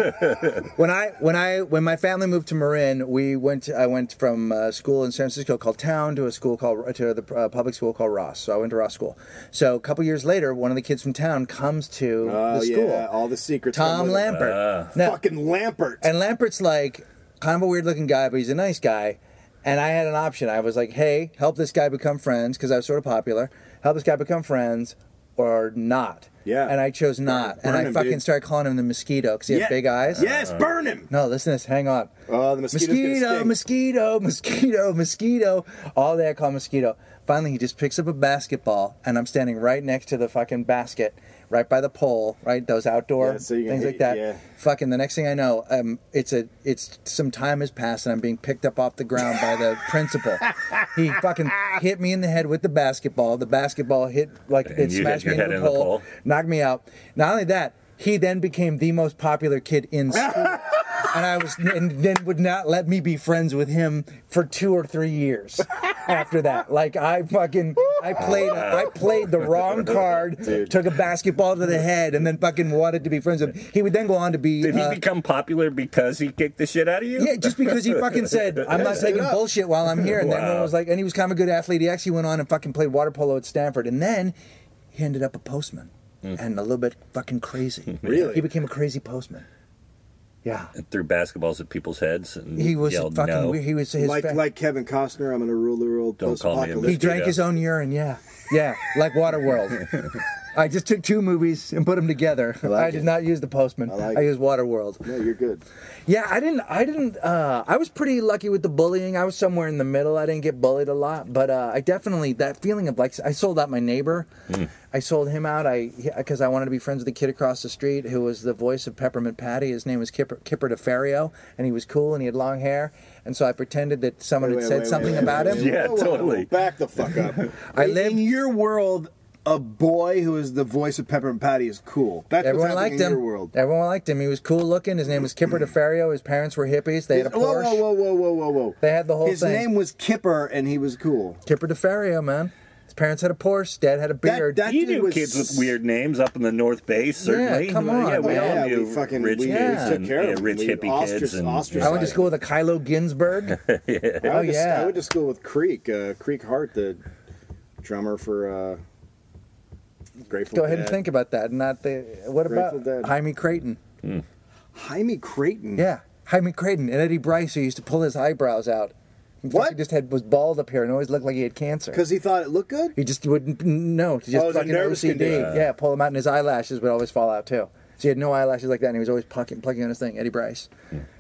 [SPEAKER 1] when I when I when my family moved to Marin, we went. I went from a school in San Francisco called Town to a school called to the uh, public school called Ross. So I went to Ross School. So a couple years later, one of the kids from Town comes to
[SPEAKER 2] Oh
[SPEAKER 1] the school.
[SPEAKER 2] yeah, Ah. all the secrets.
[SPEAKER 1] Tom
[SPEAKER 2] come with it.
[SPEAKER 1] Lampert.
[SPEAKER 2] fucking Lampert.
[SPEAKER 1] And Lampert's like kind of a weird looking guy, but he's a nice guy. And I had an option. I was like, hey, help this guy become friends because I was sort of popular. Help this guy become friends or not.
[SPEAKER 2] Yeah.
[SPEAKER 1] And I chose not. and
[SPEAKER 2] burn
[SPEAKER 1] I
[SPEAKER 2] him,
[SPEAKER 1] fucking
[SPEAKER 2] dude.
[SPEAKER 1] started calling him the mosquito because he had big eyes. Uh,
[SPEAKER 2] Yes, burn him.
[SPEAKER 1] No, listen to this. Hang on.
[SPEAKER 2] Oh, the mosquito's gonna
[SPEAKER 1] mosquito, mosquito,
[SPEAKER 2] sting.
[SPEAKER 1] mosquito, mosquito. All day I call mosquito. Finally, he just picks up a basketball, and I'm standing right next to the fucking basket, right by the pole, right those outdoor
[SPEAKER 2] Yeah, so you're gonna
[SPEAKER 1] things
[SPEAKER 2] hit-
[SPEAKER 1] like that.
[SPEAKER 2] yeah.
[SPEAKER 1] Fucking the next thing I know, um, it's a it's some time has passed, and I'm being picked up off the ground by the principal. He fucking hit me in the head with the basketball. The basketball hit like
[SPEAKER 3] And
[SPEAKER 1] it
[SPEAKER 3] you hit
[SPEAKER 1] smashed me
[SPEAKER 3] your
[SPEAKER 1] into
[SPEAKER 3] head
[SPEAKER 1] the
[SPEAKER 3] in the
[SPEAKER 1] pole,
[SPEAKER 3] pole?
[SPEAKER 1] knocked me out. Not only that, he then became the most popular kid in school. And I was, and then would not let me be friends with him for two or three years after that. Like I fucking, I played, I played the wrong card, took a basketball to the head, and then fucking wanted to be friends with him. He would then go on to be,
[SPEAKER 3] Did he
[SPEAKER 1] uh,
[SPEAKER 3] become popular because he kicked the shit out of you?
[SPEAKER 1] yeah, just because he fucking said, I'm not taking bullshit while I'm here. And then everyone
[SPEAKER 3] Wow.
[SPEAKER 1] was like, and he was kind of a good athlete. He actually went on and fucking played water polo at Stanford. And then he ended up a postman
[SPEAKER 3] Mm.
[SPEAKER 1] and a little bit fucking crazy.
[SPEAKER 2] Really?
[SPEAKER 1] He became a crazy postman. Yeah.
[SPEAKER 3] And threw basketballs at people's heads and
[SPEAKER 1] He was
[SPEAKER 3] yelled
[SPEAKER 1] fucking
[SPEAKER 3] no.
[SPEAKER 1] weird. He was his
[SPEAKER 2] Like
[SPEAKER 1] fa-
[SPEAKER 2] like Kevin Costner, I'm gonna rule the world
[SPEAKER 3] Don't
[SPEAKER 2] post
[SPEAKER 3] call me a
[SPEAKER 1] he
[SPEAKER 2] apocalypse.
[SPEAKER 3] mosquito.
[SPEAKER 1] drank his own urine. Yeah. Yeah. Like Waterworld. I just took two movies and put them together. I,
[SPEAKER 2] like
[SPEAKER 1] did
[SPEAKER 2] it.
[SPEAKER 1] not use the postman. I,
[SPEAKER 2] like it.
[SPEAKER 1] used Waterworld.
[SPEAKER 2] No, you're good.
[SPEAKER 1] Yeah, I didn't. I didn't. Uh, I was pretty lucky with the bullying. I was somewhere in the middle. I didn't get bullied a lot, but uh, I definitely that feeling of like I sold out my neighbor.
[SPEAKER 2] Hmm.
[SPEAKER 1] I sold him out. I because I wanted to be friends with the kid across the street who was the voice of Peppermint Patty. His name was Kipper, Kipper DeFario, and he was cool and he had long hair. And so I pretended that someone had
[SPEAKER 2] Wait, wait,
[SPEAKER 1] said
[SPEAKER 2] wait,
[SPEAKER 1] something
[SPEAKER 2] wait, wait,
[SPEAKER 1] about
[SPEAKER 2] wait,
[SPEAKER 1] him.
[SPEAKER 2] wait,
[SPEAKER 3] Yeah,
[SPEAKER 2] whoa, whoa, whoa.
[SPEAKER 3] totally.
[SPEAKER 2] Back the fuck up.
[SPEAKER 1] I
[SPEAKER 2] In-
[SPEAKER 1] lived-
[SPEAKER 2] in your world. A boy who is the voice of Pepper and Patty is cool. That's
[SPEAKER 1] Everyone
[SPEAKER 2] what's happening
[SPEAKER 1] liked
[SPEAKER 2] in
[SPEAKER 1] him.
[SPEAKER 2] your world. Mm.
[SPEAKER 1] Everyone liked him. He was cool looking. His name was Kipper DeFario. His parents were hippies. They had a
[SPEAKER 2] Whoa,
[SPEAKER 1] Porsche.
[SPEAKER 2] whoa, whoa, whoa, whoa, whoa, whoa.
[SPEAKER 1] They had the whole
[SPEAKER 2] His
[SPEAKER 1] thing.
[SPEAKER 2] name was Kipper, and he was cool.
[SPEAKER 1] Kipper DeFario, man. His parents had a Porsche. Dad had a beard.
[SPEAKER 2] that
[SPEAKER 3] You
[SPEAKER 2] dude
[SPEAKER 3] knew
[SPEAKER 2] was-
[SPEAKER 3] kids with weird names up in the North Bay, certainly.
[SPEAKER 1] come on.
[SPEAKER 3] Yeah, we
[SPEAKER 1] Oh,
[SPEAKER 3] all
[SPEAKER 1] yeah,
[SPEAKER 3] knew
[SPEAKER 2] we fucking-
[SPEAKER 3] rich
[SPEAKER 2] we
[SPEAKER 3] kids
[SPEAKER 1] took
[SPEAKER 3] and
[SPEAKER 2] care of
[SPEAKER 3] yeah,
[SPEAKER 2] them.
[SPEAKER 3] rich
[SPEAKER 2] We
[SPEAKER 3] hippie
[SPEAKER 2] ostracized-
[SPEAKER 3] kids. And,
[SPEAKER 2] ostracized.
[SPEAKER 1] I went to school with a Kylo Ginsburg.
[SPEAKER 2] I went
[SPEAKER 1] Oh,
[SPEAKER 2] to-
[SPEAKER 1] yeah.
[SPEAKER 2] I went to school with Creek, uh, Creek Hart, the drummer for uh, Grateful.
[SPEAKER 1] Go ahead and
[SPEAKER 2] Dead.
[SPEAKER 1] think about that. Not the what
[SPEAKER 2] Grateful
[SPEAKER 1] about
[SPEAKER 2] Dead.
[SPEAKER 1] Jaime Creighton?
[SPEAKER 2] Jaime Creighton.
[SPEAKER 1] Yeah, Jaime Creighton and Eddie Bryce who used to pull his eyebrows out. He
[SPEAKER 2] What?
[SPEAKER 1] fucking just had was bald up here and always looked like he had cancer.
[SPEAKER 2] Because he thought it looked good.
[SPEAKER 1] he just wouldn't no. He just
[SPEAKER 2] Oh, it was a
[SPEAKER 1] fucking
[SPEAKER 2] nervous
[SPEAKER 1] OCD.
[SPEAKER 2] condition.
[SPEAKER 1] Yeah, pull him out and his eyelashes would always fall out too. So he had no eyelashes like that, and he was always plucking, plucking on his thing. Eddie Bryce.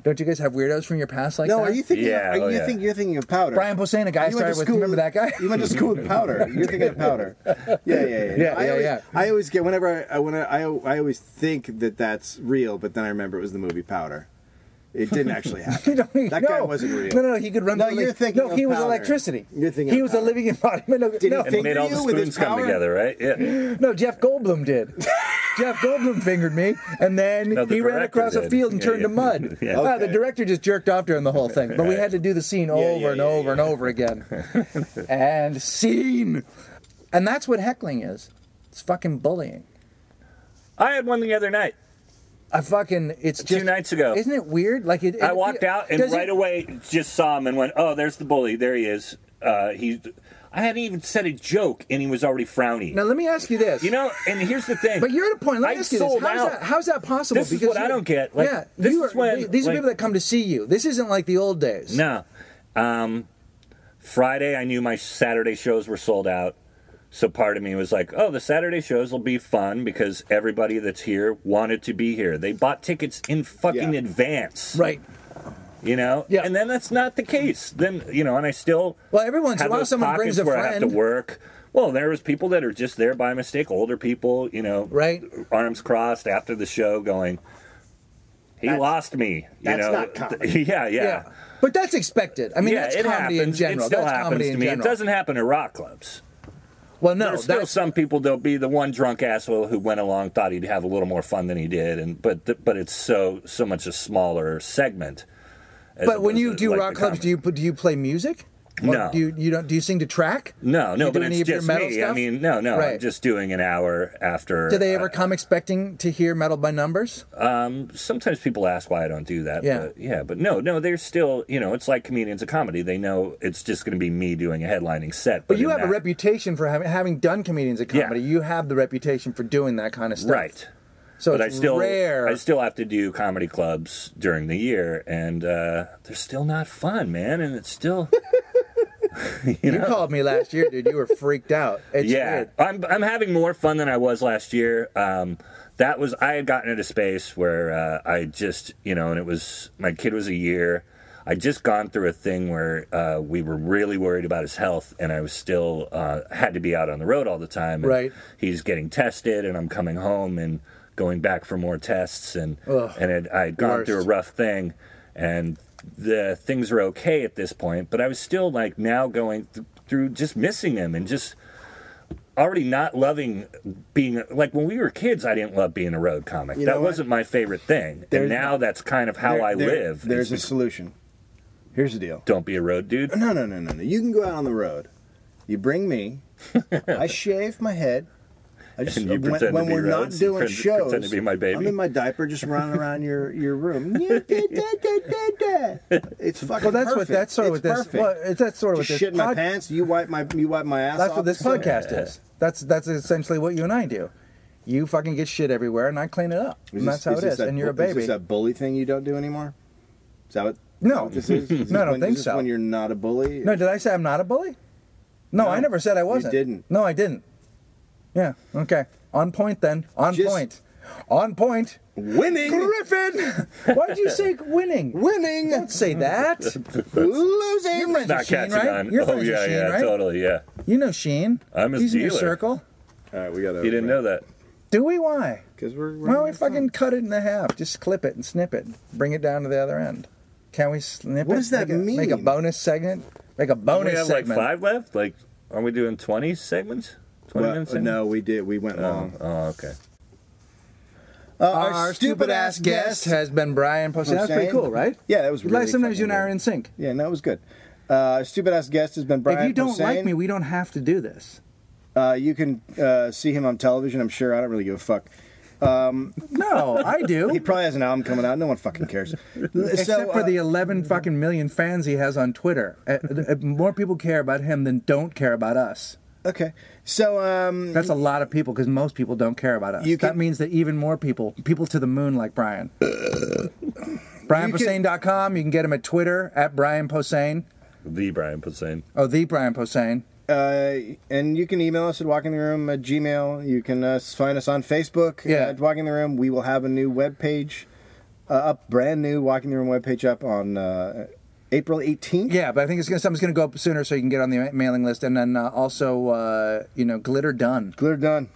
[SPEAKER 1] Don't you guys have weirdos from your past like
[SPEAKER 2] no,
[SPEAKER 1] that?
[SPEAKER 2] are you thinking?
[SPEAKER 3] Yeah,
[SPEAKER 2] of, are
[SPEAKER 3] oh,
[SPEAKER 2] you
[SPEAKER 3] yeah.
[SPEAKER 2] think you're thinking of powder?
[SPEAKER 1] Brian Posehn, a guy I
[SPEAKER 2] You went to
[SPEAKER 1] started with.
[SPEAKER 2] school-
[SPEAKER 1] Remember that guy?
[SPEAKER 2] You went to school with powder. You're thinking of powder. Yeah, yeah, yeah.
[SPEAKER 1] Yeah,
[SPEAKER 2] I
[SPEAKER 1] yeah,
[SPEAKER 2] always,
[SPEAKER 1] yeah.
[SPEAKER 2] I always get whenever I, I when I, I I always think that that's real, but then I remember it was the movie Powder. It didn't actually happen.
[SPEAKER 1] You don't need-
[SPEAKER 2] that
[SPEAKER 1] no.
[SPEAKER 2] guy wasn't real.
[SPEAKER 1] No, no, he could run.
[SPEAKER 2] No,
[SPEAKER 1] through
[SPEAKER 2] you're
[SPEAKER 1] elec-
[SPEAKER 2] thinking
[SPEAKER 1] No,
[SPEAKER 2] of
[SPEAKER 1] he was
[SPEAKER 2] powder.
[SPEAKER 1] electricity.
[SPEAKER 2] You're thinking
[SPEAKER 1] he
[SPEAKER 2] of
[SPEAKER 1] was a
[SPEAKER 2] powder.
[SPEAKER 1] living embodiment. No,
[SPEAKER 2] he
[SPEAKER 1] no,
[SPEAKER 2] think-
[SPEAKER 3] and made all the
[SPEAKER 2] With his
[SPEAKER 3] spoons come
[SPEAKER 2] power?
[SPEAKER 3] together, right? Yeah.
[SPEAKER 1] no, Jeff Goldblum did. Jeff Goldblum fingered me, and then
[SPEAKER 3] No, the
[SPEAKER 1] he ran
[SPEAKER 3] director
[SPEAKER 1] across a
[SPEAKER 3] did.
[SPEAKER 1] field and
[SPEAKER 3] Yeah,
[SPEAKER 1] turned to
[SPEAKER 3] yeah.
[SPEAKER 1] mud.
[SPEAKER 3] Yeah.
[SPEAKER 1] Ah, the
[SPEAKER 2] Okay.
[SPEAKER 1] director just jerked off during the whole thing, but we had to do the scene over
[SPEAKER 2] yeah,
[SPEAKER 1] and
[SPEAKER 2] yeah,
[SPEAKER 1] over and over again. and scene, and that's what heckling is. It's fucking bullying.
[SPEAKER 3] I had one the other night.
[SPEAKER 1] I fucking it's
[SPEAKER 3] Two
[SPEAKER 1] just
[SPEAKER 3] nights ago.
[SPEAKER 1] Isn't it weird? Like it,
[SPEAKER 3] I
[SPEAKER 1] it-
[SPEAKER 3] walked out and
[SPEAKER 1] does it-
[SPEAKER 3] right away just saw him and went, "Oh, there's the bully. There he is." Uh, he, I hadn't even said a joke and he was already frowny.
[SPEAKER 1] Now let me ask you this.
[SPEAKER 3] You know, and here's the thing.
[SPEAKER 1] But you're at a point. Let me
[SPEAKER 3] I
[SPEAKER 1] ask you this:
[SPEAKER 3] sold
[SPEAKER 1] how's
[SPEAKER 3] out.
[SPEAKER 1] that, how's that possible?
[SPEAKER 3] This is what I
[SPEAKER 1] you-
[SPEAKER 3] don't get. Like,
[SPEAKER 1] yeah,
[SPEAKER 3] this
[SPEAKER 1] you
[SPEAKER 3] is
[SPEAKER 1] are-
[SPEAKER 3] when,
[SPEAKER 1] th- these are
[SPEAKER 3] like-
[SPEAKER 1] people that come to see you. This isn't like the old days.
[SPEAKER 3] No. Um, Friday, I knew my Saturday shows were sold out. So part of me was like, oh, the Saturday shows will be fun because everybody that's here wanted to be here. They bought tickets in fucking
[SPEAKER 2] Yeah.
[SPEAKER 3] advance.
[SPEAKER 1] right.
[SPEAKER 3] You know?
[SPEAKER 1] Yeah.
[SPEAKER 3] And then that's not the case. Then, you know, and I still
[SPEAKER 1] Well, every once in a
[SPEAKER 3] have
[SPEAKER 1] while,
[SPEAKER 3] those
[SPEAKER 1] someone brings
[SPEAKER 3] pockets
[SPEAKER 1] a
[SPEAKER 3] where I have to
[SPEAKER 1] friend.
[SPEAKER 3] work. Well, there was people that are just there by mistake, older people, you know,
[SPEAKER 1] Right.
[SPEAKER 3] arms crossed after the show going, he lost me. You
[SPEAKER 2] that's
[SPEAKER 3] know?
[SPEAKER 2] not comedy.
[SPEAKER 3] yeah, yeah.
[SPEAKER 1] Yeah. But that's expected. I mean, that's
[SPEAKER 3] it
[SPEAKER 1] comedy in
[SPEAKER 3] happens.
[SPEAKER 1] general.
[SPEAKER 3] It still
[SPEAKER 1] that's
[SPEAKER 3] happens
[SPEAKER 1] comedy
[SPEAKER 3] to
[SPEAKER 1] in
[SPEAKER 3] me.
[SPEAKER 1] general.
[SPEAKER 3] It doesn't happen at rock clubs.
[SPEAKER 1] Well, no,
[SPEAKER 3] There's still
[SPEAKER 1] that's
[SPEAKER 3] some people. There'll be the one drunk asshole who went along, thought he'd have a little more fun than he did, and but th- but it's so so much a smaller segment. as
[SPEAKER 1] But when
[SPEAKER 3] opposed
[SPEAKER 1] you
[SPEAKER 3] to,
[SPEAKER 1] do
[SPEAKER 3] like,
[SPEAKER 1] rock
[SPEAKER 3] the
[SPEAKER 1] clubs, do you
[SPEAKER 3] comedy.
[SPEAKER 1] do you play music? Or
[SPEAKER 3] No.
[SPEAKER 1] Do you, you don't? Do you sing to track?
[SPEAKER 3] No,
[SPEAKER 1] do
[SPEAKER 3] no,
[SPEAKER 1] you
[SPEAKER 3] but
[SPEAKER 1] do any
[SPEAKER 3] it's
[SPEAKER 1] of your
[SPEAKER 3] just
[SPEAKER 1] metal
[SPEAKER 3] me. I
[SPEAKER 1] stuff?
[SPEAKER 3] mean, no, no,
[SPEAKER 1] Right.
[SPEAKER 3] I'm just doing an hour after.
[SPEAKER 1] Do they ever come expecting to hear metal by numbers?
[SPEAKER 3] Um, sometimes people ask why I don't do that.
[SPEAKER 1] Yeah.
[SPEAKER 3] but, yeah, but no, no, they're still. You know, it's like comedians of comedy. They know it's just going to be me doing a headlining set.
[SPEAKER 1] But you
[SPEAKER 3] in
[SPEAKER 1] have a
[SPEAKER 3] that-
[SPEAKER 1] reputation for having, having done comedians at
[SPEAKER 3] Yeah.
[SPEAKER 1] comedy. You have the reputation for doing that kind of stuff.
[SPEAKER 3] right?
[SPEAKER 1] So
[SPEAKER 3] but
[SPEAKER 1] it's
[SPEAKER 3] I still
[SPEAKER 1] rare.
[SPEAKER 3] I still have to do comedy clubs during the year, and uh, they're still not fun, man. And it's still
[SPEAKER 1] You called me last year, dude. You were freaked out. It's
[SPEAKER 3] yeah.
[SPEAKER 1] weird.
[SPEAKER 3] I'm I'm having more fun than I was last year. Um, that was I had gotten into space where uh, I just you know, and it was my kid was a year. I just gone through a thing where uh, we were really worried about his health, and I was still uh, had to be out on the road all the time. and
[SPEAKER 1] Right.
[SPEAKER 3] He's getting tested, and I'm coming home and going back for more tests, and
[SPEAKER 1] Ugh.
[SPEAKER 3] and it, I had gone
[SPEAKER 1] Worst.
[SPEAKER 3] through a rough thing, and the things were okay at this point, but I was still like now going th- through just missing him and just already not loving being like when we were kids i didn't love being a road comic
[SPEAKER 2] You know
[SPEAKER 3] that
[SPEAKER 2] what?
[SPEAKER 3] wasn't my favorite thing
[SPEAKER 2] There's-
[SPEAKER 3] and now that's kind of how
[SPEAKER 2] There-
[SPEAKER 3] i
[SPEAKER 2] there-
[SPEAKER 3] live
[SPEAKER 2] There's a
[SPEAKER 3] It's-
[SPEAKER 2] solution. Here's the deal.
[SPEAKER 3] don't be a road dude
[SPEAKER 2] No, no, no, no, no. You can go out on the road. You bring me. I shave my head. I just
[SPEAKER 3] And you
[SPEAKER 2] when,
[SPEAKER 3] pretend to
[SPEAKER 2] when
[SPEAKER 3] be
[SPEAKER 2] we're not
[SPEAKER 3] Rhodes, you
[SPEAKER 2] doing
[SPEAKER 3] pretend-
[SPEAKER 2] shows,
[SPEAKER 3] pretend to be my baby.
[SPEAKER 2] I'm in my diaper, just running around your your room. Yeah, da, da, da, da, da. It's fucking.
[SPEAKER 1] Well, that's what
[SPEAKER 2] perfect.
[SPEAKER 1] that's sort of what
[SPEAKER 2] It's
[SPEAKER 1] this.
[SPEAKER 2] perfect.
[SPEAKER 1] Well, it's- that's sort of
[SPEAKER 2] just
[SPEAKER 1] what this.
[SPEAKER 2] shit in my
[SPEAKER 1] pod-
[SPEAKER 2] pants. You wipe my you wipe my ass.
[SPEAKER 1] That's
[SPEAKER 2] off
[SPEAKER 1] what this
[SPEAKER 2] and stuff.
[SPEAKER 1] podcast is. That's that's essentially what you and I do. You fucking get shit everywhere, and I clean it up. and
[SPEAKER 2] Is this-
[SPEAKER 1] that's how it
[SPEAKER 2] this
[SPEAKER 1] is.
[SPEAKER 2] that
[SPEAKER 1] And you're a
[SPEAKER 2] bu- Is
[SPEAKER 1] baby.
[SPEAKER 2] this that bully thing you don't do anymore? Is that what?
[SPEAKER 1] No.
[SPEAKER 2] what this is? Is this
[SPEAKER 1] No, I don't
[SPEAKER 2] when,
[SPEAKER 1] think
[SPEAKER 2] is this
[SPEAKER 1] so.
[SPEAKER 2] When you're not a bully.
[SPEAKER 1] No, did I say I'm not a bully? No, I never said I wasn't.
[SPEAKER 2] didn't.
[SPEAKER 1] No, I didn't. Yeah. Okay. On point then. On
[SPEAKER 2] Just-
[SPEAKER 1] point. On point.
[SPEAKER 2] winning,
[SPEAKER 1] Griffin. Why'd you say winning?
[SPEAKER 2] winning,
[SPEAKER 1] Don't say that. You're
[SPEAKER 2] losing.
[SPEAKER 1] friends
[SPEAKER 3] not
[SPEAKER 1] with Sheen,
[SPEAKER 3] catching
[SPEAKER 1] right?
[SPEAKER 3] on
[SPEAKER 1] You're
[SPEAKER 3] oh
[SPEAKER 1] friends
[SPEAKER 3] yeah
[SPEAKER 1] with Sheen,
[SPEAKER 3] yeah
[SPEAKER 1] right?
[SPEAKER 3] totally yeah
[SPEAKER 1] You know Sheen.
[SPEAKER 3] I'm his
[SPEAKER 1] He's in your
[SPEAKER 3] dealer.
[SPEAKER 1] circle.
[SPEAKER 2] All right, we got.
[SPEAKER 3] you didn't know that
[SPEAKER 1] Do we? Why?
[SPEAKER 2] because we're.
[SPEAKER 1] Why don't
[SPEAKER 2] running
[SPEAKER 1] we
[SPEAKER 2] out of time.
[SPEAKER 1] fucking cut it in the half? Just clip it and snip it. Bring it down to the other end. Can we snip
[SPEAKER 2] What
[SPEAKER 1] it?
[SPEAKER 2] does that
[SPEAKER 1] make a,
[SPEAKER 2] mean?
[SPEAKER 1] Make a bonus segment. Make a bonus
[SPEAKER 3] we have
[SPEAKER 1] segment.
[SPEAKER 3] like five left like are we doing 20 segments 20
[SPEAKER 2] Well, uh,
[SPEAKER 3] minute segments?
[SPEAKER 2] no, we did. We went long.
[SPEAKER 3] oh, oh okay
[SPEAKER 2] Uh,
[SPEAKER 1] Our, stupid ass guest has been Brian Posehn. That's pretty
[SPEAKER 2] Posehn.
[SPEAKER 1] cool, right?
[SPEAKER 2] Yeah, that was really
[SPEAKER 1] like sometimes
[SPEAKER 2] fucking
[SPEAKER 1] you and I
[SPEAKER 2] good.
[SPEAKER 1] are in sync.
[SPEAKER 2] Yeah, no, it was good. Uh, our stupid ass guest has been Brian.
[SPEAKER 1] if you don't like
[SPEAKER 2] Posehn.
[SPEAKER 1] me, we don't have to do this.
[SPEAKER 2] uh, you can uh, see him on television. I'm sure. I don't really give a fuck.
[SPEAKER 1] No, I
[SPEAKER 2] He
[SPEAKER 1] do.
[SPEAKER 2] probably has an album coming out. No one fucking cares.
[SPEAKER 1] Except
[SPEAKER 2] So,
[SPEAKER 1] for
[SPEAKER 2] uh,
[SPEAKER 1] the 11 fucking million fans he has on Twitter. Uh, uh, more people care about him than don't care about us.
[SPEAKER 2] okay. So um,
[SPEAKER 1] That's a lot of people because most people don't care about us.
[SPEAKER 2] You
[SPEAKER 1] that
[SPEAKER 2] can-
[SPEAKER 1] means that even more people, people to the moon like Brian. BrianPosehn.com. You can get him at Twitter at Brian Posehn.
[SPEAKER 3] the brian Posehn.
[SPEAKER 1] Oh, the Brian Posehn.
[SPEAKER 2] uh, and you can email us at walking the room at Gmail. You can uh, find us on Facebook
[SPEAKER 1] Yeah.
[SPEAKER 2] at walking the room. We will have a new webpage uh, up, brand new walking the room webpage up on uh, April 18th.
[SPEAKER 1] Yeah, but I think it's gonna, something's going to go up sooner so you can get on the ma- mailing list. And then uh, also, uh, you know, Glitter Done.
[SPEAKER 2] Glitter done.